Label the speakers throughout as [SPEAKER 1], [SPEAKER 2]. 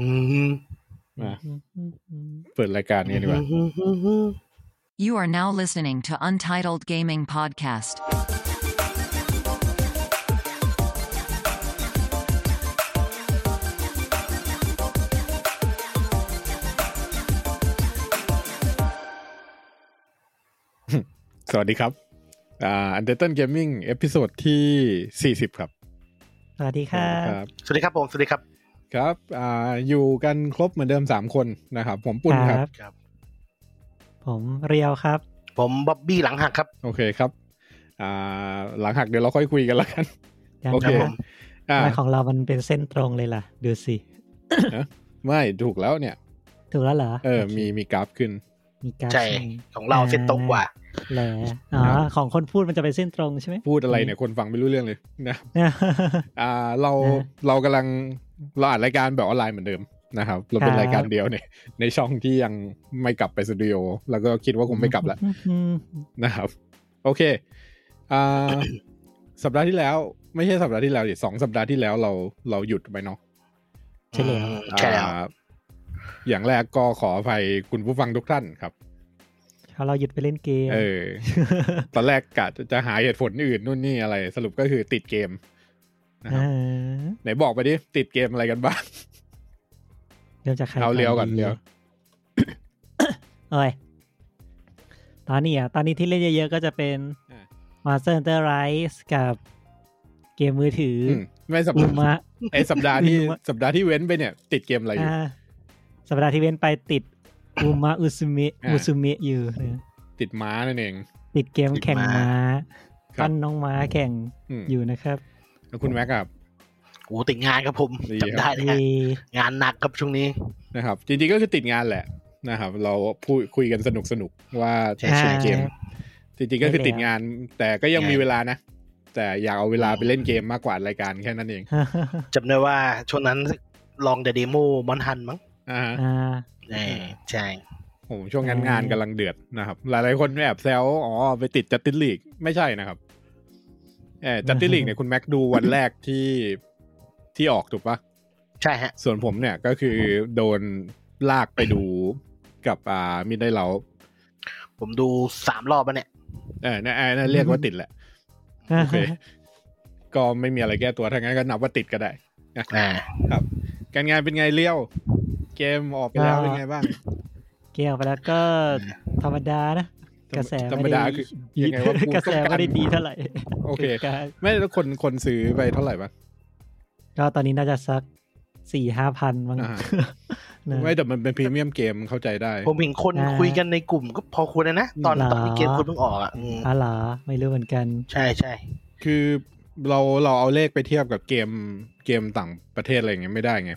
[SPEAKER 1] อืมอ่ะเปิดรายการนี้ดีกว่า
[SPEAKER 2] You are now listening to Untitled Gaming Podcast.
[SPEAKER 1] Podcast สวัสดีครับ อ่า Undertale Gaming เอพิโซดที่ 40 ครับ
[SPEAKER 3] สวัสดีค่ะ
[SPEAKER 1] ครับ
[SPEAKER 4] สวัสดีครับผม สวัสดีครับ
[SPEAKER 1] ครับ อ่า อยู่กันครบเหมือนเดิม 3 คนนะครับ ผมปุ่นครับ
[SPEAKER 3] ครับ ผมเรียวครับ
[SPEAKER 4] ผมบ๊อบบี้หลังหักครับ
[SPEAKER 1] โอเคครับ อ่า หลังหักเดี๋ยวเราค่อยคุยกันละกัน
[SPEAKER 3] ยัง
[SPEAKER 1] โอเค
[SPEAKER 3] นะ
[SPEAKER 1] อ่า
[SPEAKER 3] ลายของเรามันเป็นเส้นตรงเลยล่ะ ดูสิ
[SPEAKER 1] ไม่ถูกแล้วเนี่ย
[SPEAKER 3] ถูกแล้วเหรอ
[SPEAKER 1] เออ มี มีกราฟขึ้น
[SPEAKER 3] มีการด
[SPEAKER 4] ใช่
[SPEAKER 3] ให้
[SPEAKER 4] ของเราเส้นตรงกว่า
[SPEAKER 3] แหละอ๋อ
[SPEAKER 1] ครับ
[SPEAKER 3] ของคนพูดมันจะเป็นเส้นตรงใช่ไหม
[SPEAKER 1] พูดอะไรเนี่ยคนฟังไม่รู้เรื่องเลยนะ อ่าเรา
[SPEAKER 3] อ่ะ
[SPEAKER 1] เรากำลังเราอัดรายการแบบออนไลน์เหมือนเดิมนะครับเราเป็น
[SPEAKER 3] ครับ
[SPEAKER 1] รายการเดียวในในช่องที่ยังไม่กลับไปสตูดิโอแล้วก็คิดว่าคงไม่กลับแล้ว
[SPEAKER 3] อืม
[SPEAKER 1] นะครับ โอเคอ่า สัปดาห์ที่แล้ว ไม่ใช่สัปดาห์ที่แล้วดิสองสัปดาห์ที่แล้วเราเราหยุดไปเนาะ
[SPEAKER 3] ใช่แล้ว
[SPEAKER 4] ใช่แล้ว
[SPEAKER 1] อ่าอย่างแรกก็ขออภัยคุณผู้ฟังทุกท่านครับ
[SPEAKER 3] เขาเราหยุดไปเล่นเกม
[SPEAKER 1] เออ ตอนแรกกะจะจะหาเหตุผลอื่นนู่นนี่อะไร สรุปก็คือติดเกมนะครับ
[SPEAKER 3] เออ
[SPEAKER 1] ไหนบอกไปดิติดเกมอะไรกันบ้าง
[SPEAKER 3] เริ่มจากใคร
[SPEAKER 1] เอาเรียวก่อน
[SPEAKER 3] ดี
[SPEAKER 1] เรียว
[SPEAKER 3] เอ้ยตอนนี้อ่ะ ตอนนี้ที่เล่นเยอะๆก็จะเป็น
[SPEAKER 1] อ่ะ
[SPEAKER 3] Master Hunter Rise กับเกมมือถือ
[SPEAKER 1] อืมไม่สัป
[SPEAKER 3] อุ
[SPEAKER 1] ดาห์
[SPEAKER 3] มะ
[SPEAKER 1] ไอสัปดาห์ที่
[SPEAKER 3] ลืมอะ
[SPEAKER 1] สัปดาห์ที่เว้นไปเนี่ย ติดเกมอะไรอยู่
[SPEAKER 3] อ่าสัปดาห์ที่เว้นไปติด อุมะอุซุเมะ
[SPEAKER 1] อ่า
[SPEAKER 3] อุซุเมะอยู่นะ
[SPEAKER 1] ติดม้านั่นเอง
[SPEAKER 3] ติดเกม
[SPEAKER 4] ติด
[SPEAKER 3] แข่ง
[SPEAKER 4] ม้า
[SPEAKER 3] ม้า
[SPEAKER 1] ครับ
[SPEAKER 3] ปั้นน้องม้าแข่ง
[SPEAKER 1] อืม
[SPEAKER 3] อยู่นะครับ
[SPEAKER 1] แล้วคุณแม็กครับ
[SPEAKER 4] โอ้ติดงานครับผม
[SPEAKER 1] ดีครับ
[SPEAKER 4] จำได้เลยฮะ
[SPEAKER 3] ดี
[SPEAKER 4] งานหนักครับช่วงนี้
[SPEAKER 1] นะครับ จริงๆก็คือติดงานแหละนะครับ เราพูดคุยกันสนุกสนุกๆว่า
[SPEAKER 4] ใช่ใช่
[SPEAKER 1] ติดเกม
[SPEAKER 3] อ่า
[SPEAKER 1] จริงๆก็คือติดงาน แต่ก็ยัง
[SPEAKER 4] ใช่
[SPEAKER 1] มีเวลานะ แต่อยากเอาเวลาไปเล่นเกมมากกว่ารายการแค่นั้นเอง
[SPEAKER 4] จำได้ว่าช่วงนั้นลองเดเดโมมอนฮันมั้ง
[SPEAKER 1] อ่าฮะ
[SPEAKER 3] อ่า
[SPEAKER 4] ใช่ใช่
[SPEAKER 1] ผมช่วงงาน
[SPEAKER 3] อ่าง
[SPEAKER 1] งานกำลังเดือดนะครับ หลายๆคนแอบแซวอ๋อไปติดจัดติสลีกไม่ใช่นะครับเออจัดติสลีกเนี่ยคุณแม็กดูวันแรกที่ที่ออกถูกปะ
[SPEAKER 4] ใช่ฮะ
[SPEAKER 1] ส่วนผมเนี่ยก็คือโดนลากไปดูกับอ่ามิดได้เรา
[SPEAKER 4] ผมดูสามรอบแล้วเนี่ย
[SPEAKER 1] เออน่าน่าเรียกว่าติดแหละ โอเค ก็ไม่มีอะไรแก้ตัวทั้างนั้นก็นับว่าติดก็ได้
[SPEAKER 4] อ่า
[SPEAKER 1] การงานเป็นไงเลี้ยว เกมออกไปแล้วเป็นไงบ้าง
[SPEAKER 3] เกมออกไปแล้วก็ธรรมดานะ กระแส
[SPEAKER 1] ธรรม
[SPEAKER 3] ไม่
[SPEAKER 1] ดา
[SPEAKER 3] ได้
[SPEAKER 1] คือยังไงว่ากู
[SPEAKER 3] กระแส
[SPEAKER 1] ต้องการ
[SPEAKER 3] ไม่ได้ดีเท่าไหร่
[SPEAKER 1] โอเค
[SPEAKER 3] กการ
[SPEAKER 1] ไม่แล้วคนคนซื้อไปเท่าไหร่ปะ
[SPEAKER 3] ก็ตอนนี้น่าจะสักสี่ห้าพันมั้ง
[SPEAKER 1] อ่า
[SPEAKER 3] นะ
[SPEAKER 1] ไม่แต่มันเป็นพรีเมียมเกมเข้าใจได้
[SPEAKER 4] ผมเห็นคน
[SPEAKER 3] อ่า
[SPEAKER 4] คุยกันในกลุ่มก็พอควรนะนะ ตอน
[SPEAKER 3] หรอ
[SPEAKER 4] ตอนที่เกมคุณเพิ่งออกอ่ะอืม
[SPEAKER 3] อ๋อเหรอไม่รู้เหมือนกัน
[SPEAKER 4] ใช่ใช่
[SPEAKER 1] คือเราเราเอาเลขไปเทียบกับเกมเกมต่างประเทศอะไรอย่างเงี้ยไม่ได้ไง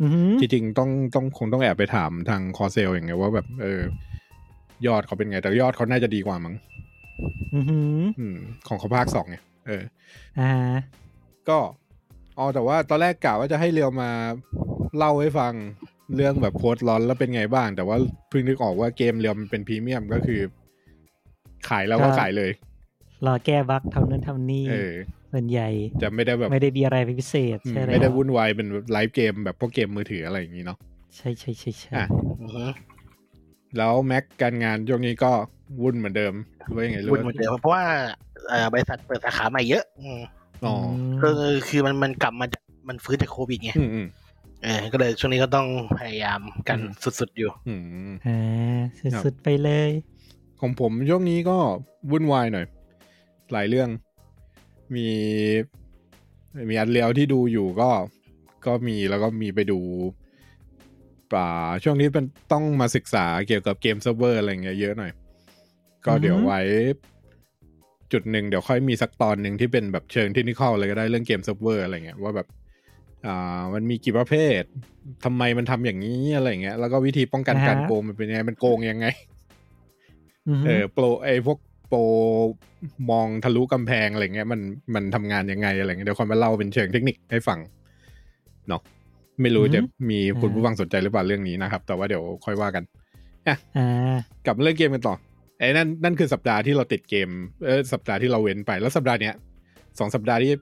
[SPEAKER 3] อือหือ
[SPEAKER 1] ที่จริงต้องต้องคงต้องแอบไปถามทางคอเซลอย่างเงี้ยว่าแบบ เออ ยอดเขาเป็นไง แต่ยอดเขาน่าจะดีกว่ามั้ง
[SPEAKER 3] อือหือ
[SPEAKER 1] อืม ของเขาภาคสองเนี่ยเออ
[SPEAKER 3] อ่า
[SPEAKER 1] ก็อ๋อแต่ว่าตอนแรกกะว่าจะให้เรียวมาเล่าให้ฟังเรื่องแบบโพสต์ร้อนแล้วเป็นไงบ้าง แต่ว่าเพิ่งนึกออกว่าเกมเรียวมันเป็นพรีเมียมก็คือ ขายแล้วก็
[SPEAKER 3] ครับ
[SPEAKER 1] ขายเลย
[SPEAKER 3] รอแก้บั๊กทำนั่นทำนี่
[SPEAKER 1] เออ
[SPEAKER 3] ส่วนใหญ่
[SPEAKER 1] จะไม่ได้แบบ
[SPEAKER 3] ไม่ได้มีอะไรพิเศษ
[SPEAKER 1] อืม
[SPEAKER 3] ใช่แล้ว
[SPEAKER 1] ไม่ได้วุ่นวายเป็นแบบไลฟ์เกมแบบพวกเกมมือถืออะไรอย่างนี้เนาะ
[SPEAKER 3] ใช่ใช่ใช่ใช่
[SPEAKER 1] อ่ะ
[SPEAKER 4] อือฮึ
[SPEAKER 1] แล้วแม็กการงานช่วงนี้ก็วุ่นเหมือนเดิมหรือว่ายังไงหรือ
[SPEAKER 4] วุ่น
[SPEAKER 1] ว่า
[SPEAKER 4] เหมือนเดิมเพราะว่าเอ่อบริษัทเปิดสาขาใหม่เยอะอืม
[SPEAKER 1] อ๋อ
[SPEAKER 4] ก็คือมันมันกลับมาจากมันฟื้นจากโควิดไง
[SPEAKER 1] อืมอืม
[SPEAKER 4] เออก็เลยช่วงนี้ก็ต้องพยายามกัน
[SPEAKER 1] อืม
[SPEAKER 4] สุดๆอยู่
[SPEAKER 1] อืม
[SPEAKER 3] อ่าสุดๆไปเลย
[SPEAKER 1] ของผมช่วงนี้ก็วุ่นวายหน่อย หลายเรื่อง มีมีอันเลียวที่ดูอยู่ก็ก็มีแล้วก็มีไปดูป่าช่วงนี้เป็นต้องมาศึกษาเกี่ยวกับเกมเซิร์ฟเวอร์อะไรเงี้ยเยอะหน่อย ก็เดี๋ยว
[SPEAKER 3] อือฮึ
[SPEAKER 1] ไว้ จุดหนึ่งเดี๋ยวค่อยมีสักตอนหนึ่งที่เป็นแบบเชิงเที่นิคอลเลยก็ได้เรื่องเกมเซิร์ฟเวอร์อะไรเงี้ยว่าแบบอ่ามันมีกี่ประเภททำไมมันทำอย่างนี้อะไรเงี้ยแล้วก็วิธีป้องกันการโกงมันเป็นยังไงมันโกงยังไง
[SPEAKER 3] หื
[SPEAKER 1] เออโปรไอพวกโปรมองทะลุกำแพงอะไรเงี้ยมันมันทำงานยังไงอะไรเงี้ยเดี๋ยวคอยมาเล่าเป็นเชิงเทคนิคให้ฟังเนาะไม่รู้จะมีคุณผู้ฟังสนใจหรือเปล่าเรื่องนี้นะครับ แต่ว่าเดี๋ยวค่อยว่ากัน
[SPEAKER 3] อ่าก
[SPEAKER 1] ลับมาเรื่องเกมกันต่อไอ้นั่นนั่นคือสัปดาห์ที่เราติดเกมเออสัปดาห์ที่เราเว้นไปแล้วสัปดาห์เนี้ยสองสัปดาห์ที่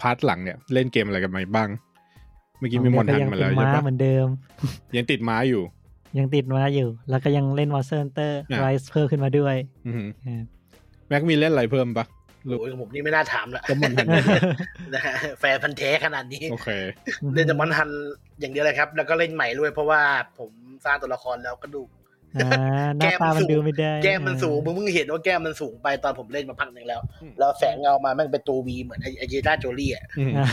[SPEAKER 1] พาร์ทหลังเนี่ยเล่นเกมอะไรกันมาบ้าง เมื่อกี้มีมอน
[SPEAKER 3] ก็
[SPEAKER 1] หัน
[SPEAKER 3] ยัง
[SPEAKER 1] มา
[SPEAKER 3] เป็
[SPEAKER 1] แล้ว
[SPEAKER 3] น
[SPEAKER 1] ใช่
[SPEAKER 3] ม้า
[SPEAKER 1] ปะ
[SPEAKER 3] เหมือนเดิม
[SPEAKER 1] ยังติดม้าอยู่
[SPEAKER 3] ยังติดม้าอยู่ แล้วก็ยังเล่นวอเซอร์เตอร์
[SPEAKER 1] อ่ะ
[SPEAKER 3] ไรส์เพิ่มขึ้นมาด้วย
[SPEAKER 1] อือหือ
[SPEAKER 3] อ่า
[SPEAKER 1] แม็กมีเล่นอะไรเพิ่มปะหรือ
[SPEAKER 4] โอ้ยผมนี่ไม่น่าถามละ
[SPEAKER 1] ก็มอนหัน
[SPEAKER 4] นะฮะแฟนพันธุ์แท้ขนาดนี้
[SPEAKER 1] โอเค
[SPEAKER 4] เล่นแต่มอนฮันอย่างเดียวเลยครับ แล้วก็เล่นใหม่ด้วยเพราะว่าผมสร้างตัวละครแล้วกระดูก
[SPEAKER 3] อ่าหน้าตามันดูไม่ได้
[SPEAKER 4] แก้มมันสูงมึ
[SPEAKER 3] อ่าง
[SPEAKER 4] มึงเห็นว่าแก้มมันสูงไปตอนผมเล่นมาพักหนึ่งแล้ว
[SPEAKER 1] อืม
[SPEAKER 4] แล้วแสงเงามาแม่งเป็นตัววีเหมือนไอไอเจด้าโจลี่อ่ะ
[SPEAKER 1] อือหือ
[SPEAKER 3] อ่า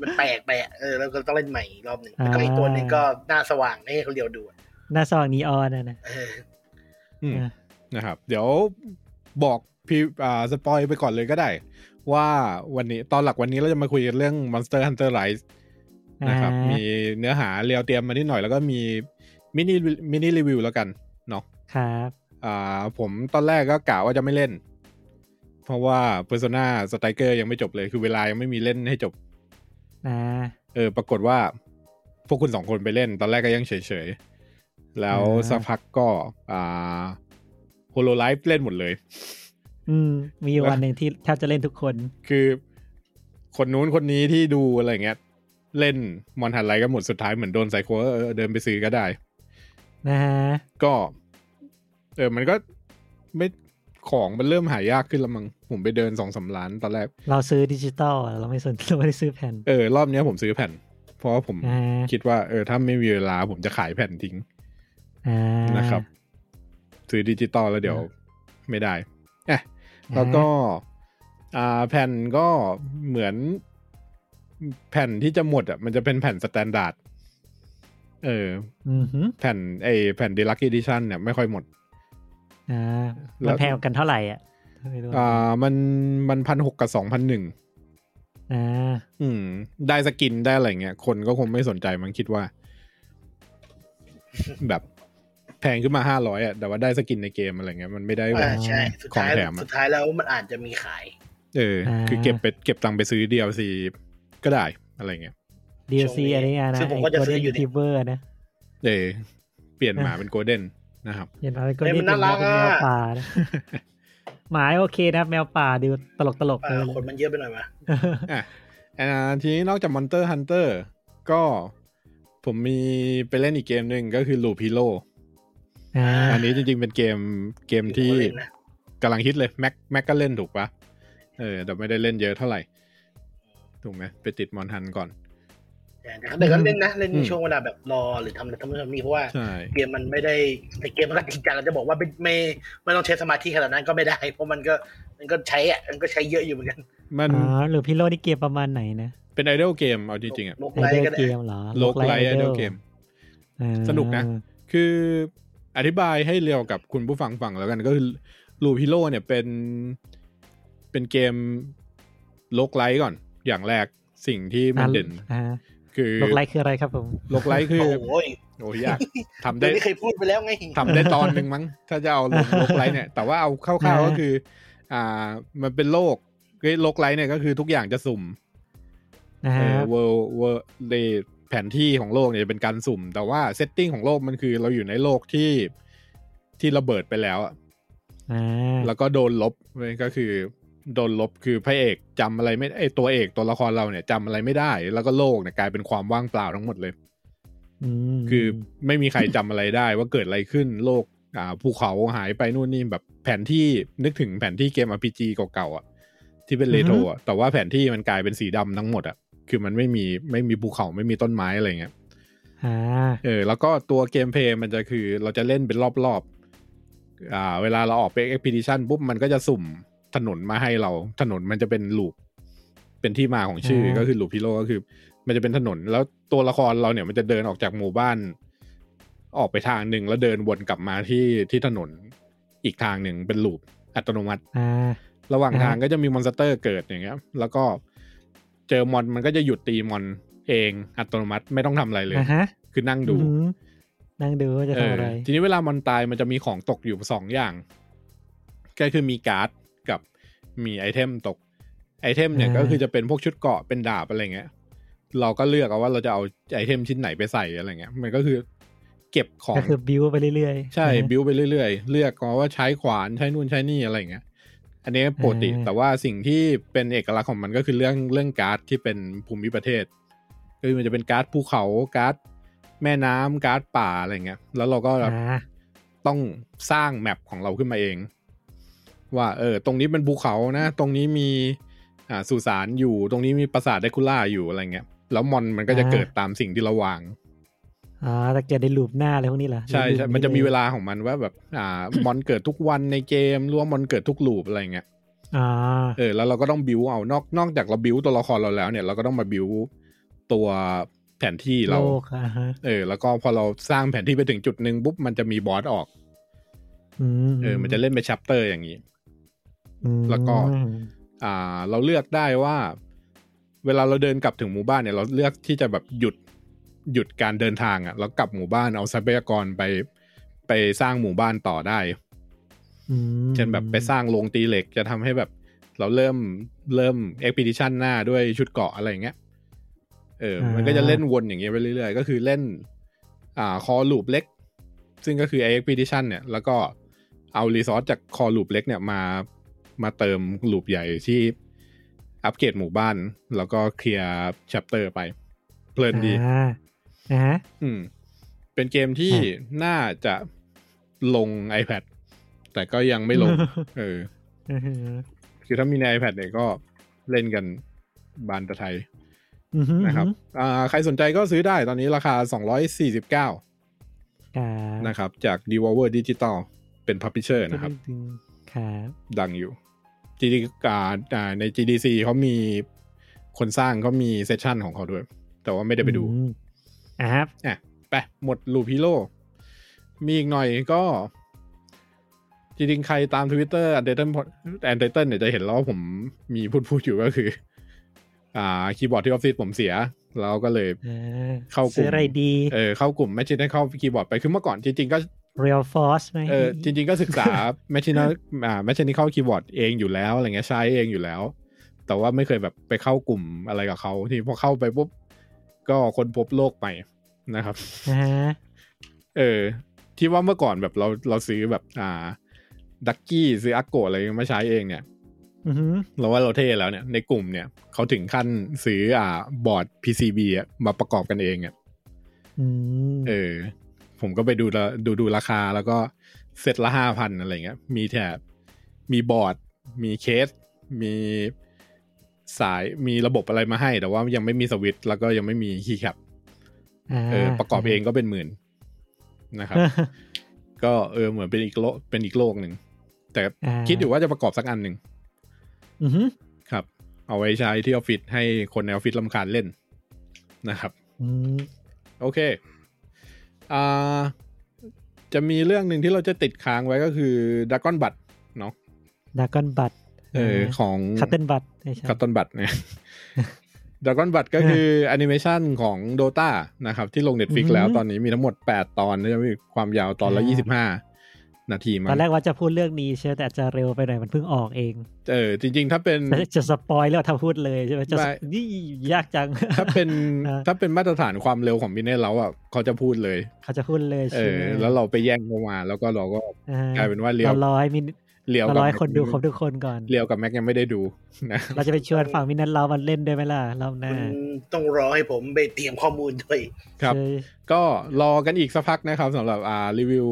[SPEAKER 4] มันแปลกไปอะเออแล้วก็ต้องเล่นใหม่อีกรอบหนึ่ง
[SPEAKER 3] อ่า
[SPEAKER 4] แล้วก็อีกตัวหนึ่งก็หน้าสว่างให้เขาเดียวดูอะ
[SPEAKER 3] หน้าซองนีออนอ่ะนะ
[SPEAKER 4] เออ
[SPEAKER 1] อืมนะครับ เดี๋ยวบอกพี่อ่าสปอยไปก่อนเลยก็ได้ ว่าวันนี้ตอนหลักวันนี้เราจะมาคุยกันเรื่อง Monster Hunter Rise นะครับ
[SPEAKER 3] อ่า
[SPEAKER 1] มีเนื้อหาเรียวเตรียมมานิดหน่อยแล้วก็มีมินิมินิรีวิวแล้วกันเนาะ
[SPEAKER 3] ครับ
[SPEAKER 1] อ่าผมตอนแรกก็กะว่าจะไม่เล่น เพราะว่า Persona Striker ยังไม่จบเลย คือเวลายังไม่มีเล่นให้จบ
[SPEAKER 3] อ่า
[SPEAKER 1] เออ ปรากฏว่า พวกคุณสองคนไปเล่น ตอนแรกก็ยังเฉยๆ แล้ว
[SPEAKER 3] อ่า
[SPEAKER 1] สักพักก็ อ่าโฮโลไลฟ์เล่นหมดเลย
[SPEAKER 3] อืม มีอยู่วันหนึ่งที่แทบจะเล่นทุกคน
[SPEAKER 1] คือคนนู้นคนนี้ที่ดูอะไรเงี้ย เล่นมอนหันไลก็หมดสุดท้ายเหมือนโดนไซโคเออเออเดินไปซื้อก็ได้
[SPEAKER 3] นะฮะ
[SPEAKER 1] ก็ เออมันก็ไม่ของมันเริ่มหายากขึ้นละมังผมไปเดินสองสามร้านตอนแรก
[SPEAKER 3] เราซื้อดิจิตอลอะเราไม่สน เราไม่ได้ซื้อแผ่น
[SPEAKER 1] เออรอบเนี้ยผมซื้อแผ่น เพราะว่าผม
[SPEAKER 3] อ่า
[SPEAKER 1] คิดว่าเออถ้าไม่มีเวลาผมจะขายแผ่นทิ้ง
[SPEAKER 3] อ่า
[SPEAKER 1] นะครับ ซื้อดิจิตอลแล้วเดี๋ยวไม่ได้เอะแล้วก็อ่าแผ่นก็เหมือนแผ่นที่จะหมดอ่ะมันจะเป็นแผ่นสแตนดาร์ดเออ
[SPEAKER 3] อืมฮึ
[SPEAKER 1] แผ่นไอแผ่นดีลักอีดิชันเนี่ยไม่ค่อยหมด
[SPEAKER 3] อ่า
[SPEAKER 1] แล้
[SPEAKER 3] มั
[SPEAKER 1] ว
[SPEAKER 3] นแพงกันเท่าไหร่อ่ะไม่รู้
[SPEAKER 1] อ่ามันมันพันหกกับสองพันหนึ่ง
[SPEAKER 3] อ่า
[SPEAKER 1] อืม ได้สกินได้อะไรเงี้ยคนก็คงไม่สนใจมันคิดว่า แบบแพงขึ้นมาห้าร้อยอ่ะ แต่ว่าได้สกินในเกมอะไรเงี้ยมันไม่ได้แบบ
[SPEAKER 4] อ่าใช่ สุดท้าย
[SPEAKER 1] ของแถมอะ
[SPEAKER 4] สุดท้ายแล้วมันอาจจะมีขาย
[SPEAKER 1] เอออา คือเก็บไปเก็บตังค์ไปซื้อ DLC ก็ได้อะไรเงี้ย
[SPEAKER 3] ดี
[SPEAKER 4] ช่วงนี้
[SPEAKER 3] ซีอะไรเงี้ยนะ
[SPEAKER 4] ซึ่งผมก็จะซื้ออยู่เนี่ย
[SPEAKER 3] ทิเวอร์นะ
[SPEAKER 1] เออเปลี่ยนหมาเป็นโกลเด้นนะครับ
[SPEAKER 3] เห็นไหมก็
[SPEAKER 4] เอ้ย
[SPEAKER 3] นี่
[SPEAKER 4] มัน
[SPEAKER 3] เป็น
[SPEAKER 4] น่ารัก
[SPEAKER 3] แมว
[SPEAKER 4] อะ
[SPEAKER 3] ป่านะหมายโอเคนะแมวป่าดูตลกตลกๆ
[SPEAKER 4] อ่า
[SPEAKER 3] เลย
[SPEAKER 4] คนมันเยอะไปหน่อยมา
[SPEAKER 1] อ่ะอ่าทีนี้นอกจาก Monster Hunter ก็ผมมีไปเล่นอีกเกมหนึ่งก็คือ Loop Hero
[SPEAKER 3] อ่า
[SPEAKER 1] อันนี้จริงๆเป็นเกมเกมที่
[SPEAKER 4] เล่นนะ
[SPEAKER 1] กำลังฮิตเลยแม็กแม็กก็เล่นถูกปะเออแต่ไม่ได้เล่นเยอะเท่าไหร่ ถูกไหมไปติดมอนทันก่อน
[SPEAKER 4] แต่แต่ก็เล่นนะเล่นใน
[SPEAKER 1] อืม
[SPEAKER 4] ช่วงเวลาแบบรอหรือทำอะไรทำนู่นทำนี่เพราะว่า
[SPEAKER 1] ใช่
[SPEAKER 4] เกมมันไม่ได้แต่เกมมันก็จริงจังเราจะบอกว่าไม่ไม่ไม่ต้องใช้สมาธิขนาดนั้นก็ไม่ได้ เพราะมันก็มันก็ใช้อะมันก็ใช้เยอะอยู่เหมือนกัน
[SPEAKER 1] มัน
[SPEAKER 3] อ๋อหรือพี่โลนี่เกมประมาณไหนนะ
[SPEAKER 1] เป็นไอดอลเกมเอาจริงๆอ่ะ
[SPEAKER 4] โลก
[SPEAKER 3] ไอ
[SPEAKER 4] ไล
[SPEAKER 3] เด
[SPEAKER 4] ท์ก็ได้
[SPEAKER 3] ลเกมเหรอ
[SPEAKER 1] โลก
[SPEAKER 3] Roguelike
[SPEAKER 1] ไลไอดอล
[SPEAKER 3] Idol
[SPEAKER 1] เกม
[SPEAKER 3] อ่า
[SPEAKER 1] สนุกนะ คืออธิบายให้เร็วกับคุณผู้ฟังฟังแล้วกันก็คือลูพิโลเนี่ยเป็นเป็นเกมโลกไลท์ก่อน อย่างแรกสิ่งที่มันเด่น
[SPEAKER 3] อ่า
[SPEAKER 1] คือ
[SPEAKER 3] โลกไลท์คืออะไรครับผม
[SPEAKER 1] โลกไลท์คือ
[SPEAKER 4] โอ้โห
[SPEAKER 1] โอ้ยยากทำ
[SPEAKER 4] เดี๋ยว
[SPEAKER 1] ได้
[SPEAKER 4] นี้เคยพูดไปแล้วไง
[SPEAKER 1] ทำได้ตอนหนึ่งมั้ง ถ้าจะเอาโลกไลท์เนี่ย แต่ว่าเอาคร่าวๆก็คือ อ่า มันเป็นโลกคือโลกไลท์เนี่ยก็คือทุกอย่างจะสุ่ม
[SPEAKER 3] นะฮะ
[SPEAKER 1] เวอร์เวอร์ในแผนที่ของโลกเนี่ยจะเป็นการสุ่ม แต่ว่าเซตติ้งของโลกมันคือเราอยู่ในโลกที่ที่ระเบิดไปแล้วอะ
[SPEAKER 3] อ่า
[SPEAKER 1] แล้วก็โดนลบเว้ยก็คือโดนลบคือพระเอกจำอะไรไม่ไอยตัวเอกตัวละครเราเนี่ยจำอะไรไม่ได้ แล้วก็โลกเนี่ยกลายเป็นความว่างเปล่าทั้งหมดเลย
[SPEAKER 3] ม
[SPEAKER 1] คือไม่มีใครจำอะไรได้ว่าเกิดอะไรขึ้นโลกอ่าภูเขาหายไปนู่นนี่แบบแผนที่นึกถึงแผนที่เกม RPG เก่าๆอ่ะที่เป็นเรโทรอ่ะแต่ว่าแผนที่มันกลายเป็นสีดำทั้งหมดอ่ะคือมันไม่มีไม่มีภูเขาไม่มีต้นไม้อะไรเงี้ย
[SPEAKER 3] อ่า
[SPEAKER 1] เออแล้วก็ตัวเกมเพลย์มันจะคือเราจะเล่นเป็นรอบๆอ่าเวลาเราออกไปเอ็ก i ์ i ิชันปุ๊บมันก็จะสุ่มถนนมาให้เราถนนมันจะเป็นลูปเป็นที่มาของชื่อก็คือลูปพิโลก็คือ มันจะเป็นถนนแล้วตัวละครเราเนี่ยมันจะเดินออกจากหมู่บ้าน ออกไปทางหนึ่งแล้วเดินวนกลับมาที่ที่ถนนอีกทางหนึ่งเป็นลูปอัตโนมัติ
[SPEAKER 3] อ่า
[SPEAKER 1] ระหว่าง
[SPEAKER 3] อ่าฮะ
[SPEAKER 1] ทางก็จะมีมอนสเตอร์เกิดอย่างเงี้ย แล้วก็เจอมอนมันก็จะหยุดตีมอนเองอัตโนมัติไม่ต้องทำอะไรเลย
[SPEAKER 3] อ่าฮะ
[SPEAKER 1] คือนั่งดู
[SPEAKER 3] อืมนั่งดูว่าจะ
[SPEAKER 1] เอ
[SPEAKER 3] ทำ
[SPEAKER 1] อ
[SPEAKER 3] อะไร
[SPEAKER 1] ทีนี้เวลามอนตายมันจะมีของตกอยู่สองอย่าง ก็คือมีการ์ดกับมีไอเทมตก ไอเทมเนี่ยก็คือจะเป็นพวกชุดเกราะเป็นดาบอะไรเงี้ย เราก็เลือกเอาว่าเราจะเอาไอเทมชิ้นไหนไปใส่อะไรเงี้ย มันก็คือเก็บของ
[SPEAKER 3] ก็คือบิวไปเรื่อยๆ
[SPEAKER 1] ใช่
[SPEAKER 3] อ่า
[SPEAKER 1] บิวไปเรื่อยๆ เลือกเอาว่าใช้ขวานใช้นู่นใช้นี่อะไรอย่างเงี้ย อันนี้ปกติ
[SPEAKER 3] อ่า
[SPEAKER 1] แต่ว่าสิ่งที่เป็นเอกลักษณ์ของมันก็คือเรื่องเรื่องการ์ดที่เป็นภูมิประเทศ คือมันจะเป็นการ์ดภูเขาการ์ดแม่น้ำการ์ดป่าอะไรเงี้ยแล้วเราก็
[SPEAKER 3] อ่า
[SPEAKER 1] ต้องสร้างแมปของเราขึ้นมาเอง ว่าเออตรงนี้เป็นภูเขานะ ตรงนี้มีอ่าสุสานอยู่ตรงนี้มีปราสาทไดคุล่าอยู่อะไรเงี้ยแล้วมอนมันก็จะเกิดตามสิ่งที่เราวาง
[SPEAKER 3] อ่าแต่เกิดในลูปหน้าอะไรพวกนี้เหรอ
[SPEAKER 1] ใช่ใช่
[SPEAKER 3] ใลูป
[SPEAKER 1] มันจะมีเวย ลาของมันว่าแบบ อ่า มอนเกิดทุกวันในเกมหรือว่ามอนเกิดทุกลูปอะไรเงี้ย
[SPEAKER 3] อ่า
[SPEAKER 1] เออ แล้วเราก็ต้องบิวเอา นอก นอกจากเราบิวตัวละครเราแล้วเนี่ย เราก็ต้องมาบิวตัวแผนที่เรา
[SPEAKER 3] โลกอ่าฮะ
[SPEAKER 1] เออ แล้วก็พอเราสร้างแผนที่ไปถึงจุดหนึ่งปุ๊บ มันจะมีบอสออก
[SPEAKER 3] อืม
[SPEAKER 1] เออ มันจะเล่นเป็นชัปเตอร์อย่างนี้
[SPEAKER 3] อืม
[SPEAKER 1] แล้วก็ อ่า เราเลือกได้ว่า เวลาเราเดินกลับถึงหมู่บ้านเนี่ย เราเลือกที่จะแบบหยุด หยุดการเดินทางอะ่ะ แล้วกลับหมู่บ้านเอาทรัพยากรไป ไปสร้างหมู่บ้านต่อได้
[SPEAKER 3] อืม
[SPEAKER 1] เช่นแบบไปสร้างโรงตีเหล็กจะทำให้แบบ เราเริ่มเริ่มเอ็ก i ิ i ิชันหน้าด้วยชุดเกราะอะไรอย่างเงี้ยเออ มันก็จะเล่นวนอย่างเงี้ยไปเรื่อยๆ ก็คือเล่น อ่าคอลูปเล็ก ซึ่งก็คือเอ็ก i ิ i ิชันเนี่ย แล้วก็เอารีซอสจากคอลูปเล็กเนี่ยมามาเติมลูปใหญ่ที่อัปเกรดหมู่บ้าน แล้วก็เคลียร์แชปเตอร์ไปเพลินดี
[SPEAKER 3] อ่านะฮะ
[SPEAKER 1] อืม เป็นเกมที่
[SPEAKER 3] อ่
[SPEAKER 1] น่าจะลง iPad แต่ก็ยังไม่ล ง เออ
[SPEAKER 3] อือหือ
[SPEAKER 1] คือถ้ามีใน iPad เนี่ยก็เล่นกันบานตะไทย
[SPEAKER 3] อือหือ
[SPEAKER 1] นะครับอ่าใครสนใจก็ซื้อได้ตอนนี้ราคา 249
[SPEAKER 3] ครับ
[SPEAKER 1] นะครับ จาก d e v o u r Digital เป็น Publisher นะครับ
[SPEAKER 3] ครับ
[SPEAKER 1] ดังอยู่ GD อ่าอ่าใน GDC เขามีคนสร้างเขามีเซสชั่นของเขาด้วย แต่ว่าไม่ได้ไปดู
[SPEAKER 3] อืมอ่ะครับ
[SPEAKER 1] อ่ะไปหมดลูปฮีโร่มีอีกหน่อยก็ จริงๆ ใครตาม Twitter อันเดอร์เทนอันเดอร์เทนเนี่ยจะเห็นแล้วว่าผมมีพูดพูดอยู่ก็คือ อ่าคีย์บอร์ดที่ออฟฟิศผมเสีย แล้วก็เลย
[SPEAKER 3] อ่า
[SPEAKER 1] เข้ากลุ่ม
[SPEAKER 3] ซื้ออะไรดี
[SPEAKER 1] เออเข้ากลุ่ม แมชชีนได้เข้าคีย์บอร์ดไป คือเมื่อก่อนจริงๆ ก็
[SPEAKER 3] Real Force ไหม
[SPEAKER 1] เออจริง ๆ ก็ศึ กษาแมชชีนอ่าแมชชีนเข้าคีย์บอร์ดเองอยู่แล้วอะไรเงี้ยใช้เองอยู่แล้ว แต่ว่าไม่เคยแบบไปเข้ากลุ่มอะไรกับเขาที่พอเข้าไปปุ๊บก็คนพบโลกใหม่นะครับ
[SPEAKER 3] อ่าฮะ
[SPEAKER 1] เออ ที่ว่าเมื่อก่อนแบบเราเราซื้อแบบอ่า ดักกี้ซื้ออากโกะอะไรมาใช้เองเนี่ย
[SPEAKER 3] อือหือ
[SPEAKER 1] เราว่าเราเท่แล้วเนี่ยในกลุ่มเนี่ยเขาถึงขั้นซื้ออ่าบอร์ด PCB อะมาประกอบกันเองอ่ะ
[SPEAKER 3] อืม
[SPEAKER 1] เออ ผมก็ไปดูละดูดูราคาแล้วก็เซตละห้าพันอะไรเงี้ยมีแถบมีบอร์ด มีเคส มีสายมีระบบอะไรมาให้ แต่ว่ายังไม่มีสวิตช์แล้วก็ยังไม่มีคีย์แคป
[SPEAKER 3] า
[SPEAKER 1] เออประกอบเองก็เป็นหมื่นนะครับ ก็เออเหมือนเป็นอีกโลกเป็นอีกโลกหนึ่ง แต่
[SPEAKER 3] า
[SPEAKER 1] คิดอยู่ว่าจะประกอบสักอันหนึ่ง
[SPEAKER 3] อือหือ
[SPEAKER 1] ครับ เอาไว้ใช้ที่ออฟฟิศให้คนในออฟฟิศลำคาญเล่นนะครับ
[SPEAKER 3] อืม
[SPEAKER 1] โอเคอ่าจะมีเรื่องหนึ่งที่เราจะติดค้างไว้ก็คือด a กอนบัตเนาะ
[SPEAKER 3] ดากอนบัต
[SPEAKER 1] เออของ
[SPEAKER 3] คัตเติลบัตไม่ใช่
[SPEAKER 1] คัตตันบัต เนี่ยด a กอนบัตก็คือแอนิเมชันของโดตานะครับ ที่ลงเน็ตฟิก
[SPEAKER 3] อือหือ
[SPEAKER 1] แล้วตอนนี้มีทั้งหมด 8 ตอนนะมีความยาวตอนละ
[SPEAKER 3] อ่า
[SPEAKER 1] ยี่สิบห้านาทีมั้
[SPEAKER 3] ตอน
[SPEAKER 1] ง
[SPEAKER 3] แรกว่าจะพูดเรื่องนี้ใช่ไหมแต่อาจจะเร็วไปหน่อยมันเพิ่งออกเอง
[SPEAKER 1] เออจริง ๆ ถ้าเป็น
[SPEAKER 3] แล้วจะสปอยแล้วทำพูดเลยใช่ไหมจะ
[SPEAKER 1] ไม่
[SPEAKER 3] นี่ยากจัง
[SPEAKER 1] ถ้าเป็น
[SPEAKER 3] อ่า
[SPEAKER 1] ถ้าเป็นมาตรฐานความเร็วของมินเน่เราอ่ะเขาจะพูดเลย
[SPEAKER 3] เขาจะพูดเลย
[SPEAKER 1] เอ
[SPEAKER 3] ใช่ไห
[SPEAKER 1] อ
[SPEAKER 3] ม
[SPEAKER 1] แล้วเราไปแย่งเขามา แล้วก็เราก็
[SPEAKER 3] อ่าก
[SPEAKER 1] ลายเป็นว่าเลียว
[SPEAKER 3] เราร้อยมิน
[SPEAKER 1] เลียว
[SPEAKER 3] เรา
[SPEAKER 1] กับ
[SPEAKER 3] ร้อย
[SPEAKER 1] แม็ก
[SPEAKER 3] คนดูครบทุกคนก่อน
[SPEAKER 1] เลียวกับแม็กยังไม่ได้ดูนะ
[SPEAKER 3] เราจะไปชวนฝั่งมินนั้นเรามันเล่นด้วยไหมล่ะรอบหน้า
[SPEAKER 4] คุณต้องรอให้ผมไปเตรียมข้อมูลด้วย
[SPEAKER 1] ครับ
[SPEAKER 3] ใช่
[SPEAKER 1] ก็รอกันอีกสักพักนะครับสำหรับอ่ารีวิว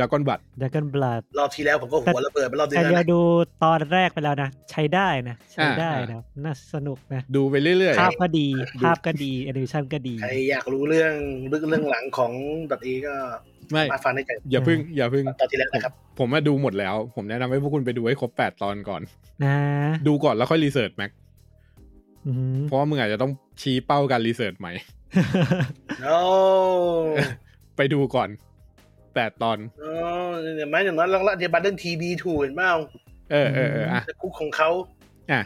[SPEAKER 1] ดากอนบัต
[SPEAKER 3] ดากอนบัต
[SPEAKER 4] รอบที่แล้วผมก็หัวระเบิดไปรอบนี้
[SPEAKER 3] แต่
[SPEAKER 4] แล้วนะ
[SPEAKER 3] เดี๋ยวดูตอนแรกไปแล้วนะ ใช้ได้นะ ใช้ได้นะน่าสนุกนะ
[SPEAKER 1] ดูไปเรื่อย
[SPEAKER 3] ภาพก็ดี ภาพก็ดีแอนิเมชันก็ดี
[SPEAKER 4] ใครอยากรู้เรื่องลึกเรื่องหลังของดอทอีก็
[SPEAKER 1] ๆ ไม่
[SPEAKER 4] มาฟังได้จาก
[SPEAKER 1] อย่าพึ่ง อย่าพึ่ง
[SPEAKER 4] ตอนที่แล้วนะครับ
[SPEAKER 1] ผมมาดูหมดแล้ว ผมแนะนำให้พวกคุณไปดูให้ครบ 8 ตอนก่อน
[SPEAKER 3] นะ
[SPEAKER 1] ดูก่อนแล้วค่อยรีเสิร์ชแม็ก
[SPEAKER 3] อืม
[SPEAKER 1] เพราะว่ามึงอาจจะต้องชี้เป้าการรีเสิร์ชใหม่
[SPEAKER 4] no
[SPEAKER 1] ไปดูก่อน 8 ตอน
[SPEAKER 4] no อย่างน้อยอย่างน้อยเราละเดียบัตเดิลทีบีถูกเห็นไหมเอา
[SPEAKER 1] เออเออเอออ่ะ
[SPEAKER 4] แต่คุกของเขา
[SPEAKER 1] อ่ะ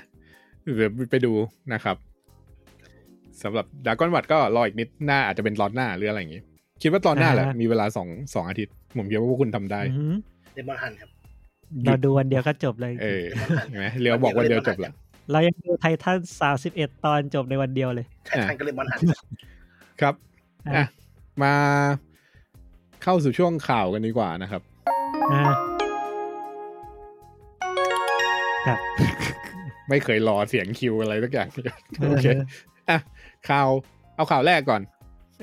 [SPEAKER 1] เดี๋ยวไปดูนะครับสำหรับดากอนวัดก็รออีกนิดหน้าอาจจะเป็นตอนหน้าหรืออะไรอย่างงี้ คิดว่าตอนหน้าแหละ
[SPEAKER 3] อ่าฮะ
[SPEAKER 1] มีเวลาสองสองอาทิตย์ ผมคิดว่าพวกคุณทำได้
[SPEAKER 3] อืม
[SPEAKER 4] เดมอนฮันครับ
[SPEAKER 1] หยุ
[SPEAKER 3] เรา
[SPEAKER 1] ด
[SPEAKER 3] ดูวันเดียวก็จบเลย
[SPEAKER 1] เออเห็นไหมเรียวบอกว่าเดียวจบละ
[SPEAKER 3] เรายังดูไททันสามสิบเอ็ดตอนจบในวันเดียวเลย
[SPEAKER 4] ใช่
[SPEAKER 1] อ่ะ
[SPEAKER 4] ท่านก็เลยมอนหัน
[SPEAKER 1] ครับ
[SPEAKER 3] อ่ะ
[SPEAKER 1] อ่ะ มาเข้าสู่ช่วงข่าวกันดีกว่านะครับ
[SPEAKER 3] อ่า
[SPEAKER 1] ไม่เคยรอเสียงคิวอะไรสักอย่าง โอเค อ่ะข่าว เอาข่าวแรกก่อน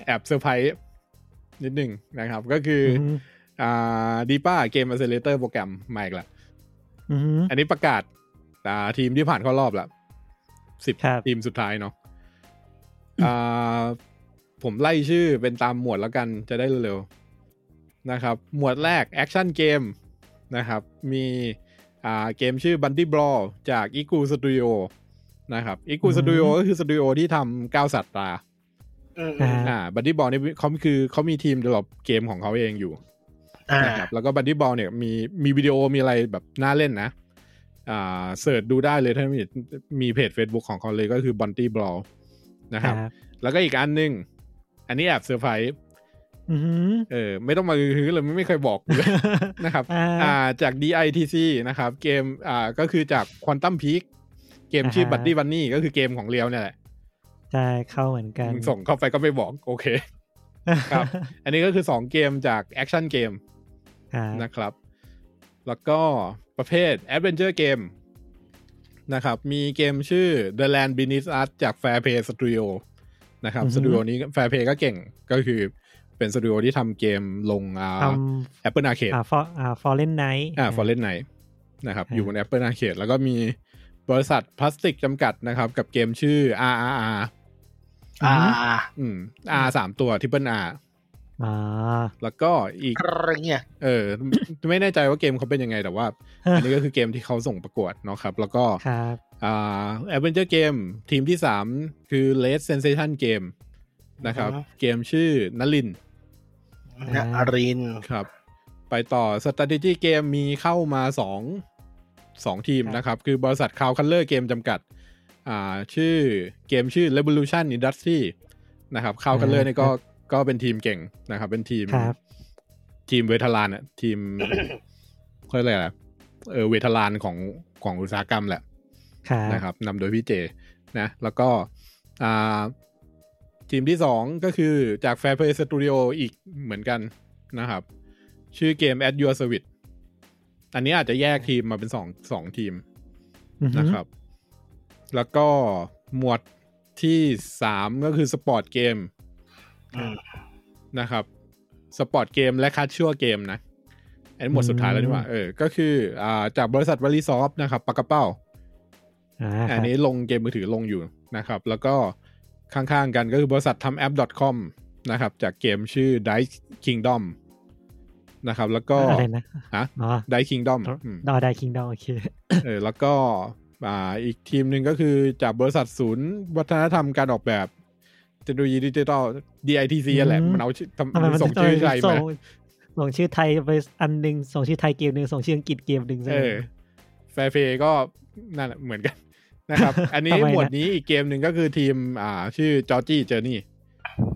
[SPEAKER 1] แอบเซอร์ไพรส์นิดหนึ่งนะครับ ก็คืออ
[SPEAKER 3] ม
[SPEAKER 1] อ่าดีป้าเกม a ั c e l เลเตอร์โปรแกรมใหม่อีกละ
[SPEAKER 3] อืม
[SPEAKER 1] อันนี้ประกาศอ่าทีมที่ผ่านเข้ารอบละสิบ
[SPEAKER 3] ครับ
[SPEAKER 1] ทีมสุดท้ายเนาะอ่าผมไล่ชื่อเป็นตามหมวดแล้วกันจะได้เร็วๆนะครับ หมวดแรกแอคชั่นเกมนะครับ มีอ่าเกมชื่อ Bundy Brawl จาก i g u Studio นะครับ i g u Studio ก็คือสตูดิโอที่ทำก้าวสัตว์ตรา
[SPEAKER 4] อืม
[SPEAKER 3] อ่า
[SPEAKER 1] อ่า Bundy Brawl นี่เขาคือเขามีทีม develop เกมของเขาเองอยู่
[SPEAKER 4] อ่า
[SPEAKER 1] นะครับแล้วก็บันดี้บอลเนี่ยมีมีวิดีโอมีอะไรแบบน่าเล่นนะ อ่าเสิร์ชดูได้เลยถ้ามีมีเพจ Facebook ของเขาเลยก็คือบอนตี้บอลนะค
[SPEAKER 3] ค
[SPEAKER 1] รั
[SPEAKER 3] รับ บ
[SPEAKER 1] แล้วก็อีกอันหนึ่งอันนี้แอบเซอร์ไพรส์
[SPEAKER 3] อืม
[SPEAKER 1] เออไม่ต้องมาฮือเลยไม่เคยบอก เลย นะครับ
[SPEAKER 3] อ่า
[SPEAKER 1] อ่าจาก DITC นะครับ เกมอ่าก็คือจาก Quantum Peak เกมชื่อ
[SPEAKER 3] อ่าฮะ
[SPEAKER 1] Buddy Bunny ก็คือเกมของเลียวเนี่ยแหละ
[SPEAKER 3] ใช่เข้าเหมือนกัน
[SPEAKER 1] มึงส่งเข้าไปก็ไม่บอกโอเค ครับ อันนี้ก็คือ 2 เกมจากแอคชั่นเกม
[SPEAKER 3] ครับ
[SPEAKER 1] นะครับ แล้วก็ประเภท Adventure Game นะครับ มีเกมชื่อ The Land Beneath Us จาก Fairplay Studio นะครับ สตูดิโอนี้ Fairplay ก็เก่ง ก็คือเป็นสตูดิโอที่ทำเกมลงอ่า
[SPEAKER 3] ท
[SPEAKER 1] Apple Arcade
[SPEAKER 3] ำอ่าฟออ่าฟอร์เรนไนท์
[SPEAKER 1] อ่า Fallen Knight นะครับอ
[SPEAKER 3] อ่า
[SPEAKER 1] ยู่บน Apple Arcade แล้วก็มีบริษัทพลาสติกจำกัดนะครับ กับเกมชื่อ RRR
[SPEAKER 4] อ่า
[SPEAKER 1] อืม R สามตัว Triple R
[SPEAKER 3] อ่า
[SPEAKER 1] แล้วก็อีก
[SPEAKER 4] อะไรเงี้ย
[SPEAKER 1] เออ ไม่แน่ใจว่าเกมเขาเป็นยังไงแต่ว่า อันนี้ก็คือเกมที่เขาส่งประกวดเนาะครับ แล้วก็
[SPEAKER 3] ครับ
[SPEAKER 1] อ่าแอดเวนเจอร์เกมทีมที่ 3 คือ Red Sensation Game นะครับ เกมชื่อนลินทร์
[SPEAKER 4] นะอาริน
[SPEAKER 1] ครับ ไปต่อ Strategy เกมมีเข้ามา2 2ทีมนะครับ คือบริษัท Cloud Color เกมจำกัดอ่าชื่อเกมชื่อ Revolution Industry นะครับ Cloud Color เนี่ยก็ก็เป็นทีมเก่งนะครับ เป็นทีม
[SPEAKER 3] ครับ
[SPEAKER 1] ทีมเวทลานอะ ทีม เขาเรียกอะไรอะเออเวทลานของของอุตสาหกรรมแหละ
[SPEAKER 3] ครับ
[SPEAKER 1] นะครับนำโดยพี่เจนะ แล้วก็อ่าทีมที่สองก็คือจาก Fairplay Studio อีกเหมือนกันนะครับ ชื่อเกม At Your Service อันนี้อาจจะแยกทีมมาเป็นสองสองทีม
[SPEAKER 3] อือฮึ
[SPEAKER 1] นะครับ แล้วก็หมวดที่สามก็คือสปอร์ตเกม
[SPEAKER 4] อืม
[SPEAKER 1] นะครับสปอร์ตเกมและคัชชัวเกมนะ อันนี้หมวดสุดท้ายแล้วนี่หว่าเออก็คืออ่าจากบริษัทวอลลีซอฟนะครับปากกระเป้า
[SPEAKER 3] อ่าค
[SPEAKER 1] อั
[SPEAKER 3] รั
[SPEAKER 1] น
[SPEAKER 3] บ
[SPEAKER 1] นี้ลงเกมมือถือลงอยู่นะครับ แล้วก็ข้างๆกันก็คือบริษัททำแอป .com นะครับ จากเกมชื่อ Dice Kingdom นะครับ แล้วก็
[SPEAKER 3] อะไรนะ
[SPEAKER 1] ฮะ
[SPEAKER 3] อ๋อ
[SPEAKER 1] Dice Kingdom อืม
[SPEAKER 3] ดอได้คิงดอโอเค
[SPEAKER 1] เออแล้วก็อ่าอีกทีมหนึ่งก็คือจากบริษัทศูนย์วัฒนธรรมการออกแบบเทคโนโลยีดิจิทัล DITC นั่นแหละ มันเอาชื่อทำ
[SPEAKER 3] ทำไมมัน
[SPEAKER 1] ส่งชื่อ
[SPEAKER 3] ทำไม
[SPEAKER 1] ใจ
[SPEAKER 3] มันส่
[SPEAKER 1] มา
[SPEAKER 3] งส่งชื่อไทยไปอันหนึ่งส่งชื่อไทยเกมหนึ่งส่งชื่ออังกฤษเกมหนึ่งใช่
[SPEAKER 1] เอ
[SPEAKER 3] ไหม
[SPEAKER 1] อแฟร์เฟย์ก็นั่นแหละเหมือน กัน นะครับ อันนี้
[SPEAKER 3] ทำไมนะ
[SPEAKER 1] หมวดนี้อีกเกมหนึ่งก็คือทีมอ่า ชื่อจอร์จี้เจอร์นี่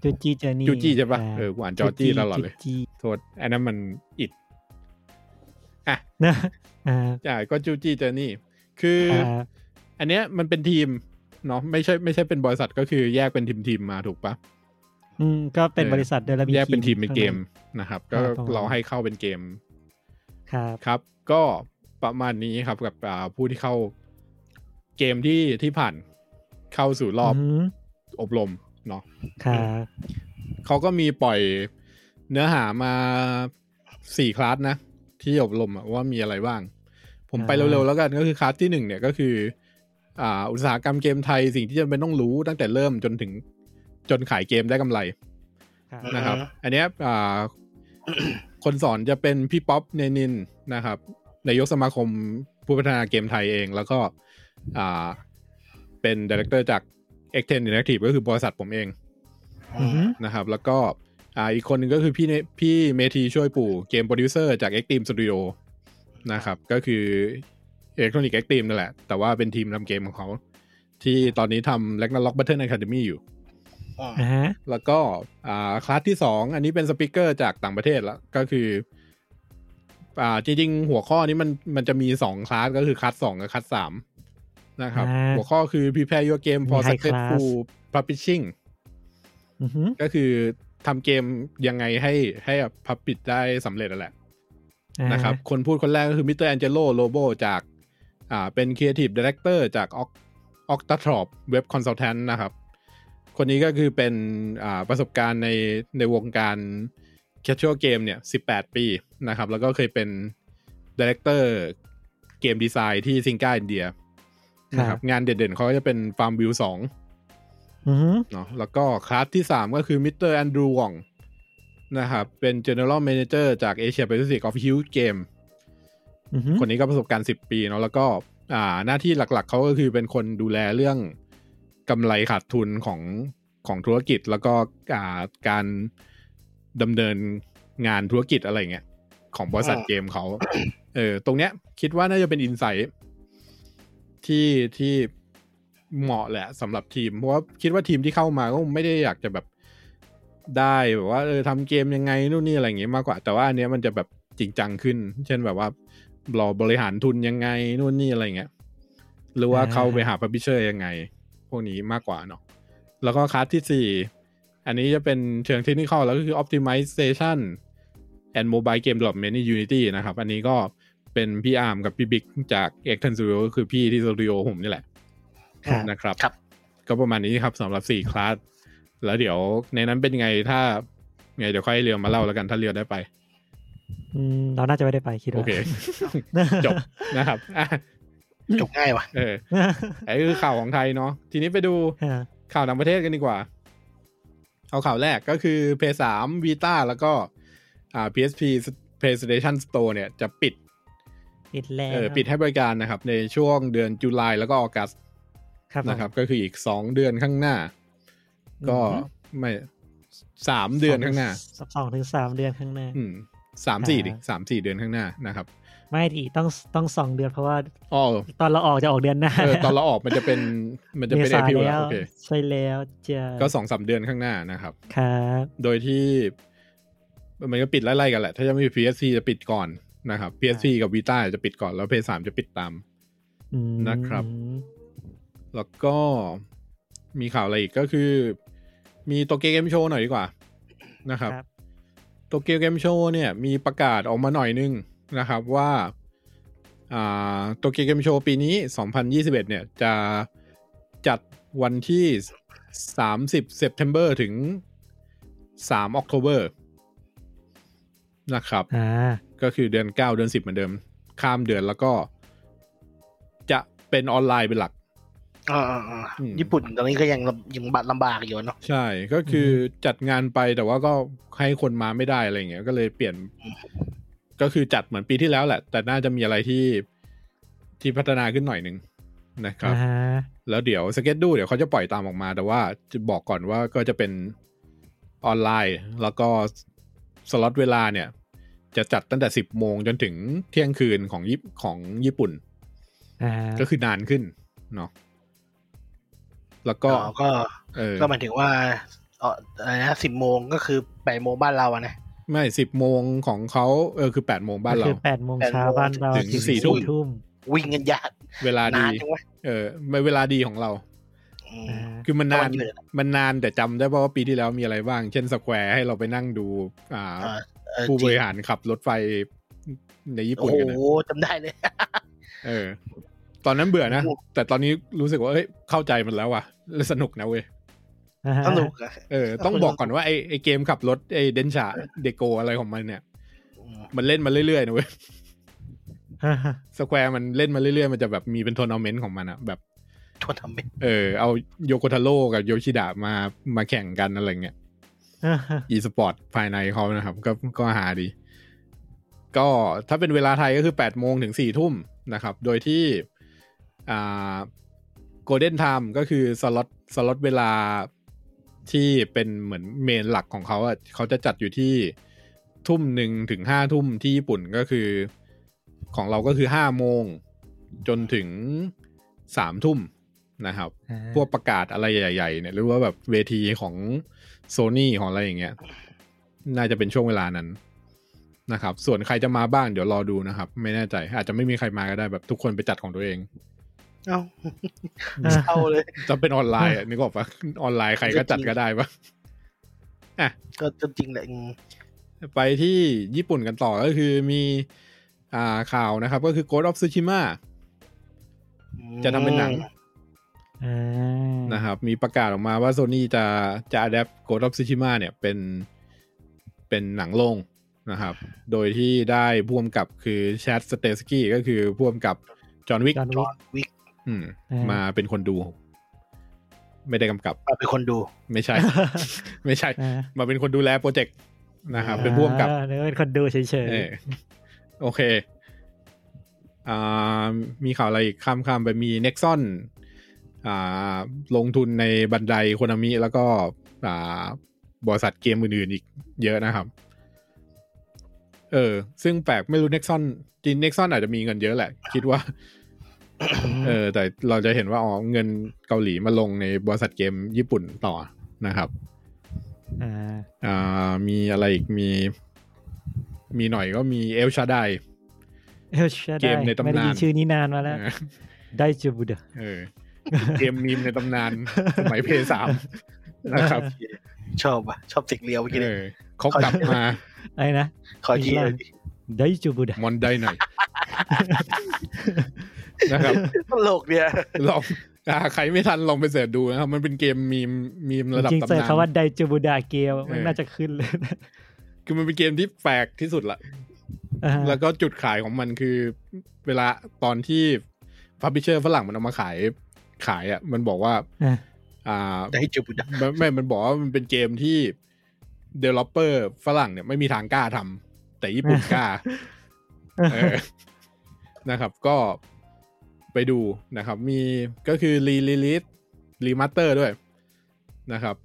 [SPEAKER 3] จูจีเจอร์นี่
[SPEAKER 1] จูจี้ใช่ปะ
[SPEAKER 3] า
[SPEAKER 1] เออกูอ่านจอจี้ตลอดเลย
[SPEAKER 3] จูจี้
[SPEAKER 1] โทษ อันนั้นมันอิด
[SPEAKER 3] นะอ่า
[SPEAKER 1] อ่าก็จูจี้เจอนี่ คือ
[SPEAKER 3] ครับ
[SPEAKER 1] อันเนี้ยมันเป็นทีมเนาะไม่ใช่ไม่ใช่เป็นบริษัทก็คือแยกเป็นทีมทีมๆมาถูกปะ
[SPEAKER 3] อืมก็เป็นบริษัทเดลมี
[SPEAKER 1] แยกเป็นทีมเป็นเกม
[SPEAKER 3] ข้างใ
[SPEAKER 1] นะครับ ก็
[SPEAKER 3] อ่าประมาณ
[SPEAKER 1] เราให้เข้าเป็นเกม
[SPEAKER 3] ครับ
[SPEAKER 1] ครับ ก็ประมาณนี้ครับกับอ่าผู้ที่เข้าเกมที่ที่ผ่านเข้าสู่รอบ
[SPEAKER 3] ม
[SPEAKER 1] อบรมเนาะ
[SPEAKER 3] ครับ
[SPEAKER 1] เขาก็มีปล่อยเนื้อหามาสี่คลาสนะ ที่อบรมอะว่ามีอะไรบ้าง ผมไปเร็วๆแล้วกันก็คือคลาสที่หนึ่งเนี่ยก็คือ อ่า อุตสาหกรรมเกมไทยสิ่งที่จำเป็นต้องรู้ตั้งแต่เริ่มจนถึงจนขายเกมได้กำไร
[SPEAKER 3] ครับ
[SPEAKER 4] อืม
[SPEAKER 1] นะครับ อันเนี้ยอ่า คนสอนจะเป็นพี่ป๊อปเนนินนะครับนายกสมาคมผู้พัฒนาเกมไทยเอง แล้วก็อ่าเป็นดี r e c เตอร์จาก X10 Interactive ก็คือบริษัทผมเอง
[SPEAKER 3] อืม
[SPEAKER 1] นะครับ แล้วก็อ่าอีกคนหนึ่งก็คือพี่เนพี่เมทีช่วยปู่เกมโปรดิวเซอร์จาก X Team Studio นะครับ ก็คือ Electronic X Team นั่นแหละ แต่ว่าเป็นทีมทำเกมของเขา ที่ตอนนี้ทำ Ragnarok Battle Academy อยู่
[SPEAKER 3] อ่าฮะ
[SPEAKER 1] แล้วก็อ่าคลาสที่สองอันนี้เป็นสปิเกอร์จากต่างประเทศแล้วก็คืออ่าจริงๆ หัวข้อนี้มันมันจะมีสองคลาสก็คือคลาสสองกับคลาสสามนะครับ หัวข้อคือ prepare your game for successful publishing
[SPEAKER 3] อือฮึ
[SPEAKER 1] ก็คือทำเกมยังไงให้ให้พับปิดได้สำเร็จนั่นแหละ
[SPEAKER 3] อ่า
[SPEAKER 1] นะครับ คนพูดคนแรกก็คือมิสเตอร์แอนเจโลโลโบจาก อ่า เป็นครีเอทีฟดี r e c เตอร์จากออกออกตาทรอปเว็บคอนซัลแทนนะครับ คนนี้ก็คือเป็นอ่าประสบการณ์ในในวงการ casual game เนี่ย 18 ปีนะครับ แล้วก็เคยเป็นดีเลกเตอร์เกมดีไซน์ที่ซิงก a อินเดียนะครับงานเด่นๆเขาก็จะเป็น Farm View 2
[SPEAKER 3] อือหือ
[SPEAKER 1] เนาะแล้วก็คลาสที่ 3 ก็คือมิสเตอร์แอนดรูวองนะครับ เป็น General Manager จาก Asia Pacific of Huge Game
[SPEAKER 3] อือหือ
[SPEAKER 1] คนนี้ก็ประสบการณ์ 10 ปีเนาะแล้วก็อ่าหน้าที่หลักๆ เขาก็คือเป็นคนดูแลเรื่องกำไรขาดทุนของของธุรกิจ แล้วก็อ่าการดำเนินงานธุรกิจอะไรเงี้ยของบริษัท
[SPEAKER 4] อ่า
[SPEAKER 1] เกมเขา เออตรงเนี้ยคิดว่าน่าจะเป็นอินไซต์ที่ที่เหมาะแหละสำหรับทีม เพราะว่าคิดว่าทีมที่เข้ามาก็ไม่ได้อยากจะแบบได้แบบว่าเออทำเกมยังไงนู่นนี่อะไรอย่างงี้มากกว่า แต่ว่าอันเนี้ยมันจะแบบจริงจังขึ้น เช่นแบบว่าเราบริหารทุนยังไงนู่นนี่อะไรอย่างเงี้ยหรือว่าเข้าไปหาพับบิเชอร์ยังไง พวกนี้มากกว่าเนาะแล้วก็คลาสที่สี่อันนี้จะเป็นเชิงเทคนิคอลแล้วก็คือ optimization and mobile game development ใน Unity นะครับ อันนี้ก็เป็นพี่อาร์มกับพี่บิ๊กจาก a c t i o n Studio ก็คือพี่ที่สตูดิโอผมนี่แหละ
[SPEAKER 3] ครับ
[SPEAKER 1] นะครับ
[SPEAKER 4] ครับ
[SPEAKER 1] ก็ประมาณนี้ครับสำหรับสี่คลาส แล้วเดี๋ยวในนั้นเป็นไงถ้าไงเดี๋ยวค่อยให้เรียวมาเล่าแล้วกันถ้าเรียวได้ไป
[SPEAKER 3] อืมเราน่าจะไม่ได้ไปคิด
[SPEAKER 1] โอ
[SPEAKER 3] ว่า
[SPEAKER 1] เค จบ นะครับอ่ะ
[SPEAKER 4] จบง่ายว่ะ
[SPEAKER 1] เออไอ้คือข่าวของไทยเนาะทีนี้ไปดู
[SPEAKER 3] อ่า
[SPEAKER 1] ข่าวต่างประเทศกันดีกว่า เอาข่าวแรกก็คือ PS3 Vita แล้วก็อ่า PSP PlayStation Store เนี่ยจะปิด
[SPEAKER 3] ปิดแล้ว
[SPEAKER 1] เออปิดให้บริการนะครับ ในช่วงเดือนจุลายแล้วก็ออกัส
[SPEAKER 3] ครับผม
[SPEAKER 1] นะครับ ก็คืออีกสองเดือนข้างหน้า ก็
[SPEAKER 3] อือฮึ
[SPEAKER 1] ไม่สามเดือนข้างหน้า
[SPEAKER 3] สองสองถึงสามเดือนข้างหน้า
[SPEAKER 1] อืมสามสี่
[SPEAKER 3] อ่า
[SPEAKER 1] ดิสามสี่เดือนข้างหน้านะครับ
[SPEAKER 3] ไม่ดีต้องต้องสองเดือนเพราะว่า
[SPEAKER 1] อ๋ อ
[SPEAKER 3] ตอนเราออกจะออกเดือนหน้า
[SPEAKER 1] เออตอนเราออกมันจะเป็นมันจะเป็น
[SPEAKER 3] ม
[SPEAKER 1] เอ
[SPEAKER 3] ษา
[SPEAKER 1] พิว
[SPEAKER 3] แล้
[SPEAKER 1] แล้ว
[SPEAKER 3] ว
[SPEAKER 1] โอเค
[SPEAKER 3] ใช่แล้วจะ
[SPEAKER 1] ก็สองสามเดือนข้างหน้านะครับ
[SPEAKER 3] ครับ
[SPEAKER 1] โดยที่มันก็ปิดไล่ๆกันแหละ ถ้าจะไม่มี PSC จะปิดก่อนนะครับ PSC กับ Vita จะปิดก่อนแล้ว PS3 จะปิดตาม
[SPEAKER 3] อืม
[SPEAKER 1] นะครับ แล้วก็มีข่าวอะไรอีกก็คือ มีโตเกียวเกมโชว์หน่อยดีกว่านะครับ
[SPEAKER 3] ครับ
[SPEAKER 1] โตเกียวเกมโชว์เนี่ย มีประกาศออกมาหน่อยนึงนะครับว่าอ่าโตเกียวเกมโชว์ปีนี้ 2021 เนี่ยจะจัดวันที่ 30 September ถึง 3 October นะครับ
[SPEAKER 3] อ่า
[SPEAKER 1] ก็คือเดือน 9 เดือน 10 เหมือนเดิม ข้ามเดือนแล้วก็จะเป็นออนไลน์เป็นหลัก
[SPEAKER 4] อ่าอ่าอ่า
[SPEAKER 1] อืม
[SPEAKER 4] ญี่ปุ่นตอนนี้ก็ยังลำยังบาดลำบากอยู่เนาะ
[SPEAKER 1] ใช่ ก็คือจัดงานไปแต่ว่าก็ให้คนมาไม่ได้อะไรอย่างเงี้ย ก็เลยเปลี่ยน ก็คือจัดเหมือนปีที่แล้วแหละ แต่น่าจะมีอะไรที่ที่พัฒนาขึ้นหน่อยหนึ่งนะครับ
[SPEAKER 3] อ่า
[SPEAKER 1] แล้วเดี๋ยวสเก็ตดูเดี๋ยวเขาจะปล่อยตามออกมา แต่ว่าจะบอกก่อนว่าก็จะเป็นออนไลน์ แล้วก็สล็อตเวลาเนี่ย จะจัดตั้งแต่ 10 โมงจนถึงเที่ยงคืนของยิปของญี่ปุ่น
[SPEAKER 3] อ่า
[SPEAKER 1] ก็คือนานขึ้นเนาะแล้วก็
[SPEAKER 4] อ๋อก็
[SPEAKER 1] เออ
[SPEAKER 4] ก็หมายถึงว่าเอ่ออะไรนะสิบโมงก็คือแปดโมงบ้านเราอะนะ
[SPEAKER 1] ไม่สิบโมงของเขาเออคือแปดโมงบ้านเรา
[SPEAKER 3] คือแปดโมงเช้า
[SPEAKER 4] แปดโมง
[SPEAKER 3] บ้านเรา
[SPEAKER 1] ถึงสี่ทุ่ม
[SPEAKER 3] ทุ่ม
[SPEAKER 4] วิ่งกันยาก
[SPEAKER 1] เวลาดี
[SPEAKER 4] นานจังวะ
[SPEAKER 1] เออไม่เวลาดีของเรา
[SPEAKER 4] อืม
[SPEAKER 3] อ่า
[SPEAKER 1] คือมันนาน
[SPEAKER 4] ตอนเย็น
[SPEAKER 1] มันนานแต่จำได้เพราะว่าปีที่แล้วมีอะไรบ้าง เช่นสแควร์ให้เราไปนั่งดู อ่า
[SPEAKER 4] อ่าเออ
[SPEAKER 1] ผู้บ
[SPEAKER 4] จริ
[SPEAKER 1] ริ
[SPEAKER 4] ง
[SPEAKER 1] หารขับรถไฟในญี่
[SPEAKER 4] โอ้
[SPEAKER 1] ปุ่น
[SPEAKER 4] โห
[SPEAKER 1] กันนะ
[SPEAKER 4] จำได้เลย
[SPEAKER 1] เออ ตอนนั้นเบื่อนะ แต่ตอนนี้รู้สึกว่าเอ้ยเข้าใจมันแล้วว่ะแล้วสนุกนะเว้ย
[SPEAKER 4] สนุกอะ
[SPEAKER 1] เอ อต้องบอกก่อนว่าไอไอเกมขับรถไอเดนชาเดโกอะไรของมันเนี่ย
[SPEAKER 4] อืม
[SPEAKER 1] มันเล่นมาเรื่อยๆนะเว้ย
[SPEAKER 3] อ่าฮะ
[SPEAKER 1] สแควร์มันเล่นมาเรื่อยๆ มันจะแบบมีเป็นทัวร์นาเมนต์ของมันอะแบบ
[SPEAKER 4] ทวนทำเป็น
[SPEAKER 1] เออเอาโยโกทาโร่กับโยชิดะมามาแข่งกันอะไรเงี้ย
[SPEAKER 3] อ่าฮะ
[SPEAKER 1] อีสปอร์ตภายในเขานะครับ ก็ก็หาดี ก็ถ้าเป็นเวลาไทยก็คือ8โมงถึง4ทุ่มนะครับ โดยที่อ่าโกลเด้นไทม์ก็คือสล็อตสล็อตเวลาที่เป็นเหมือนเมนหลักของเขาอะเขาจะจัดอยู่ที่ทุ่มหนึ่งถึงห้าทุ่มที่ญี่ปุ่นก็คือ ของเราก็คือห้าโมงจนถึงสามทุ่มนะครับ
[SPEAKER 3] อ่า
[SPEAKER 1] พวกประกาศอะไรใหญ่ ๆ เนี่ยหรือว่าแบบเวทีของโซนี่ของอะไรอย่างเงี้ยน่าจะเป็นช่วงเวลานั้นนะครับ ส่วนใครจะมาบ้างเดี๋ยวรอดูนะครับ ไม่แน่ใจ อาจจะไม่มีใครมาก็ได้แบบทุกคนไปจัดของตัวเอง
[SPEAKER 4] เอ้า เศร้าเลย
[SPEAKER 1] จะเป็นออนไลน์อะนึกออกปะออนไลน์ใครก็จัดก็ได้ปะ
[SPEAKER 4] ก็จริงแหละอืม
[SPEAKER 1] ไปที่ญี่ปุ่นกันต่อก็คือมีอ่าข่าวนะครับ ก็คือ Ghost of Tsushima จะทำเป็นหนัง
[SPEAKER 3] อ่า
[SPEAKER 1] นะครับ มีประกาศออกมาว่าโซนี่จะจะ adapt Ghost of Tsushima เนี่ยเป็นเป็นหนังโรงนะครับ โดยที่ได้พ่วมกับคือแชทสเตสกี้ก็คือพ่วมกับจอห์นวิก
[SPEAKER 3] จอห์น
[SPEAKER 4] จ
[SPEAKER 3] วิ
[SPEAKER 4] อก ห์นวิก
[SPEAKER 1] อืม
[SPEAKER 3] อ่าม
[SPEAKER 1] มาเป็นคนดู ไม่ได้กำกับ
[SPEAKER 4] มาเป็นคนดู
[SPEAKER 1] ไม่ ใช่ ไม่ใช่
[SPEAKER 3] อ่า
[SPEAKER 1] มาเป็นคนดูแลโปรเจกต์นะครับ เป็นพ่วมกับ
[SPEAKER 3] อ่าเดี๋ยวเป็นคนดูเฉย
[SPEAKER 1] เออโอเค อ่า มีข่าวอะไรอีกข้ามข้ามไปมี Nexon อ่า ลงทุนในบันไดโคนามิแล้วก็อ่าบริษัทเกมอื่นๆอีกเยอะนะครับ เออ ซึ่งแปลกไม่รู้ Nexon จริง Nexon อาจจะมีเงินเยอะแหละ คิดว่า
[SPEAKER 3] ๆ
[SPEAKER 1] เออ แต่เราจะเห็นว่าอ๋อเงินเกาหลีมาลงในบริษัทเกมญี่ปุ่นต่อนะครับ
[SPEAKER 3] อ่า
[SPEAKER 1] อ่ามีอะไรอีกมี มีหน่อยก็มีเอลชาได
[SPEAKER 3] เออใช่
[SPEAKER 1] เก
[SPEAKER 3] ได้
[SPEAKER 1] มในตำนาน
[SPEAKER 3] ไม่ได้ยินชื่อนี้นานมาแล้ว ได้จูบุดะ
[SPEAKER 1] เออ เกมมีมในตำนาน สมัยเพย์สามนะครับ
[SPEAKER 4] ชอบอ่ะ ชอบติกเลียวเมื่อกี้
[SPEAKER 1] เอ
[SPEAKER 4] นี่
[SPEAKER 1] อเขากลับ มา
[SPEAKER 3] ไอ้นะ
[SPEAKER 4] ขออีกทีหน่อยดิ
[SPEAKER 3] ได้จูบุดะ
[SPEAKER 1] มอนได้หน่ อย นะครับ
[SPEAKER 4] ตลกเนี่ย
[SPEAKER 1] ลองอ่าใครไม่ทันลองไปเสิร์ชดูนะครับ มันเป็นเกมมีมมีมระดับ
[SPEAKER 3] จริงๆ
[SPEAKER 1] ตำ
[SPEAKER 3] ใส่
[SPEAKER 1] นา
[SPEAKER 3] คำว่าน ไดจูบุดะเกมมัน
[SPEAKER 1] เออ
[SPEAKER 3] น่าจะขึ้นเลยนะ
[SPEAKER 1] คือมันเป็นเกมที่แปลกที่สุดละ
[SPEAKER 3] อ่า
[SPEAKER 1] แล้วก็จุดขายของมันคือเวลาตอนที่พับพิเชอร์ฝรั่งมันเอามาขายขายอ่ะ มันบอกว่า
[SPEAKER 3] อ่า
[SPEAKER 1] อ่า
[SPEAKER 4] ได้จูบุดะ
[SPEAKER 1] ไม่ไม่มันบอกว่ามันเป็นเกมที่ developer ฝรั่งเนี่ยไม่มีทางกล้าทำแต่ญี่ปุ่นกล้าเออนะครับ ก็ไปดูนะครับ มีก็คือรีลิลิสรีมาสเตอร์ด้วยนะครับ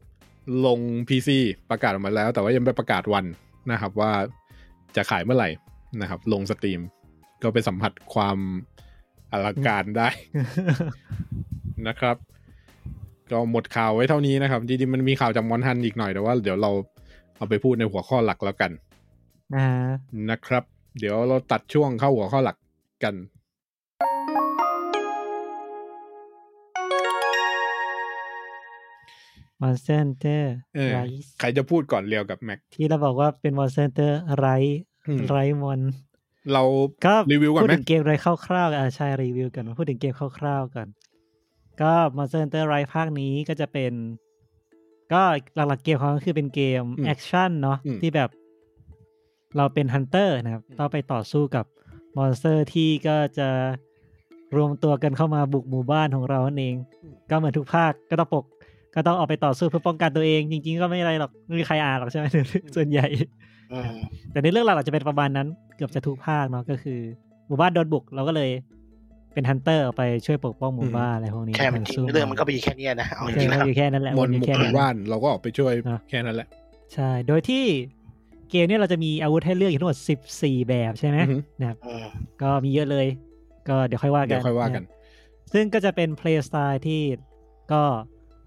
[SPEAKER 1] ลง PC ประกาศออกมาแล้ว แต่ว่ายังไม่ประกาศวันนะครับ ว่าจะขายเมื่อไหร่นะครับ ลงสตรีม ก็ไปสัมผัสความอลังการได้ นะครับ ก็หมดข่าวไว้เท่านี้นะครับจริงๆมันมีข่าวจากมอนฮันอีกหน่อยแต่ว่าเดี๋ยวเราเอาไปพูดในหัวข้อหลักแล้วกัน
[SPEAKER 3] อ่า
[SPEAKER 1] นะครับ เดี๋ยวเราตัดช่วงเข้าหัวข้อหลักกัน
[SPEAKER 3] มอนเซนเตอร์
[SPEAKER 1] เออ
[SPEAKER 3] ไร
[SPEAKER 1] ใครจะพูดก่อนเรียวกับแม็ก
[SPEAKER 3] ที่เราบอกว่าเป็นมอนเซนเตอร์ไร
[SPEAKER 1] อืม
[SPEAKER 3] ไรมอน
[SPEAKER 1] เรา
[SPEAKER 3] ก็
[SPEAKER 1] รีวิวก่อน
[SPEAKER 3] พูด
[SPEAKER 1] ไหม
[SPEAKER 3] ถึงเกมไรคร่าวๆอ่าใช่รีวิวกันพูดถึงเกมคร่าวๆกัน ก็มอนเซนเตอร์ไรภาคนี้ก็จะเป็น ก็หลักๆเกมของเขาคือเป็นเกมแอคชั่นเนาะที่แบบ เราเป็นฮันเตอร์นะครับต้องไปต่อสู้กับมอนสเตอร์ที่ก็จะรวมตัวกันเข้ามาบุกหมู่บ้านของเรานั่นเอง ก็เหมือนทุกภาคก็ต้องปก ก็ต้องออกไปต่อสู้เพื่อป้องกันตัวเอง จริง ๆ ก็ไม่อะไรหรอกไม่มีใครอ่านหรอกใช่ไหม ส่วนใหญ่
[SPEAKER 4] อืม
[SPEAKER 3] แต่ในเรื่องหลักๆจะเป็นประมาณนั้น เกือบจะทุกภาคเนาะก็คือ หมู่บ้านโดนบุกเราก็เลยเป็นฮันเตอร์ออกไปช่วยปกป้องหมู่บ้านอะไรพวกนี้
[SPEAKER 4] แค่มันจริงเรื่องมันก็ไปอยู่แค่เนี้ยนะเอาจ
[SPEAKER 3] จริ
[SPEAKER 4] ริ
[SPEAKER 3] ง
[SPEAKER 4] งๆแล้ว
[SPEAKER 3] อยู่แค่นั้นแหละ
[SPEAKER 1] ม
[SPEAKER 3] วน อ
[SPEAKER 1] ห
[SPEAKER 3] ยู่
[SPEAKER 1] มู่
[SPEAKER 3] แค่นั้น
[SPEAKER 1] บ้านเราก็ออกไปช่วย
[SPEAKER 3] เนอะ
[SPEAKER 1] แค่นั้นแหละ
[SPEAKER 3] ใช่ โดยที่เกมเนี่ยเราจะมีอาวุธให้เลือกอยู่ทั้งหมด14 แบบใช่ไหม
[SPEAKER 1] อือฮึ
[SPEAKER 3] นะครับ
[SPEAKER 4] อืม
[SPEAKER 3] ก็มีเยอะเลย ก็เดี๋ยวค่อยว่ากัน
[SPEAKER 1] เดี๋ยวค่อยว่ากันะ
[SPEAKER 3] ซึ่งก็จะเป็น play style ที่ก็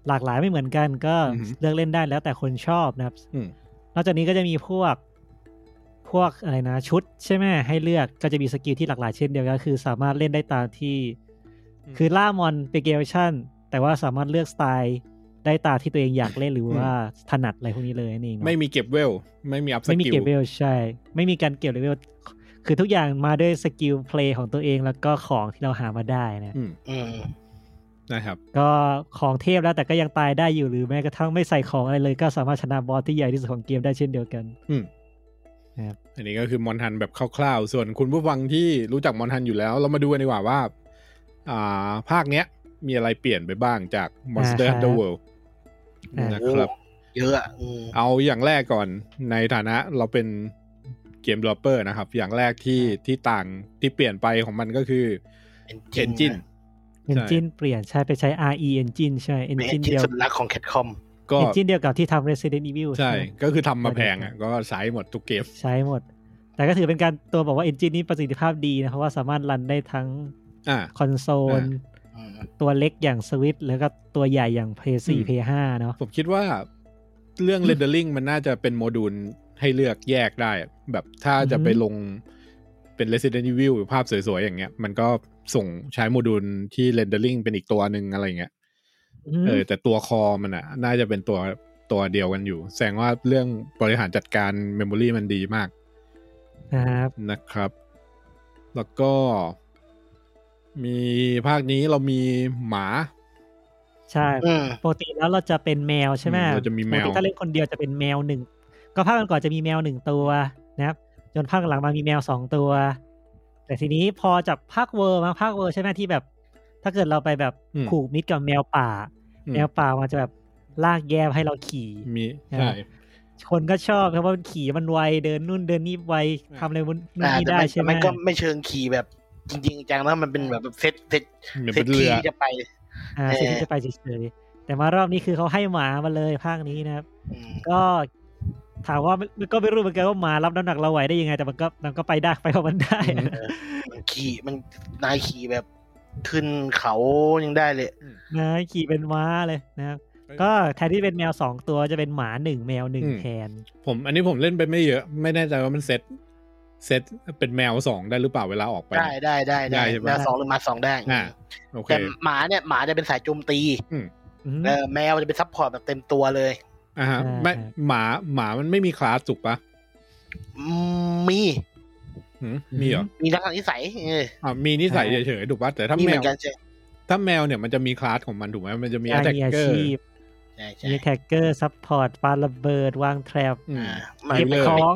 [SPEAKER 3] หลากหลายไม่เหมือนกัน ก็เลือกเล่นได้แล้วแต่คนชอบนะครับ
[SPEAKER 1] อืม
[SPEAKER 3] นอกจากนี้ก็จะมีพวกพวกอะไรนะชุดใช่ไหมให้เลือกก็จะมีสกิลที่หลากหลายเช่นเดียวกันคือสามารถเล่นได้ตามที่ คือล่ามอนเป็นเกมชั่น แต่ว่าสามารถเลือกสไตล์ได้ตามที่ตัวเองอยากเล่นหรือว่าถนัดอะไรพวกนี้เลยนั่นเองเนาะ
[SPEAKER 1] ไม่มีเก็บเวล ไม่มีอัพส
[SPEAKER 3] ไม่มี
[SPEAKER 1] กิล
[SPEAKER 3] เก็บเลเวลใช่ ไม่มีการเก็บเลเวล คือทุกอย่างมาด้วยสกิลเพลย์ของตัวเองแล้วก็ของที่เราหามาได้นะ
[SPEAKER 1] อืม
[SPEAKER 4] อืม
[SPEAKER 1] นะครับ
[SPEAKER 3] ก็ของเทพแล้วแต่ก็ยังตายได้อยู่หรือแม้กระทั่งไม่ใส่ของอะไรเลยก็สามารถชนะบอสที่ใหญ่ที่สุดของเกมได้เช่นเดียวกัน
[SPEAKER 1] อืม
[SPEAKER 3] นะครับ
[SPEAKER 1] อันนี้ก็คือมอนทันแบบคร่าวๆ ส่วนคุณผู้ฟังที่รู้จักมอนทันอยู่แล้ว เรามาดูกันดีกว่าว่า อ่า ภาคเนี้ย มีอะไรเปลี่ยนไปบ้างจาก Monster
[SPEAKER 3] อ่าฮะ
[SPEAKER 1] Hunter World
[SPEAKER 3] อ่าน
[SPEAKER 1] นะครับ
[SPEAKER 4] เยอะอะอืม
[SPEAKER 1] เอาอย่างแรกก่อนในฐานะเราเป็นเกมด e อปเปอร์นะครับ อย่างแรกที่ที่ต่างที่เปลี่ยนไปของมันก็คือ
[SPEAKER 4] เป็น
[SPEAKER 1] เอนจิน
[SPEAKER 3] เอนจินเปลี่ยนใช่ไปใช้ RE engine ใช่
[SPEAKER 4] เป็นเอน
[SPEAKER 3] engine
[SPEAKER 4] จิน
[SPEAKER 3] เดียว
[SPEAKER 4] สุดรักของแคทคอม
[SPEAKER 1] ก็
[SPEAKER 3] engine เดียวกับที่ทำ Resident Evil
[SPEAKER 1] ใช่
[SPEAKER 3] ไหม
[SPEAKER 1] ก็คือทำมาแพงอ่ะ ก็ใช้หมดทุกเกม
[SPEAKER 3] ใช้หมด แต่ก็ถือเป็นการตัวบอกว่า engine นี้ประสิทธิภาพดีนะเพราะว่าสามารถรันได้ทั้ง
[SPEAKER 1] อ่า
[SPEAKER 3] คอนโซล
[SPEAKER 1] อ่
[SPEAKER 3] ตัวเล็กอย่าง Switch แล้วก็ตัวใหญ่อย่าง Play
[SPEAKER 1] อืม
[SPEAKER 3] 4 Play 5เนาะ
[SPEAKER 1] ผมคิดว่าเรื่องเรนเดอร์ลิงมันน่าจะเป็นโมดูลให้เลือกแยกได้อะแบบถ้าจะ
[SPEAKER 3] อือฮึ
[SPEAKER 1] ไปลงเป็น Resident Evil หรือภาพสวยๆ อย่างเงี้ย มันก็ส่งใช้โมดูลที่เรนเดอร์ลิงเป็นอีกตัวหนึ่งอะไรเงี้ย
[SPEAKER 3] ม
[SPEAKER 1] เออแต่ตัวคอมันอ่ะ น่าจะเป็นตัวตัวเดียวกันอยู่ แสดงว่าเรื่องบริหารจัดการเมมโมรีมันดีมาก
[SPEAKER 3] นะครับ
[SPEAKER 1] นะครับ แล้วก็มีภาคนี้เรามีหมา
[SPEAKER 3] ใช่
[SPEAKER 4] อืม
[SPEAKER 3] ปกติแล้วเราจะเป็นแมวใช่ไหม
[SPEAKER 1] อืมเราจะมีแมว
[SPEAKER 3] ปกติถ้าเล่นคนเดียวจะเป็นแมวหนึ่งก็ภาคก่อนๆจะมีแมวหนึ่งตัวนะครับ จนภาคหลังมามีแมวสองตัว แต่ทีนี้พอจากภาคเวอร์มาภาคเวอร์ใช่ไหมที่แบบ ถ้าเกิดเราไปแบบ
[SPEAKER 1] อืม
[SPEAKER 3] ผูกมิตรกับแมวป่า
[SPEAKER 1] อืม
[SPEAKER 3] แมวป่ามันจะแบบลากแยบให้เราขี่
[SPEAKER 1] มีใช่
[SPEAKER 3] คนก็ชอบครับว่ามันขี่มันไวเดินนู่นเดินนี่ไวทำอะไรมันนู่น
[SPEAKER 4] อ่า
[SPEAKER 3] นี่
[SPEAKER 4] แต่
[SPEAKER 3] ได้
[SPEAKER 4] มัน
[SPEAKER 3] ใช่ไหม
[SPEAKER 4] มันก็ไม่เชิงขี่แบบจริงๆจังนะมันเป็นแบบเซตเซต
[SPEAKER 1] เหมือน
[SPEAKER 4] เซ
[SPEAKER 1] เป็
[SPEAKER 4] ต
[SPEAKER 1] นเรื
[SPEAKER 4] ที่
[SPEAKER 1] อ
[SPEAKER 4] จะไป
[SPEAKER 3] อ่า
[SPEAKER 4] เอ่อ
[SPEAKER 3] สิ่งที่จะไปเฉยๆแต่มารอบนี้คือเขาให้หมามาเลยภาคนี้นะครับ
[SPEAKER 4] อืม
[SPEAKER 3] ก็ถามว่ามันก็ไม่รู้เหมือนกันว่าหมารับน้ำหนักเราไหวได้ยังไง แต่มันก็มันก็ไปได้ไปของมันได้
[SPEAKER 1] อืม
[SPEAKER 4] มันขี่มันนายขี่แบบขึ้นเขายังได้เลย
[SPEAKER 3] นะขี่เป็นม้าเลยนะครับ ก็แทนที่เป็นแมวสองตัวจะเป็นหมาหนึ่งแมวหนึ่ง
[SPEAKER 1] อืม
[SPEAKER 3] แทน
[SPEAKER 1] ผมอันนี้ผมเล่นไปไม่เยอะ ไม่แน่ใจว่ามันเซตเซตเป็นแมวสองได้หรือเปล่าเวลาออกไป
[SPEAKER 4] ได้ได้ได้
[SPEAKER 1] ได้
[SPEAKER 4] ได้
[SPEAKER 1] ใช่ไหม
[SPEAKER 4] แมวสองหรือหมาสองได้
[SPEAKER 1] อ่า โอเค
[SPEAKER 4] แต่หมาเนี่ยหมาจะเป็นสายโจมตี
[SPEAKER 3] อืม
[SPEAKER 4] เออแมวจะเป็นซัพพอร์ตแบบเต็มตัวเลย
[SPEAKER 1] อ่าฮะ
[SPEAKER 3] อ่า
[SPEAKER 1] ไม่หมาหมามันไม่มีคลาสถูกปะ
[SPEAKER 4] อืมมี
[SPEAKER 1] หืมมีเหรอ
[SPEAKER 4] มีทักษะนิสัยเออ
[SPEAKER 1] อ่ามีนิสัยเฉยๆถูกปะแต่ถ้า
[SPEAKER 4] มี
[SPEAKER 1] แม
[SPEAKER 4] เหมื
[SPEAKER 1] ว
[SPEAKER 4] อนกันใช่
[SPEAKER 1] ถ้าแมวเนี่ยมันจะมีคลาสของมันถูกไหมมันจะมี
[SPEAKER 3] อ่า
[SPEAKER 1] attacker
[SPEAKER 3] มีอาชีพ
[SPEAKER 4] ใช่ใช่
[SPEAKER 3] มีแท็กเกอร์ซัพพอร์ตปาระเบิดวางแทรป
[SPEAKER 1] อืม
[SPEAKER 4] อ่ามัน
[SPEAKER 3] เก็บ
[SPEAKER 1] เลย
[SPEAKER 3] ของ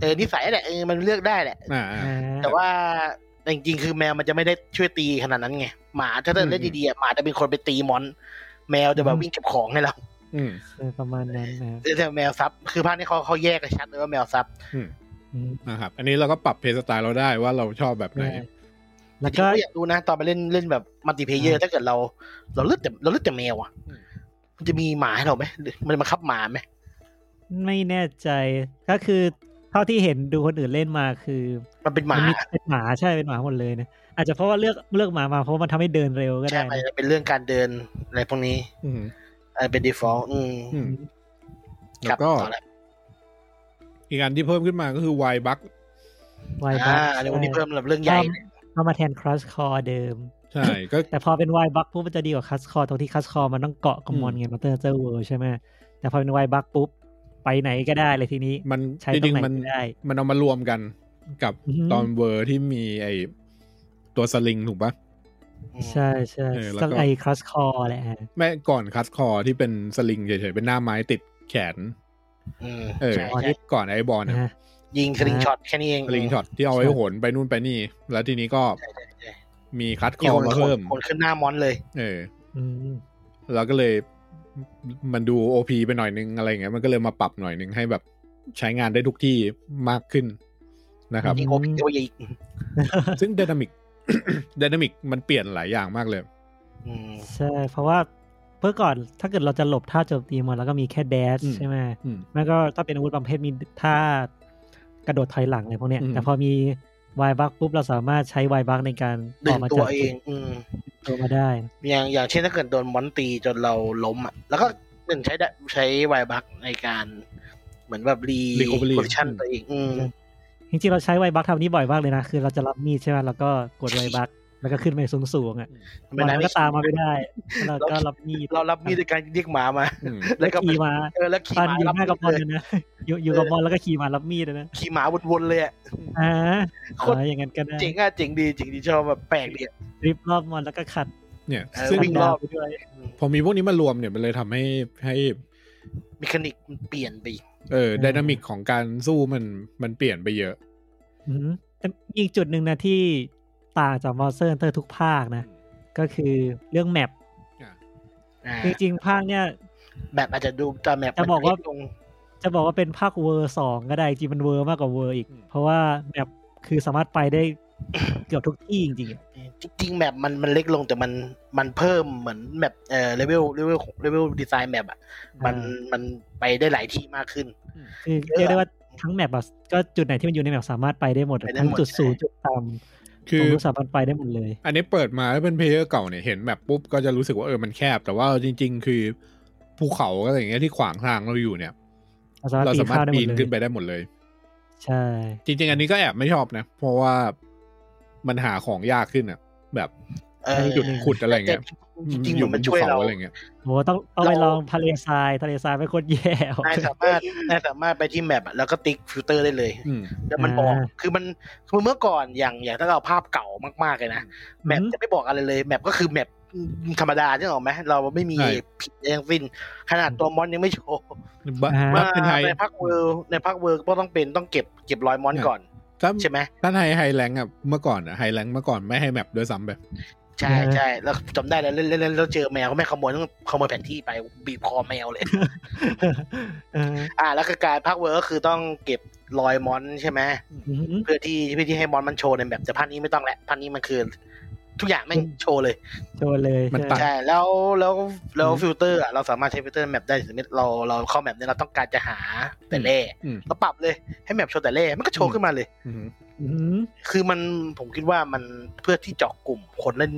[SPEAKER 4] เออนิสัยแหละเออมันเลือกได้แหละ
[SPEAKER 1] อ่า
[SPEAKER 3] อ่า
[SPEAKER 1] อ่า
[SPEAKER 4] แต่ว่าแต่จริงๆ คือแมวมันจะไม่ได้ช่วยตีขนาดนั้นไง หมาถ้าเกิดเล่น
[SPEAKER 1] อืม
[SPEAKER 4] ดีๆอะหมาจะเป็นคนไปตีมอน แมวจะแบบวิ่งเก็บของให้เรา
[SPEAKER 1] อืม
[SPEAKER 3] เออประมาณนั้นนะครับ
[SPEAKER 4] แต่แมวซับคือภาคนี้เขาเขาแยกกันชัดเลยว่าแมวซับ
[SPEAKER 3] อืม
[SPEAKER 1] นะครับ อันนี้เราก็ปรับเพลย์สไตล์เราได้ว่าเราชอบแบบไหน
[SPEAKER 3] แล้ว
[SPEAKER 4] ก็
[SPEAKER 3] ก็
[SPEAKER 4] อยากดูนะ ตอนไปเล่นเล่นแบบมัลติเพเยอร์ถ้าเกิดเรา เราเลือกแต่เราเลือกแต่แมวอ่ะ
[SPEAKER 1] อืม
[SPEAKER 4] มันจะมีหมาให้เราไหมหรือมันจะมาคับหมาไหม
[SPEAKER 3] ไม่แน่ใจก็คือเท่าที่เห็นดูคนอื่นเล่นมาคือ
[SPEAKER 4] มันเป็นหมาน
[SPEAKER 3] เป็นหมาใช่เป็นหมาหมดเลยนะอาจจะเพราะว่าเลือกเลือกหมามาเพราะว่ามันทำให้เดินเร็วก็
[SPEAKER 4] ใช่
[SPEAKER 3] ได้
[SPEAKER 4] ไหม
[SPEAKER 3] นะ
[SPEAKER 4] เป็นเรื่องการเดินอะไรพวกนี้
[SPEAKER 1] อืม
[SPEAKER 4] อะไรเป็น default อืม
[SPEAKER 1] อืม
[SPEAKER 4] ค
[SPEAKER 1] แล้
[SPEAKER 4] รับ
[SPEAKER 1] วก็
[SPEAKER 4] ต่อแล้ว
[SPEAKER 1] อีกอันที่เพิ่มขึ้นมาก็คือไวบัก
[SPEAKER 3] ไวบั
[SPEAKER 4] อ่า
[SPEAKER 3] ค
[SPEAKER 4] เดี๋ยววันนี้เพิ่มแบบเรื่องใหญ่เลย
[SPEAKER 3] เอามาแทนครัสคอเดิม
[SPEAKER 1] ใช่ก็
[SPEAKER 3] แต่พอเป็นไวบัคปุ๊บมันจะดีกว่าครัสคอตรงที่ครัสคอมันต้องเกาะกำมอน
[SPEAKER 1] อืม
[SPEAKER 3] เงินมาเตอร์เจอร์เวิร์ใช่ไหมแต่พอเป็นไวบัคปุ๊บไปไหนก็ได้เลยทีนี้
[SPEAKER 1] มัน
[SPEAKER 3] ใช้
[SPEAKER 1] จ
[SPEAKER 3] ตร
[SPEAKER 1] ริ
[SPEAKER 3] ง
[SPEAKER 1] งๆมัน
[SPEAKER 3] ไหนก็ได้
[SPEAKER 1] มันเอามารวมกันกับ
[SPEAKER 3] อือฮึ
[SPEAKER 1] ตอนเวอร์ที่มีไอตัวสลิงถูกปะ
[SPEAKER 4] อืม
[SPEAKER 3] ใช่ใช่
[SPEAKER 1] เออแล้วก็
[SPEAKER 3] ต้องไอครัสคอแหละฮะ
[SPEAKER 1] แม่ก่อนคัสคอที่เป็นสลิงเฉยๆ เป็นหน้าไม้ติดแขน
[SPEAKER 4] อืม
[SPEAKER 1] เออ
[SPEAKER 4] ใช่
[SPEAKER 3] อ๋อที่
[SPEAKER 4] ใช่
[SPEAKER 1] ก่อนไอ้บอล
[SPEAKER 3] นะ
[SPEAKER 1] นะ
[SPEAKER 3] ฮะ
[SPEAKER 4] ยิงสลิงช็อตแค่นี้เอง
[SPEAKER 1] สลิงช็อตที่เอาไว้
[SPEAKER 3] ใช่
[SPEAKER 1] โหนไปนู่นไปนี่ แล้วทีนี้ก็
[SPEAKER 4] ใช่ใช่ใช่
[SPEAKER 1] มีคัสค
[SPEAKER 4] มี
[SPEAKER 1] อ
[SPEAKER 4] คนค
[SPEAKER 1] มา
[SPEAKER 4] น
[SPEAKER 1] เพิ่ม
[SPEAKER 4] คนขึ้นหน้ามอนเลย
[SPEAKER 1] เออ
[SPEAKER 3] อืม
[SPEAKER 1] เราก็เลยมันดูโอพีไปหน่อยนึงอะไรอย่างเงี้ยมันก็เลยมาปรับหน่อยนึงให้แบบใช้งานได้ทุกที่มากขึ้นนะครับ
[SPEAKER 4] ยิงโอพีโอยิง
[SPEAKER 1] ซึ่ง d y นามิ ก d y นามิก มันเปลี่ยนหลายอย่างมากเลย
[SPEAKER 4] อืม
[SPEAKER 3] ใช่เพราะว่าเมื่อก่อนถ้าเกิดเราจะหลบท่าโจมตีมอนแล้วก็มีแค่แดช
[SPEAKER 1] อืม
[SPEAKER 3] ใช่ไหม
[SPEAKER 1] อืม
[SPEAKER 3] มันก็ถ้าเป็นอาวุธประเภทมีท่ากระโดดถอยหลังอะไรพวกเนี้ย
[SPEAKER 1] อืม
[SPEAKER 3] แต่พอมีวายบักปุ๊บเราสามารถใช้วายบักในการ
[SPEAKER 4] ดึ
[SPEAKER 3] ต่
[SPEAKER 4] ง
[SPEAKER 3] มา
[SPEAKER 4] ตัว
[SPEAKER 3] จาก
[SPEAKER 4] เองอืม
[SPEAKER 3] ตัวมาได้
[SPEAKER 4] อย่างอย่างเช่นถ้าเกิดโดนมอนตีจนเราล้มอ่ะ แล้วก็หนึ่งใช้ได้ใช้ไวบักในการเหมือนแบบรี
[SPEAKER 1] Recovery
[SPEAKER 4] โพชั่นตัวเองอืม
[SPEAKER 3] จริงๆเราใช้วายบักทำนี้บ่อยมากเลยนะคือเราจะรับมีดใช่ไหมแล้วก็กดวายบักแล้วก็ขึ้นไปสูงๆอ่ะ
[SPEAKER 4] ทำไม
[SPEAKER 3] มัน
[SPEAKER 4] นะ
[SPEAKER 3] ก็ตามมาไม่ได้แล้วเราก็รับมีด
[SPEAKER 4] เรารับมีดด้วยการเรียกหมามา
[SPEAKER 1] อืม
[SPEAKER 4] แล้วก็
[SPEAKER 3] ขี่มา
[SPEAKER 4] เออแล้วขี่
[SPEAKER 3] ตอน
[SPEAKER 4] หมา
[SPEAKER 3] อยู่
[SPEAKER 4] รับ
[SPEAKER 3] ห
[SPEAKER 4] มีด
[SPEAKER 3] น้ากับมอ
[SPEAKER 4] เลย
[SPEAKER 3] นเลยนะอยู่อยู่กับมอนแล้วก็ขี่มารับมีดเลยนะ
[SPEAKER 4] ขี่หมาวนๆเลยอ่ะ
[SPEAKER 3] อ่า
[SPEAKER 4] โคตร
[SPEAKER 3] อ่าอย่างนั้นก็ได้
[SPEAKER 4] เจ๋งอ่ะเจ๋งดีเจ๋งดีชอบแบบแปลกดีอะ
[SPEAKER 3] ริบรอบมอนแล้วก็ขัด
[SPEAKER 1] เนี่ย
[SPEAKER 4] เออ
[SPEAKER 1] ซึ่ง
[SPEAKER 4] วิ่งรอบ
[SPEAKER 3] ไปด้วย
[SPEAKER 1] พอมีพวกนี้มารวมเนี่ยมันเลยทำให้ให้
[SPEAKER 4] มีคนิกมันเปลี่ยนไปอีก
[SPEAKER 1] เออไดนามิกของการสู้มันมันเปลี่ยนไปเยอะ
[SPEAKER 3] อืมแต่มีอีกจุดหนึ่งนะที่ต่างจากมอนสเตอร์เตอร์ทุกภาคนะ ก็คือเรื่องแมป
[SPEAKER 4] อ่า
[SPEAKER 3] จริงๆภาคเนี่ย
[SPEAKER 4] แบบอาจจะดูตามแมป
[SPEAKER 3] จะบอกว่า
[SPEAKER 4] มันเล็ลง
[SPEAKER 3] จะบอกว่าเป็นภาคเวอร์สองก็ได้จริงมันเวอร์มากกว่าเวอร์อีก
[SPEAKER 1] อืม
[SPEAKER 3] เพราะว่าแมปคือสามารถไปได้ เกือบทุกที่จริงๆอะ
[SPEAKER 4] จริงๆแมปมันมันเล็กลงแต่มันมันเพิ่มเหมือนแมปเอ่อเลเวลเลเวลเลเวลดีไซน์แมปอ่ะ มัน
[SPEAKER 3] อ่า
[SPEAKER 4] มันไปได้หลายที่มากขึ้น
[SPEAKER 3] คือ
[SPEAKER 4] เยอะ
[SPEAKER 3] เรียกได้ว่าทั้งแมปอะก็จุดไหนที่มันอยู่ในแมปสามารถไปได้หมดอะ
[SPEAKER 4] ไปได้
[SPEAKER 3] ทั้ง
[SPEAKER 4] หมด
[SPEAKER 3] จุด
[SPEAKER 4] ใช่
[SPEAKER 3] สูงจุดต่ำ
[SPEAKER 1] คื
[SPEAKER 3] ผ
[SPEAKER 1] อ
[SPEAKER 3] มรู้สามารถไปได้หมดเลย
[SPEAKER 1] อันนี้เปิดมาแล้วเป็นเพลเยอร์เก่าเนี่ยเห็นแมปปุ๊บก็จะรู้สึกว่าเออมันแคบ แต่ว่าจริง ๆ คือภูเขาอะไรอย่างเงี้ยที่ขวางทางเราอยู่เนี่ย
[SPEAKER 3] เราสามารถ
[SPEAKER 1] เราสามารถ
[SPEAKER 3] ปีนข้ามได้ห
[SPEAKER 1] ปี
[SPEAKER 3] มด
[SPEAKER 1] น
[SPEAKER 3] เล
[SPEAKER 1] ขึ้
[SPEAKER 3] ย
[SPEAKER 1] นไปได้หมดเลย
[SPEAKER 3] ใช่
[SPEAKER 1] จริง ๆ อันนี้ก็แอบไม่ชอบนะ เพราะว่ามันหาของยากขึ้นอ่ะ แบบ
[SPEAKER 4] เออ
[SPEAKER 1] จุดขุดอะไรอย่าง
[SPEAKER 4] แต่
[SPEAKER 1] เงี้ย
[SPEAKER 4] จริงๆ
[SPEAKER 1] อ
[SPEAKER 4] เหมือยู่ น
[SPEAKER 1] บ
[SPEAKER 4] มัน
[SPEAKER 1] นภู
[SPEAKER 4] ช่วย
[SPEAKER 1] เขา
[SPEAKER 4] เรา
[SPEAKER 1] อะไรอย่างเงี้ย
[SPEAKER 3] โหต้องต้องไป
[SPEAKER 4] เรา
[SPEAKER 3] ลองทะเลทรายทะเลทรายไม่โคตรแย่อะ
[SPEAKER 4] นายสามารถนายสามารถไปที่แมปอะแล้วก็ติ๊กฟิลเตอร์ได้เลย
[SPEAKER 1] อืม
[SPEAKER 4] แล้วมันบอกคือมันคือเมื่อก่อนอย่างอย่างถ้าเราภาพเก่ามากๆเลยนะแมปจะไม่บอกอะไรเลยแมปก็คือแมป ธรรมดาใช่หรอกไหมเราไม่มี
[SPEAKER 1] ใช่
[SPEAKER 4] ผิดอะไรทั้งสิ้น ขนาดตัวมอนยังไม่โชว์
[SPEAKER 1] บั
[SPEAKER 3] อ่า
[SPEAKER 1] บั
[SPEAKER 4] ว่า
[SPEAKER 1] ฟเป็นไฮ
[SPEAKER 4] ในพักเวิร์ในพักเวิร์ก็ต้องเป็นต้องเก็บเก็บรอยมอนก่อน
[SPEAKER 1] ถ้า
[SPEAKER 4] ใช่ไหม
[SPEAKER 1] ถ้าไฮไฮแรงอ่ะเมื่อก่อนอะไฮแรงเมื่อก่อนไม่ให้แมปด้วยซ้ำไป
[SPEAKER 4] ใช่ใช่แล้วจำได้แล้วเล่นเล่นเล่นแล้วเจอแมวก็ไม่ขโมยต้องขโมยแผนที่ไปบีบคอแมวเลย
[SPEAKER 3] เออ
[SPEAKER 4] อ่า แล้วก็การพักเวิร์ก็คือต้องเก็บรอยมอนใช่ไหม
[SPEAKER 3] อืม
[SPEAKER 4] เพื่อที่เพื่อที่ให้มอนมันโชว์ในแบบแต่พันนี้ไม่ต้องแหละพันนี้มันคือ ทุกอย่างแม่งโชว์เลย
[SPEAKER 3] โดนเลย
[SPEAKER 1] มันตัด
[SPEAKER 3] ใช่
[SPEAKER 4] ใช่แล้วแล้วแล้ว
[SPEAKER 1] อืม
[SPEAKER 4] ฟิลเตอร์อะเราสามารถใช้ฟิลเตอร์แมปได้สมมติเราเราเข้าแมปเนี่ยเราต้องการจะหาแต่เล่
[SPEAKER 1] อืม
[SPEAKER 4] เราปรับเลยให้แมปโชว์แต่เล่มันก็โชว์ขึ้นมาเลย
[SPEAKER 1] อืม
[SPEAKER 3] อืม
[SPEAKER 4] คือมันผมคิดว่ามันเพื่อที่เจาะกลุ่มคนเล่น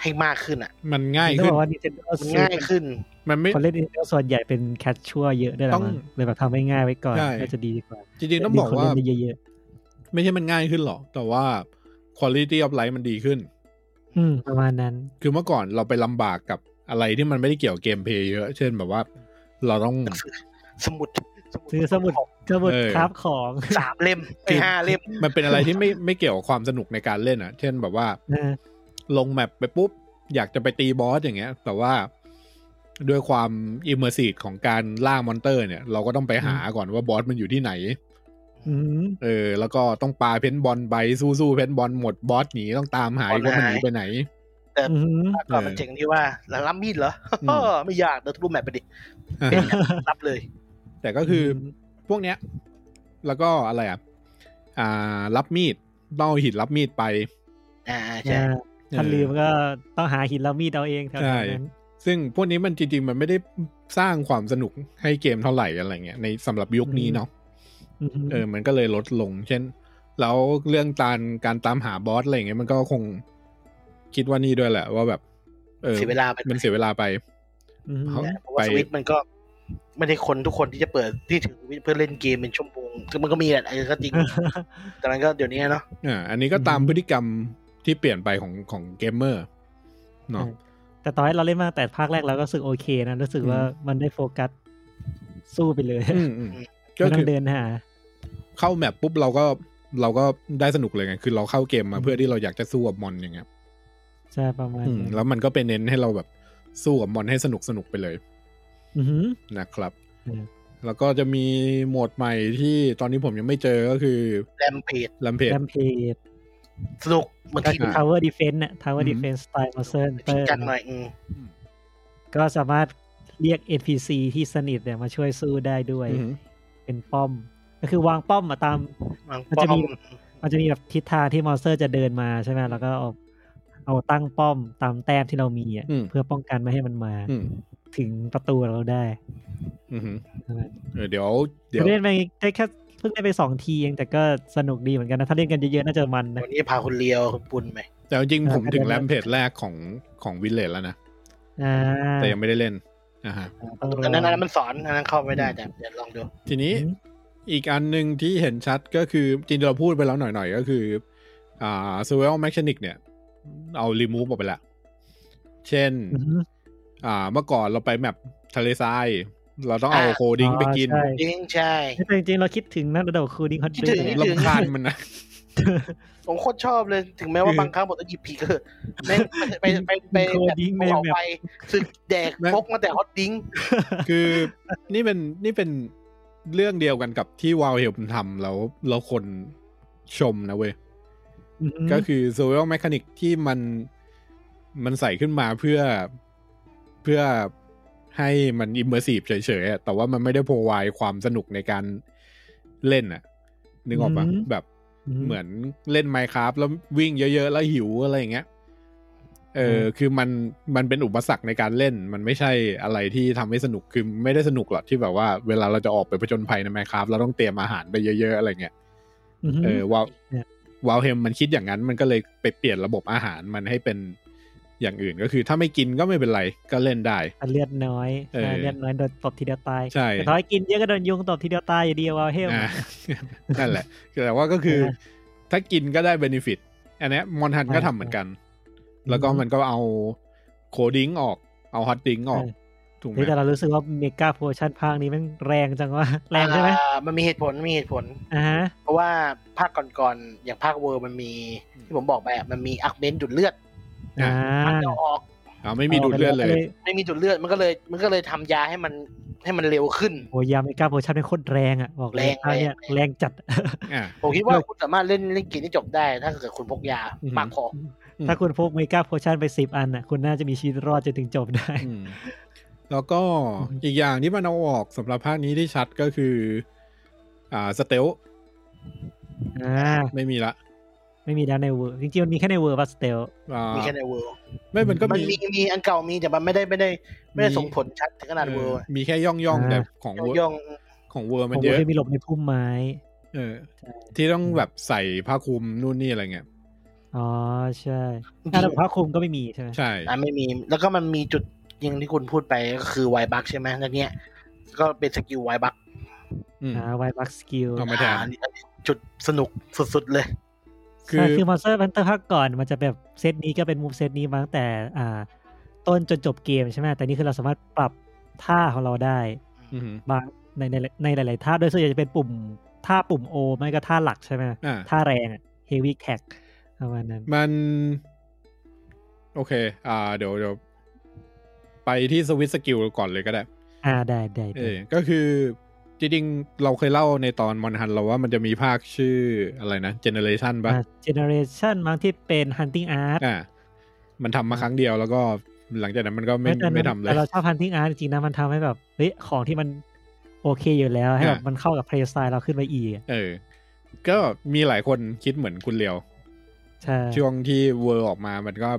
[SPEAKER 4] ให้มากขึ้นอ่ะ
[SPEAKER 1] มันง่าย
[SPEAKER 3] ต้อง
[SPEAKER 1] ขึ้
[SPEAKER 3] บ
[SPEAKER 1] น
[SPEAKER 3] อกว่า Nintendo
[SPEAKER 4] มันง่ายขึ้น
[SPEAKER 1] มันไม่
[SPEAKER 3] คนเล่น Nintendo ส่วนใหญ่เป็นแคชชัวเยอะด้วย
[SPEAKER 1] ต้
[SPEAKER 3] ละ
[SPEAKER 1] อง
[SPEAKER 3] มั้งเลยแบบทำให้ง่ายไว้ก่อน
[SPEAKER 1] ใช่
[SPEAKER 3] น่าจะดีกว่า
[SPEAKER 1] จริงๆต้องบอกว่า
[SPEAKER 3] มีคนเล่นเยอะ
[SPEAKER 1] ไม่ใช่มันง่ายขึ้นหรอก แต่ว่า quality of life มันดีขึ้น
[SPEAKER 3] ๆอืมประมาณนั้น
[SPEAKER 1] คือเมื่อก่อนเราไปลำบากกับอะไรที่มันไม่ได้เกี่ยวกับเกมเพลย์เยอะ เช่นแบบว่า เราต้อง
[SPEAKER 4] สมุด
[SPEAKER 3] ซื้อสมุด สมุด
[SPEAKER 1] เออ
[SPEAKER 3] ครับของ
[SPEAKER 4] สามเล่มไอ้ยห้าเล่ม
[SPEAKER 1] มันเป็นอะไรที่ไม่ไม่เกี่ยวกับความสนุกในการเล่นอ่ะ เช่นแบบว่า
[SPEAKER 3] เออ
[SPEAKER 1] ลงแมปไปปุ๊บ อยากจะไปตีบอสอย่างเงี้ย แต่ว่าด้วยความอิมเมอร์ซีฟของการล่ามอนเตอร์เนี่ย เราก็ต้องไปหาก่อนว่าบอสมันอยู่ที่ไหน
[SPEAKER 3] อืม
[SPEAKER 1] เออ แล้วก็ต้องปาเพนบอลไปสู้ๆเพนบอลหมดบอสหนีต้องตามหาอีกว่ามันหนีไปไหน
[SPEAKER 3] อืม
[SPEAKER 4] ก่อนมันเจ๋งที่ว่าแล้วรับมีดเหรอ
[SPEAKER 1] อืม
[SPEAKER 4] ไม่ยากเดินทะลุแมปไปดิ
[SPEAKER 1] อ่ะ
[SPEAKER 4] เป็นรับเลย
[SPEAKER 1] แต่ก็คือ พวกเนี้ย แล้วก็อะไรอ่ะ อ่า รับมีดต้องเอาหินรับมีดไป
[SPEAKER 4] อ่าใช่
[SPEAKER 3] อ่าถ้า
[SPEAKER 1] เออ
[SPEAKER 3] ลืมก็ต้องหาหินแล้วมีดเอาเองแถวๆ
[SPEAKER 1] ใช่
[SPEAKER 3] นั้น
[SPEAKER 1] ซึ่งพวกนี้มันจริงๆ มันไม่ได้สร้างความสนุกให้เกมเท่าไหร่อะไรเงี้ยในสำหรับยุคนี้เนาะ
[SPEAKER 3] อืม
[SPEAKER 1] เออ มันก็เลยลดลง เช่น แล้วเรื่องการการตามหาบอสอะไรเงี้ย มันก็คงคิดว่านี่ด้วยแหละ ว่าแบบ เออ
[SPEAKER 4] เสียเวลาไป
[SPEAKER 1] มันเสียเวลาไป
[SPEAKER 3] อืม
[SPEAKER 1] เขา
[SPEAKER 4] เพราะว่า
[SPEAKER 1] ไป
[SPEAKER 4] สวิตช์มันก็ไม่ได้คนทุกคนที่จะเปิดที่ถือสวิตช์เพื่อเล่นเกมเป็นชั่วโมงคือมันก็มีแหละไอ้ก็จริง แต่มันก็เดี๋ยวนี้เนาะ
[SPEAKER 1] อ่า อันนี้ก็ตามพฤติกรรมที่เปลี่ยนไปของของเกมเมอร์เนาะ
[SPEAKER 3] แต่ตอนที่เราเล่นมาตั้งแต่ภาคแรกเราก็รู้สึกโอเคนะรู้สึก
[SPEAKER 1] อืม
[SPEAKER 3] ว่ามันได้โฟกัสสู้ไปเลย
[SPEAKER 1] อืมอืมก็คือ
[SPEAKER 3] ไม่ต้
[SPEAKER 1] อ
[SPEAKER 3] งเดินหา
[SPEAKER 1] เข้าแมปปุ๊บเราก็เราก็ได้สนุกเลยไง คือเราเข้าเกมมาเพื่อที่เราอยากจะสู้กับมอนอย่างเงี้ย
[SPEAKER 3] ใช่ประมาณ
[SPEAKER 1] อืม
[SPEAKER 3] นั้น
[SPEAKER 1] แล้วมันก็เป็นเน้นให้เราแบบสู้กับมอนให้สนุกสนุกไปเลย
[SPEAKER 3] อือหือ
[SPEAKER 1] นะครับ
[SPEAKER 3] อืม
[SPEAKER 1] แล้วก็จะมีโหมดใหม่ที่ตอนนี้ผมยังไม่เจอก็คือ
[SPEAKER 4] แรมเพจ
[SPEAKER 1] ลัมเพจ
[SPEAKER 3] แรมเพจ
[SPEAKER 4] สนุกเหมือน
[SPEAKER 3] ก็
[SPEAKER 4] ที่
[SPEAKER 3] คือ
[SPEAKER 1] อ่า
[SPEAKER 3] tower defense น่ะ tower
[SPEAKER 1] อืม
[SPEAKER 3] defense สไตล์ monster
[SPEAKER 4] จริง
[SPEAKER 3] hunter
[SPEAKER 4] จังหน่อยอืม
[SPEAKER 3] ก็สามารถเรียก NPC ที่สนิทเนี่ยมาช่วยสู้ได้ด้วย
[SPEAKER 1] อืม
[SPEAKER 3] เป็นป้อม ก็คือวางป้อมมาตาม
[SPEAKER 4] มัน
[SPEAKER 3] มัน
[SPEAKER 4] ป้อ
[SPEAKER 3] จะมี
[SPEAKER 4] ม
[SPEAKER 3] มันจะมีแบบทิศทางที่มอนสเตอร์จะเดินมาใช่ไหมแล้วก็เอาเอาตั้งป้อมตามแต้มที่เรามีอ่ะ
[SPEAKER 1] อืม
[SPEAKER 3] เพื่อป้องกันไม่ให้มันมา
[SPEAKER 1] อืม
[SPEAKER 3] ถึงประตูเราได้
[SPEAKER 1] อืมเออเดี๋ยว เดี๋ยว
[SPEAKER 3] เล่นไปได้แค่เพิ่งได้ไปสองทีเองแต่ก็สนุกดีเหมือนกันนะ ถ้าเล่นกันเยอะๆน่าจะมันนะ
[SPEAKER 4] วันนี้พาคุณเลียวคุณปุณไหม
[SPEAKER 1] แต่จริงๆผม
[SPEAKER 3] เออ
[SPEAKER 1] ถึงลัมเพจแรกของของวิลเลจแล้วนะ
[SPEAKER 3] อ่า
[SPEAKER 1] แต่ยังไม่ได้เล่นอ่าฮะ
[SPEAKER 3] ต้องรอ
[SPEAKER 4] อันนั้นอันนั้นมันสอนอันนั้นเข้าไม่ได้แต่เดี๋ยวลองดู
[SPEAKER 1] ทีนี้
[SPEAKER 3] อืม
[SPEAKER 1] อีกอันหนึ่งที่เห็นชัดก็คือจริงๆเราพูดไปแล้วหน่อยๆ ก็คือ อ่า survival mechanic เนี่ย เอา remove ออกไปละ เช่น
[SPEAKER 3] อือหือ
[SPEAKER 1] อ่าเมื่อก่อนเราไปแมปทะเลทราย เราต้องเอาโคดิ้ง
[SPEAKER 3] อ๋อ
[SPEAKER 1] ไปกิน
[SPEAKER 3] ใช่
[SPEAKER 4] จริงใช่
[SPEAKER 3] แต่จริงๆเราคิดถึงนะระดับคูดิ้งฮอต
[SPEAKER 4] คิด
[SPEAKER 3] ด้
[SPEAKER 4] ถึ
[SPEAKER 3] ว
[SPEAKER 4] ง
[SPEAKER 3] ย
[SPEAKER 1] ลำคาญมันนะ
[SPEAKER 4] ผมโคตรชอบเลยถึงแม้ว่าบางครั้งผมต้องหยิบผีก็เถอะแม่งไปไปไปแบบภูเขาไฟสึกแดกพกมาแต่ฮอตดิ้ง
[SPEAKER 1] คือนี่เป็นนี่เป็นเรื่องเดียวกันกับที่วาวเฮลทำแล้วเราคนชมนะเว้ย ก็คือ survival mechanic ที่มันมันใส่ขึ้นมาเพื่อเพื่อให้มัน immersive เฉยๆอะแต่ว่ามันไม่ได้ provide ความสนุกในการเล่นน่ะ นึกออกปะแบบเหมือนเล่น Minecraft แล้ววิ่งเยอะๆ แล้วหิวอะไรอย่างเงี้ย เอออคือมันมันเป็นอุปสรรคในการเล่น มันไม่ใช่อะไรที่ทำให้สนุก คือไม่ได้สนุกหรอกที่แบบว่าเวลาเราจะออกไปผจญภัยใน Minecraft เราต้องเตรียมอาหารไปเยอะๆ อะไรเงี้ย เออวาว
[SPEAKER 3] เนี่ย
[SPEAKER 1] วาวเฮมมันคิดอย่างนั้นมันก็เลยไปเปลี่ยนระบบอาหารมันให้เป็นอย่างอื่นก็คือถ้าไม่กินก็ไม่เป็นไรก็เล่นได้
[SPEAKER 3] อันเลือดน้อย
[SPEAKER 1] เออ
[SPEAKER 3] เลือดน้อยโดนตบทีเดียวตาย
[SPEAKER 1] ใช่
[SPEAKER 3] แต่ถ้าให้กินเยอะก็โดนยุงตบทีเดียวตายอยู่ดีว่าเฮ้ย
[SPEAKER 1] อ่า นั่นแหละ แต่ว่าก็คือ
[SPEAKER 3] เออ
[SPEAKER 1] ถ้ากินก็ได้เบนฟิตอันเนี้มอนฮัน
[SPEAKER 3] ใช่
[SPEAKER 1] ก็ทำเหมือนกัน แล้วก็
[SPEAKER 3] อืม
[SPEAKER 1] มันก็เอาโคดิ้งออกเอาฮอตดิ้งออก
[SPEAKER 3] ใช่
[SPEAKER 1] ถูกไหม
[SPEAKER 3] เฮ้ยแต่เรารู้สึกว่าเมกาโพชั่นภาคนี้แมันแรงจังวะแรงใช่ไหม
[SPEAKER 4] อ่ามันมีเหตุผลมีเหตุผล
[SPEAKER 3] อ่าฮะ
[SPEAKER 4] เพราะว่าภาคก่อนๆอย่างภาคเวอร์มันมี ที่ผมบอกไปอะมันมีอักเบนดูดเลือด
[SPEAKER 1] อ่ะ
[SPEAKER 3] อ่า
[SPEAKER 4] มันจะออก
[SPEAKER 1] อ่าไม่มีดูดเลือดเลย
[SPEAKER 4] ไม่มีจุดเลือดมันก็เลย มันก็เลยทำยาให้มันให้มันเร็วขึ้น
[SPEAKER 3] โอ้ยยาเมกาโพชั่นเป็นโคตรแรงอ่ะบอกเลย
[SPEAKER 4] แรง
[SPEAKER 3] ภาคเนี่ยแรงจัด
[SPEAKER 1] อ่า
[SPEAKER 4] ผมคิดว่าคุณสามารถเล่นเล่นเกินที่จบได้ ถ้าเกิดคุณพกยา
[SPEAKER 1] อือฮึ
[SPEAKER 4] มากพอ
[SPEAKER 1] อืม
[SPEAKER 3] ถ้าคุณพกเมกาโพชั่นไปสิบอันอ่ะคุณน่าจะมีชีวิตรอดจนถึงจบได้
[SPEAKER 1] อืมแล้วก็
[SPEAKER 3] อืม
[SPEAKER 1] อีกอย่างที่มันเอาออกสำหรับภาคนี้ที่ชัดก็คือ อ่าสเตล
[SPEAKER 3] อ่า
[SPEAKER 1] ไม่มีละ
[SPEAKER 3] ไม่มีแล้วในเวอร์จริงๆมันมีแค่ในเวอร์บัสเตล
[SPEAKER 1] อ่า
[SPEAKER 4] มีแค่ในเวิร์
[SPEAKER 1] ไม่มันก็
[SPEAKER 4] มัน
[SPEAKER 1] มี
[SPEAKER 4] มีมีอันเก่ามีแต่มันไม่ได้ไม่ได้ ไม่ได้
[SPEAKER 1] มี
[SPEAKER 4] ส่งผลชัดถึงขนาดเวิร์
[SPEAKER 1] เออมีแค่ย่องย่อง
[SPEAKER 3] อ่า
[SPEAKER 1] แต่ของเวอร์
[SPEAKER 4] ย่อง
[SPEAKER 1] ของเวอร์
[SPEAKER 3] ผ
[SPEAKER 1] มัน
[SPEAKER 3] ม
[SPEAKER 1] เยอะ
[SPEAKER 3] เคยมีหลบในพุ่มไม้
[SPEAKER 1] เออ ที่ต้องแบบใส่ผ้าคลุมนู่นนี่อะไรเงี้ย
[SPEAKER 3] อ๋อใช่ถ้าเราพระคลุมก็ไม่มีใช่ไหม
[SPEAKER 1] ใช่
[SPEAKER 4] ๆอ่ะไม่มี แล้วก็มันมีจุดยิงที่คุณพูดไปก็คือไวบักใช่ไหมนั่นเนี้ยก็เป็นสกิลไวบัก
[SPEAKER 1] อืม
[SPEAKER 3] อ่าไวบักสกิล
[SPEAKER 1] เอามาแทน
[SPEAKER 4] จุดสนุกสุดๆเลย
[SPEAKER 1] คือ
[SPEAKER 3] ใช่คือมอนสเตอร์พันเตอร์ภาคก่อนมันจะแบบเซตนี้ก็เป็นมูฟเซตนี้มาตั้งแต่อ่า ต้นจนจบเกมใช่ไหมแต่นี่คือเราสามารถปรับท่าของเราได้
[SPEAKER 1] อืม
[SPEAKER 3] บางในในในหลาย ๆ ท่าโดยส่วนใหญ่จะเป็นปุ่มท่าปุ่มโอไม่ก็ท่าหลักใช่ไหม
[SPEAKER 1] อ่า
[SPEAKER 3] ท่าแรงเฮวี่แท็กประมาณนั้น
[SPEAKER 1] มัน โอเค อ่า เดี๋ยวเดี๋ยวไปที่สวิตสกิลก่อนเลยก็ได้
[SPEAKER 3] อ่าได้ได้
[SPEAKER 1] เอ
[SPEAKER 3] ได้
[SPEAKER 1] อก็คือจริงๆ เราเคยเล่าในตอนมอนฮันเราว่ามันจะมีภาคชื่ออะไรนะ Generation ปะ่ะ
[SPEAKER 3] เจเนอเรชันบางที่เป็น hunting art
[SPEAKER 1] อ่า มันทำมาครั้งเดียวแล้วก็หลังจากนั้นมันก็ไม่
[SPEAKER 3] แต่
[SPEAKER 1] ไม่ทำเลย
[SPEAKER 3] แต่เราชอบพันทิ้งอาร์ตจริงๆนะมันทำให้แบบเฮ้ยของที่มันโอเคอยู่แล้วให้แบบ
[SPEAKER 1] อ่ะ
[SPEAKER 3] มันเข้ากับเพลย์สไตล์เราขึ้นไปอีกอ่ะ
[SPEAKER 1] เออ ก็มีหลายคนคิดเหมือนคุณเลียว
[SPEAKER 3] ใช่
[SPEAKER 1] ช่วงที่เวอร์ออกมามันก็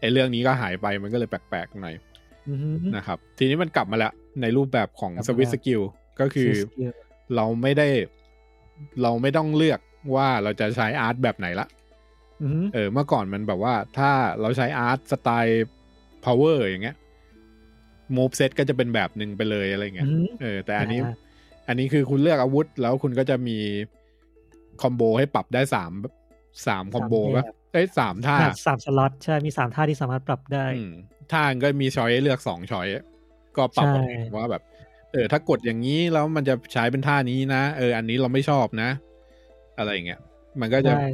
[SPEAKER 1] ไอเรื่องนี้ก็หายไปมันก็เลยแปลกๆหน่อย
[SPEAKER 3] อือฮึ
[SPEAKER 1] นะครับ ทีนี้มันกลับมาแล้วในรูปแบบของ
[SPEAKER 3] กลับ
[SPEAKER 1] ส
[SPEAKER 3] มา
[SPEAKER 1] วิต
[SPEAKER 3] แล้ว
[SPEAKER 1] สกิลก็คือ
[SPEAKER 3] สกิล
[SPEAKER 1] เราไม่ได้ เราไม่ต้องเลือกว่าเราจะใช้อาร์ตแบบไหนละ
[SPEAKER 3] อือฮึ
[SPEAKER 1] เออเมื่อก่อนมันแบบว่าถ้าเราใช้อาร์ตสไตล์ power อย่างเงี้ย move set ก็จะเป็นแบบหนึ่งไปเลยอะไรเงี้ย
[SPEAKER 3] อือฮึ
[SPEAKER 1] เออแต่อันนี้
[SPEAKER 3] อ่า
[SPEAKER 1] อันนี้คือคุณเลือกอาวุธ แล้วคุณก็จะมีคอมโบให้ปรับได้สามสามคอมโบก็เอ้ยสามท่า
[SPEAKER 3] อ่ะสามสล็อตใช่มีสามท่าที่สามารถปรับได้
[SPEAKER 1] อืมท่าก็มีช้อยให้เลือกสองช้อยก็ปรับ
[SPEAKER 3] ใช่
[SPEAKER 1] เอาเองว่าแบบ เออ ถ้ากดอย่างนี้แล้วมันจะใช้เป็นท่านี้นะเออ อันนี้เราไม่ชอบนะ อะไรอย่างเงี้ยมันก็จะ
[SPEAKER 3] ได้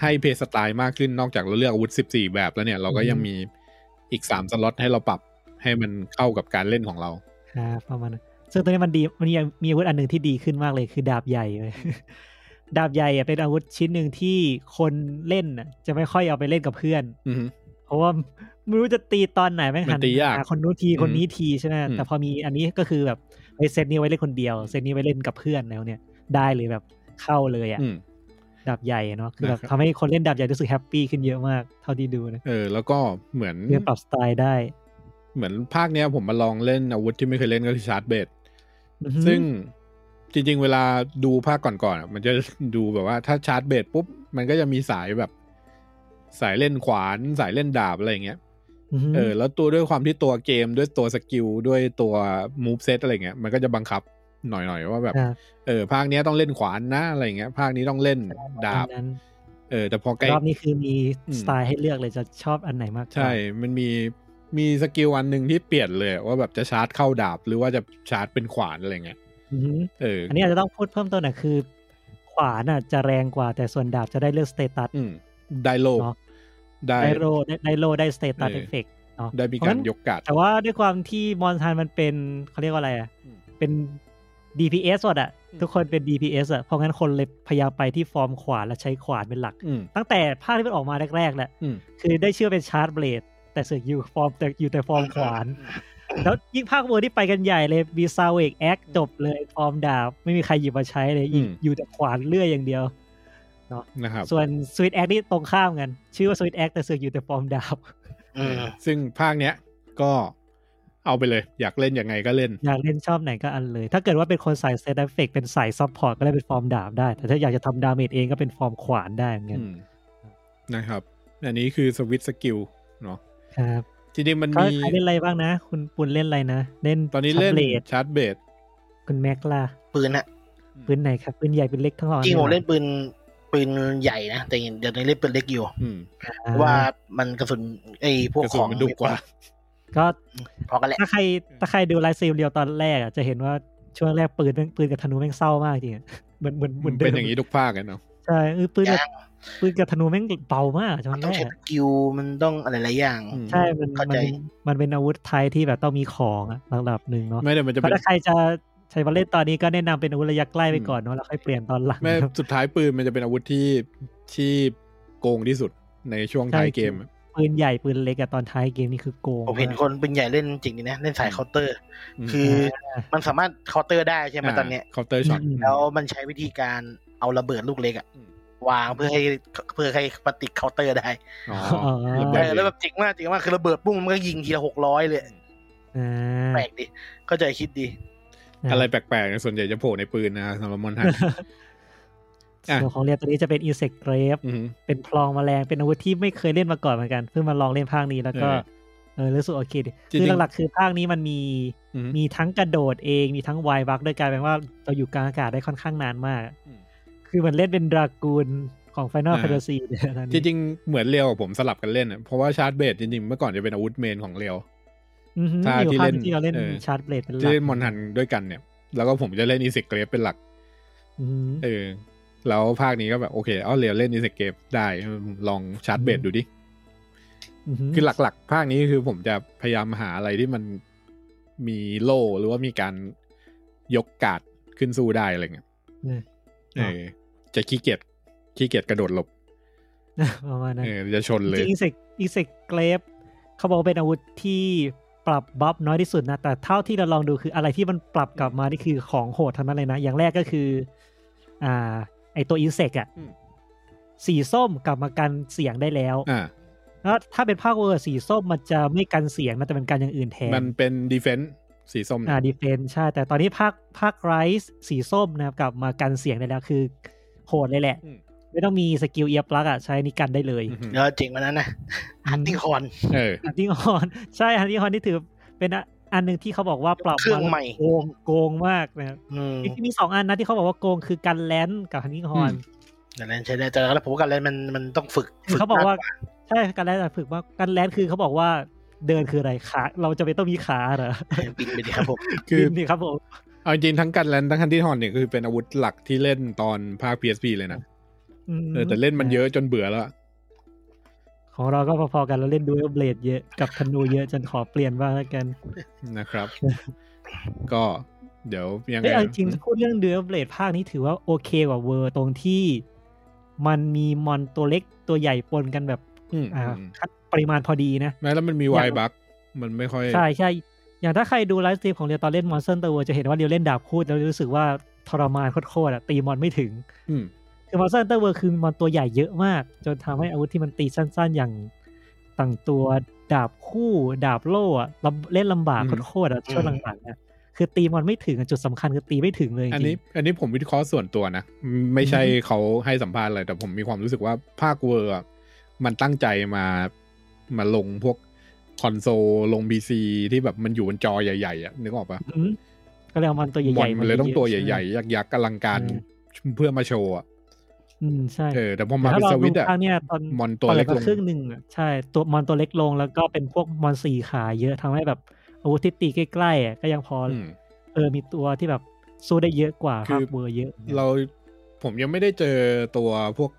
[SPEAKER 1] ให้เพย์สไตล์มากขึ้นนอกจากเราเลือกอาวุธ 14 แบบแล้วเนี่ย เราก็ยังมีอีก 3 สล็อตให้เราปรับให้มันเข้ากับการเล่นของเรา
[SPEAKER 3] อ่าประมาณนั้นซึ่งตัวนี้มันดีมันมีมีอาวุธอันหนึ่งที่ดีขึ้นมากเลยคือดาบใหญ่เลย ดาบใหญ่อ่ะเป็นอาวุธชิ้นหนึ่งที่คนเล่นน่ะจะไม่ค่อยเอาไปเล่นกับเพื่อน
[SPEAKER 1] อือฮึ
[SPEAKER 3] เพราะว่าไม่รู้จะตีตอนไหนแม่ง
[SPEAKER 1] มั
[SPEAKER 3] หั
[SPEAKER 1] นตียาก
[SPEAKER 3] หคนนู้นที
[SPEAKER 1] อืม
[SPEAKER 3] คนนี้ทีใช่ไหม
[SPEAKER 1] อืม
[SPEAKER 3] แต่พอมีอันนี้ก็คือแบบไอ้เซตนี้ไว้เล่นคนเดียวเซตนี้ไว้เล่นกับเพื่อนแล้วเนี่ย ได้เลยแบบเข้าเลยอะ
[SPEAKER 1] อืม
[SPEAKER 3] ดาบใหญ่อะเนาะคือแบ
[SPEAKER 1] นะ
[SPEAKER 3] บ
[SPEAKER 1] ครับ
[SPEAKER 3] ทำให้คนเล่นดาบใหญ่รู้สึกแฮปปี้ขึ้นเยอะมาก เท่าที่ดูนะ
[SPEAKER 1] เออ แล้วก็เหมือน
[SPEAKER 3] เพื่อปรับสไตล์ได้
[SPEAKER 1] เหมือนภาคเนี้ยผมมาลองเล่นอาวุธที่ไม่เคยเล่นก็คือชาร์จเบด
[SPEAKER 3] อือฮึ
[SPEAKER 1] ซึ่งจริง ๆ เวลาดูภาคก่อนๆอ่ะมันจะดูแบบว่าถ้าชาร์จเบดปุ๊บ มันก็จะมีสายแบบ สายเล่นขวาน สายเล่นดาบอะไรอย่างเงี้ย
[SPEAKER 3] ฮึ
[SPEAKER 1] เออแล้วตัวด้วยความที่ตัวเกมด้วยตัวสกิลด้วยตัวมูฟเซตอะไรเงี้ยมันก็จะบังคับหน่อยๆว่าแบบ
[SPEAKER 3] อ่า
[SPEAKER 1] เออภาคเนี้ยต้องเล่นขวานนะอะไรเงี้ยภาคนี้ต้องเล่นดาบ
[SPEAKER 3] อันนั้น
[SPEAKER 1] เออ แต่พอใกล้
[SPEAKER 3] รอบนี้คือมี
[SPEAKER 1] อืม
[SPEAKER 3] สไตล์ให้เลือกเลยจะชอบอันไหนมากกว่า
[SPEAKER 1] ใช่ มันมีมีสกิลอันหนึ่งที่เปลี่ยนเลยว่าแบบจะชาร์จเข้าดาบ หรือว่าจะชาร์จเป็นขวานอะไรเงี้ย
[SPEAKER 3] อือฮึ
[SPEAKER 1] เออ
[SPEAKER 3] อันนี้อาจจะต้องพูดเพิ่มเติมหน่อยคือ ขวานอ่ะจะแรงกว่าแต่ส่วนดาบจะได้เลือกสเตตัส
[SPEAKER 1] อืมได้โลก
[SPEAKER 3] เนอะ
[SPEAKER 1] ได้
[SPEAKER 3] ได้โรได้ได้โรได้สเตตัส
[SPEAKER 1] เออ
[SPEAKER 3] เอฟเฟกเนาะ
[SPEAKER 1] ได้มี
[SPEAKER 3] เพะ
[SPEAKER 1] การ
[SPEAKER 3] ฉะนั้น
[SPEAKER 1] ยกการ์ด
[SPEAKER 3] แต่ว่าด้วยความที่มอนทานมันเป็นเขาเรียกว่าอะไรอ่ะ
[SPEAKER 1] อืม
[SPEAKER 3] เป็น DPS หมดอ่ะ
[SPEAKER 1] อืม
[SPEAKER 3] ทุกคนเป็น DPS อ่ะ เพราะงั้นคนเลยพยายามไปที่ฟอร์มขวานและใช้ขวานเป็นหลัก
[SPEAKER 1] อืม
[SPEAKER 3] ตั้งแต่ภาคที่มันออกมาแรกๆแหละ
[SPEAKER 1] อืม
[SPEAKER 3] คือได้ชื่อเป็นชาร์จเบลดแต่เสือกอยู่ฟอร์มแต่อยู่แต่ฟอร์มขวาน แล้วยิ่งภาคเวอร์ที่ไปกันใหญ่เลยมีซาวเอกแอคจบเลยฟอร์มดาบ ไม่มีใครหยิบมาใช้เลยอยู่อยู่แต่ขวานเลื่อยอย่างเดียว
[SPEAKER 1] นะครับ
[SPEAKER 3] ส่วนสวิตแอคนี่ตรงข้ามกัน ชื่อว่าสวิตแอคแต่เสือกอยู่แต่ฟอร์มดาบ
[SPEAKER 4] อืม
[SPEAKER 1] ซึ่งภาคเนี้ยก็เอาไปเลย อยากเล่นยังไงก็เล่น
[SPEAKER 3] อยากเล่นชอบไหนก็อันเลย ถ้าเกิดว่าเป็นคนสายเซตเอฟเฟกเป็นสายซัพพอร์ตก็ได้เป็นฟอร์มดาบได้ แต่ถ้าอยากจะทำดาเมจเองก็เป็นฟอร์มขวานได้เหมือนกัน
[SPEAKER 1] อืมนะครับ อันนี้คือสวิตสกิลเนาะ
[SPEAKER 3] ครับ
[SPEAKER 1] จริงๆมัน
[SPEAKER 3] ก็
[SPEAKER 1] มี
[SPEAKER 3] ใครเล่นอะไรบ้างนะ คุณปุณเล่นอะไรนะ เล่น
[SPEAKER 1] ตอนนี้เล่น
[SPEAKER 3] ชัมบด
[SPEAKER 1] ชาร์จเบด
[SPEAKER 3] คุณแม็กล่ะ
[SPEAKER 4] ปืนอะ
[SPEAKER 3] ปืนไหนครับปืนใหญ่ปืนเล็กทั้งสอง
[SPEAKER 4] จริงผมเล่
[SPEAKER 3] ย
[SPEAKER 4] นปืนปืนใหญ่นะ แต่เดี๋ยวนี้เล่นปืนเล็กอยู่
[SPEAKER 1] อืม
[SPEAKER 3] อ่
[SPEAKER 4] ว่ามันกระสุนไอ้พวก
[SPEAKER 1] กระสุ
[SPEAKER 4] ข
[SPEAKER 1] น
[SPEAKER 4] อง
[SPEAKER 1] มันดุกว่า
[SPEAKER 3] ก็
[SPEAKER 4] พอกันแหละ
[SPEAKER 3] ถ้าใครถ้าใครดูไลฟ์ซีเรียลตอนแรกอ่ะจะเห็นว่าช่วงแรกปืนแม่งปืนกับธนูแม่งเศร้ามากจริงอะเหมือนเหมือนเหมือนดิ
[SPEAKER 1] เป็น
[SPEAKER 3] ม
[SPEAKER 1] อย่างนี้ทุกภาคกันเนาะ
[SPEAKER 3] ใช่เออปืนแบบ ปืนกับธนูแม่งเบามากจ
[SPEAKER 4] มัน นต้อง
[SPEAKER 3] แร
[SPEAKER 4] ใช้
[SPEAKER 3] ก
[SPEAKER 4] สกิลมันต้องอะไรหลายอย่าง
[SPEAKER 1] อืม
[SPEAKER 3] ใช่มัน
[SPEAKER 4] เข้า
[SPEAKER 3] มั
[SPEAKER 4] ใจ
[SPEAKER 3] นมันเป็นอาวุธไทยที่แบบต้องมีของอะระดับหนึ่งเนาะ
[SPEAKER 1] ไม่เดี๋ยวมันจะ
[SPEAKER 3] ก็
[SPEAKER 1] เป็น
[SPEAKER 3] ถ้าใครจะใช้มาเล่นตอนนี้ก็แนะนำเป็นอาวุธระยะใกล้ไป
[SPEAKER 1] อืม
[SPEAKER 3] ก่อนเนาะแล้วค่อยเปลี่ยนตอนหลัง
[SPEAKER 1] แม่
[SPEAKER 3] นะครับ
[SPEAKER 1] สุดท้ายปืนมันจะเป็นอาวุธที่ที่โกงที่สุดในช่วงท้ายเกมอะ
[SPEAKER 3] ปืนใหญ่ปืนเล็กอะตอนท้ายเกมนี่คือโกง
[SPEAKER 4] ผมเห็น
[SPEAKER 3] าก
[SPEAKER 4] คนเป็นใหญ่เล่นจริงนี่นะเล่นสายเคาน์เตอร์
[SPEAKER 1] ม
[SPEAKER 4] คือมันสามารถเคาน์เตอร์ได้ใช่ไหมตอนเนี้ย
[SPEAKER 1] า counter shot
[SPEAKER 3] อืม
[SPEAKER 4] แล้วมันใช้วิธีการเอาระเบิดลูกเล็กอะ
[SPEAKER 1] อืม
[SPEAKER 4] วางเพื่อให้เพื่อให้ปฏิดเคาน์เตอร์ได้
[SPEAKER 1] อ๋อ
[SPEAKER 3] อ๋อ
[SPEAKER 1] ระ
[SPEAKER 4] เอ
[SPEAKER 1] เบิด
[SPEAKER 4] อแล้วแบบเจ๋งมากเจ๋งมากคือระเบิดปุ้งมันก็ยิงทีละหกร้อยเลย
[SPEAKER 3] อ่า
[SPEAKER 4] แปลกดิเข้าใจคิดดี
[SPEAKER 1] อะไรแปลกๆเนี่ยส่วนใหญ่จะโผล่ในปืนนะสำหรับมอน ฮัน อ่ะ
[SPEAKER 3] ส่วนของเรียนตัวนี้จะเป็น insect grave
[SPEAKER 1] อือหือ
[SPEAKER 3] เป็นพลองแมลงเป็นอาวุธที่ไม่เคยเล่นมาก่อนเหมือนกันเพิ่งมาลองเล่นภาคนี้แล้วก็เออรู้สึกโอเคดี
[SPEAKER 1] จริงๆ
[SPEAKER 3] คือหลักๆคือภาคนี้มันมี
[SPEAKER 1] อือหือ
[SPEAKER 3] มีทั้งกระโดดเองมีทั้งวายบักด้วยกลายเป็นว่าเราอยู่กลางอากาศได้ค่อนข้างนานมาก
[SPEAKER 1] อืม
[SPEAKER 3] คือมันเล่นเป็นดรากูนของ Final
[SPEAKER 1] อ่า
[SPEAKER 3] Fantasy เลยอัน
[SPEAKER 1] จ
[SPEAKER 3] นี้
[SPEAKER 1] ริงๆ เหมือนเรียวกับผมสลับกันเล่นอะเพราะว่าชาร์จเบสจริงๆ เมื่อก่อนจะเป็นอาวุธเมนของเรียว
[SPEAKER 3] อือหือ
[SPEAKER 1] ถ้า
[SPEAKER 3] อยู่
[SPEAKER 1] ที่
[SPEAKER 3] ภาค
[SPEAKER 1] เล่น
[SPEAKER 3] ที่เราเล่น
[SPEAKER 1] เออ
[SPEAKER 3] ชาร์จเบลดเป็นหลั
[SPEAKER 1] ที่
[SPEAKER 3] ก
[SPEAKER 1] เล่นมอนฮันด้วยกันเนี่ย แล้วก็ผมจะเล่นอีสิกเกรฟเป็นหลัก
[SPEAKER 3] อือหือ
[SPEAKER 1] เออ แล้วภาคนี้ก็แบบโอเค เอาเรียวเล่นอีสิกเกรฟได้ลองชาร์จเบสดูดิ
[SPEAKER 3] หื
[SPEAKER 1] คือหลักๆ ภาคนี้คือผมจะพยายามหาอะไรที่มันมีโล่หรือว่ามีการยกการ์ดขึ้นสู้ได้อะไรเงี้ย
[SPEAKER 3] เอ
[SPEAKER 1] เอ
[SPEAKER 3] อ
[SPEAKER 1] อ จะขี้เกียจขี้เกียจกระโดดหลบ
[SPEAKER 3] ประมาณนั้น
[SPEAKER 1] เออ จะชนเลย
[SPEAKER 3] จริงๆ insect insect grave เขาบอกว่าเป็นอาวุธที่ปรับบัฟน้อยที่สุดนะ แต่เท่าที่เราลองดูคืออะไรที่มันปรับกลับมานี่คือของโหดทั้งนั้นเลยนะ อย่างแรกก็คือ อ่า ไอตัว insect อะ
[SPEAKER 1] อืม
[SPEAKER 3] สีส้มกลับมากันเสียงได้แล้ว
[SPEAKER 1] อ่า
[SPEAKER 3] แล้วถ้าเป็นภาคเวอร์สีส้มมันจะไม่กันเสียงนะแต่มันกันอย่างอื่นแท
[SPEAKER 1] มัน นเป็นดีเฟนส์สีส้มเนี่ย
[SPEAKER 3] อ่าดีเฟนใช่ แต่ตอนนี้ภาคภาคไรส์สีส้มนะครับกลับมากันเสียงได้แล้วคือโหดเลยแหละ
[SPEAKER 1] อืม
[SPEAKER 3] ไม่ต้องมีสกิลเอียปลักอะใช้นี่กันได้เลย
[SPEAKER 1] อือหือ
[SPEAKER 4] แล้วเจ๋งกว่านั้นนะฮันติงคอน
[SPEAKER 1] เออ
[SPEAKER 3] ฮันติงฮอน ใช่ฮันติงฮอนนี่ถือเป็นอันอันหนึ่งที่เขาบอกว่าปรับ
[SPEAKER 4] เครื่องใหม่
[SPEAKER 3] โกงโกงมากนะครับ
[SPEAKER 4] อืม
[SPEAKER 3] จริงๆมีสองอันนะที่เขาบอกว่าโกงคือกันแลนกับฮันติงฮอน
[SPEAKER 1] อืม
[SPEAKER 4] แต่แลนใช้ได้แต่แล้วผมว่าการแลนมันมันต้องฝึกฝึ
[SPEAKER 3] เขาบอกว่า
[SPEAKER 4] หน้
[SPEAKER 3] ใช่กันแลนฝึกว่ากันแลนคือเขาบอกว่าเดินคืออะไรขาเราจะไปต้องมีขาเหรอ
[SPEAKER 4] ตาบินไปดิครับผม
[SPEAKER 1] คือ
[SPEAKER 3] บินนี่ครับผม
[SPEAKER 1] เอาจริงๆทั้งกันแลนทั้งคันที่ทอนเนี่ยคือเป็นอาวุธหลักที่เล่นตอนภาค PSP เลยนะ
[SPEAKER 3] ม
[SPEAKER 1] เออแต่เล่นมันเยอะจนเบื่อแล้วอะ
[SPEAKER 3] ของเราก็พอๆกันเราเล่นดูเบลดเยอะกับธนูเยอะจนขอเปลี่ยนบ้างแล้วกัน
[SPEAKER 1] นะครับ ก็เดี๋ยวยังไง
[SPEAKER 3] เอ้ยเอาจริงๆพูดเรื่องดูเบลดภาคนี้ถือว่าโอเคกว่าเวอร์ตรงที่ มันมีมอนตัวเล็กตัวใหญ่ปนกันแบบ
[SPEAKER 1] อืม
[SPEAKER 3] อ่า
[SPEAKER 1] อืม
[SPEAKER 3] ปริมาณพอดีนะ
[SPEAKER 1] แม้แล้วมันมี
[SPEAKER 3] อย่าง
[SPEAKER 1] วายบักมันไม่ค่อย
[SPEAKER 3] ใช่ใช่อย่างถ้าใครดูไลฟ์สตรีมของเรียวตอนเล่นมอนสเตอร์ตัวจะเห็นว่าเรียวเล่นดาบคูดแล้วรู้สึกว่าทรมานโคตรๆอะตีมอนไม่ถึง
[SPEAKER 1] อืม
[SPEAKER 3] คือมอนสเตอร์เวิร์คือมอนตัวใหญ่เยอะมาก จนทำให้อาวุธที่มันตีสั้นๆ อย่างต่างตัวดาบคู่ดาบโล่อะลำเล่นลำบาก
[SPEAKER 1] อืม
[SPEAKER 3] โคตรๆอะช่วงหลังๆอะคือตีมอนไม่ถึงอะจุดสำคัญคือตีไม่ถึงเลยจ
[SPEAKER 1] อัน
[SPEAKER 3] ริ
[SPEAKER 1] นี้
[SPEAKER 3] ง
[SPEAKER 1] อันนี้ผมวิเคราะห์ส่วนตัวนะ ไม่ใช่
[SPEAKER 3] อือฮึ
[SPEAKER 1] เขาให้สัมภาษณ์อะไรแต่ผมมีความรู้สึกว่าภาคเวอร์อะมันตั้งใจมามาลงพวกคอนโซลลง PC ที่แบบมันอยู่บนจอใหญ่ๆอะนึกออกปะ
[SPEAKER 3] ๆอืมก็เลยเอามอนตัวให
[SPEAKER 1] มอ
[SPEAKER 3] ญ่
[SPEAKER 1] น
[SPEAKER 3] ๆ
[SPEAKER 1] มันเลยต้องตัว
[SPEAKER 3] ยะ
[SPEAKER 1] ใหญ่
[SPEAKER 3] ช่ไม
[SPEAKER 1] ๆ ยักษ์ๆอลังการ
[SPEAKER 3] อืม
[SPEAKER 1] เพื่อมาโชว์อะ
[SPEAKER 3] อืมใช่
[SPEAKER 1] เออแต่พอมา
[SPEAKER 3] แต่ถ้า
[SPEAKER 1] เป็น
[SPEAKER 3] เรา
[SPEAKER 1] สวิ
[SPEAKER 3] ดู
[SPEAKER 1] ตช์อะ
[SPEAKER 3] ครั้งเนี่ยตอน
[SPEAKER 1] มอนตัวเล็กล
[SPEAKER 3] ปิด
[SPEAKER 1] ง
[SPEAKER 3] มาครึ่งหนึ่งอะใช่ตัวมอนตัวเล็กลงแล้วก็เป็นพวกมอนสี่ขาเยอะทำให้แบบอาวุธที่ตีใกล้ๆอะก็ยังพออ
[SPEAKER 1] อืม
[SPEAKER 3] เออมีตัวที่แบบสู้ได้เยอะกว่า
[SPEAKER 1] คือ
[SPEAKER 3] ภาคเวอร์เยอะ
[SPEAKER 1] เราผมยังไม่ได้เจอตัวพวก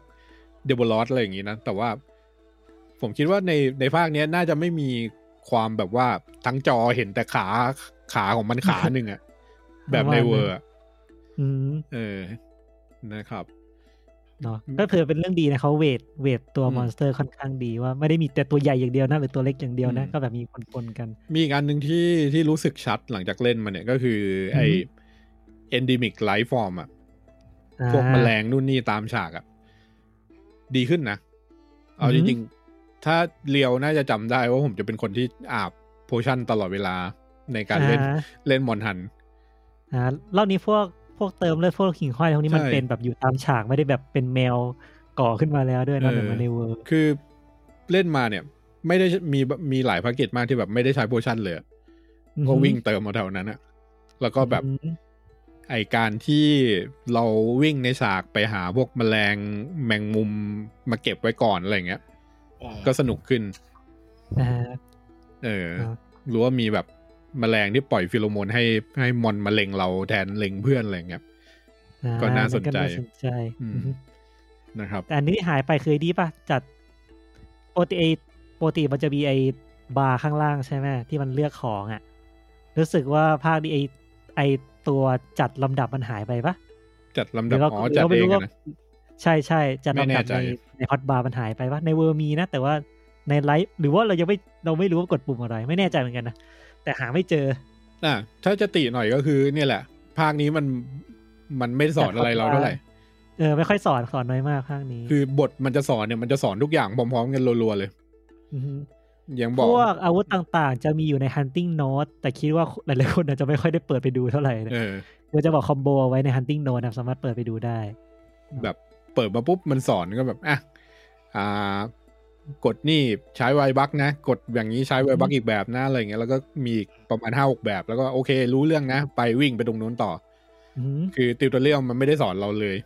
[SPEAKER 1] เดบลอสอะไรอย่างนี้นะ แต่ว่าผมคิดว่าในในภาคเนี้ยน่าจะไม่มีความแบบว่าทั้งจอเห็นแต่ขาขาของมันขาหนึ่ง อะแบบในเวอร์อะ
[SPEAKER 3] อืม
[SPEAKER 1] เออนะครับ
[SPEAKER 3] เนาะก็เผื่อเป็นเรื่องดีนะเขาเวทเวทตัว
[SPEAKER 1] อืม
[SPEAKER 3] มอนสเตอร์ค่อนข้างดีว่าไม่ได้มีแต่ตัวใหญ่อย่างเดียวนะหรือตัวเล็กอย่างเดียวนะ
[SPEAKER 1] อืม
[SPEAKER 3] ก็แบบมีปนๆกัน
[SPEAKER 1] มีอีกอันหนึ่งที่ที่รู้สึกชัดหลังจากเล่นมาเนี่ยก็คือไอ
[SPEAKER 3] อือหื
[SPEAKER 1] เอนด m มิกไลฟ์ฟอร์มอะ
[SPEAKER 3] อ่า
[SPEAKER 1] พวกแมลงนู่นนี่ตามฉากอะดีขึ้นนะ เอาจ
[SPEAKER 3] อือหื
[SPEAKER 1] ริง
[SPEAKER 3] อ
[SPEAKER 1] ๆ ถ้าเลียวน่าจะจำได้ว่าผมจะเป็นคนที่อาบโพชั่นตลอดเวลาในการเล่น
[SPEAKER 3] อ่
[SPEAKER 1] เล่นมอนหัน
[SPEAKER 3] อ่ารอบนี้พวกพวกเติมเลือดพวกหิ่งห้อยพวกนี้มัน
[SPEAKER 1] ใช่
[SPEAKER 3] เป็นแบบอยู่ตามฉากไม่ได้แบบเป็นแมวก่อขึ้นมาแล้วด้วยนะเหมือน
[SPEAKER 1] เออ
[SPEAKER 3] มาในเวอร์
[SPEAKER 1] คือเล่นมาเนี่ย ไม่ได้มีมีหลายภารกิจมากที่แบบไม่ได้ใช้โพชั่นเลยอะก็วิ่งเติมมาแถวนั้นอะแล้วก็แบบ
[SPEAKER 3] อืม
[SPEAKER 1] ไอการที่เราวิ่งในฉากไปหาพวกแมลงแมงมุมมาเก็บไว้ก่อนอะไรเงี้ย ก็สนุกขึ้น
[SPEAKER 3] อ่า
[SPEAKER 1] เออ
[SPEAKER 3] อ่า
[SPEAKER 1] หรือว่ามีแบบแมลงที่ปล่อยฟิโลโมนให้ให้มอนมาเล็งเราแทนเล็งเพื่อนอะไรเงี้ย
[SPEAKER 3] อ่
[SPEAKER 1] ก็น่าสนใจ
[SPEAKER 3] ก็น่าสนใจ
[SPEAKER 1] อืม
[SPEAKER 3] อือฮึ
[SPEAKER 1] นะครับ
[SPEAKER 3] แต่อันนี้หายไปคือดีป่ะ จัดโปรตีโปรตีมันจะมีไอบาร์ข้างล่างใช่ไหมที่มันเลือกของอะ่ะ รู้สึกว่าภาคนี้ไอไอตัวจัดลำดับมันหายไปปะ
[SPEAKER 1] จัดลำ
[SPEAKER 3] ห
[SPEAKER 1] ดับ
[SPEAKER 3] รือเรา
[SPEAKER 1] อ๋อจัด
[SPEAKER 3] เรา
[SPEAKER 1] เอ
[SPEAKER 3] ไม่
[SPEAKER 1] ง
[SPEAKER 3] รู้
[SPEAKER 1] อะ
[SPEAKER 3] ว่า
[SPEAKER 1] นะ
[SPEAKER 3] ใช่ใช่จัดลำดับ
[SPEAKER 1] ไม่แน่ใจ
[SPEAKER 3] ในในฮอตบาร์มันหายไปปะในเวอร์มีนะ แต่ว่าในไลฟ์หรือว่าเรายังไม่เราไม่รู้ว่ากดปุ่มอะไร ไม่แน่ใจเหมือนกันนะแต่หาไม่เจอ
[SPEAKER 1] อ่ะถ้าจะติหน่อยก็คือเนี่ยแหละ ภาคนี้มันมันไม่สอนอะไรเราเท่าไหร่
[SPEAKER 3] เออไม่ค่อยสอนสอนน้อยมากภาคนี้
[SPEAKER 1] คือบทมันจะสอนเนี่ยมันจะสอนทุกอย่างพร้อมๆกันรัวๆเลย
[SPEAKER 3] อฮึ
[SPEAKER 1] อย่าง
[SPEAKER 3] พ
[SPEAKER 1] บอก
[SPEAKER 3] วกอาวุธต่างๆ จะมีอยู่ใน hunting note แต่คิดว่า หลายๆคนอาจจะไม่ค่อยได้เปิดไปดูเท่าไหร่นะ
[SPEAKER 1] เออ
[SPEAKER 3] เราจะบอกคอมโบเอาไว้ใน hunting note นะครับสามารถเปิดไปดูได้
[SPEAKER 1] แบบเปิดมาปุ๊บมันสอนก็แบบอ่ะอ่ากดนี่ใช้ไวบักนะ กดอย่างนี้ใช้ไวบักอีกแบบนะอะไรเงี้ยแล้วก็มีอีกประมาณห้าหกแบบ แล้วก็โอเค รู้เรื่องนะ ไปวิ่งไปตรงนู้นต่อ
[SPEAKER 3] อือหือ
[SPEAKER 1] คือติวตัวเรียมันไม่ได้สอนเราเลย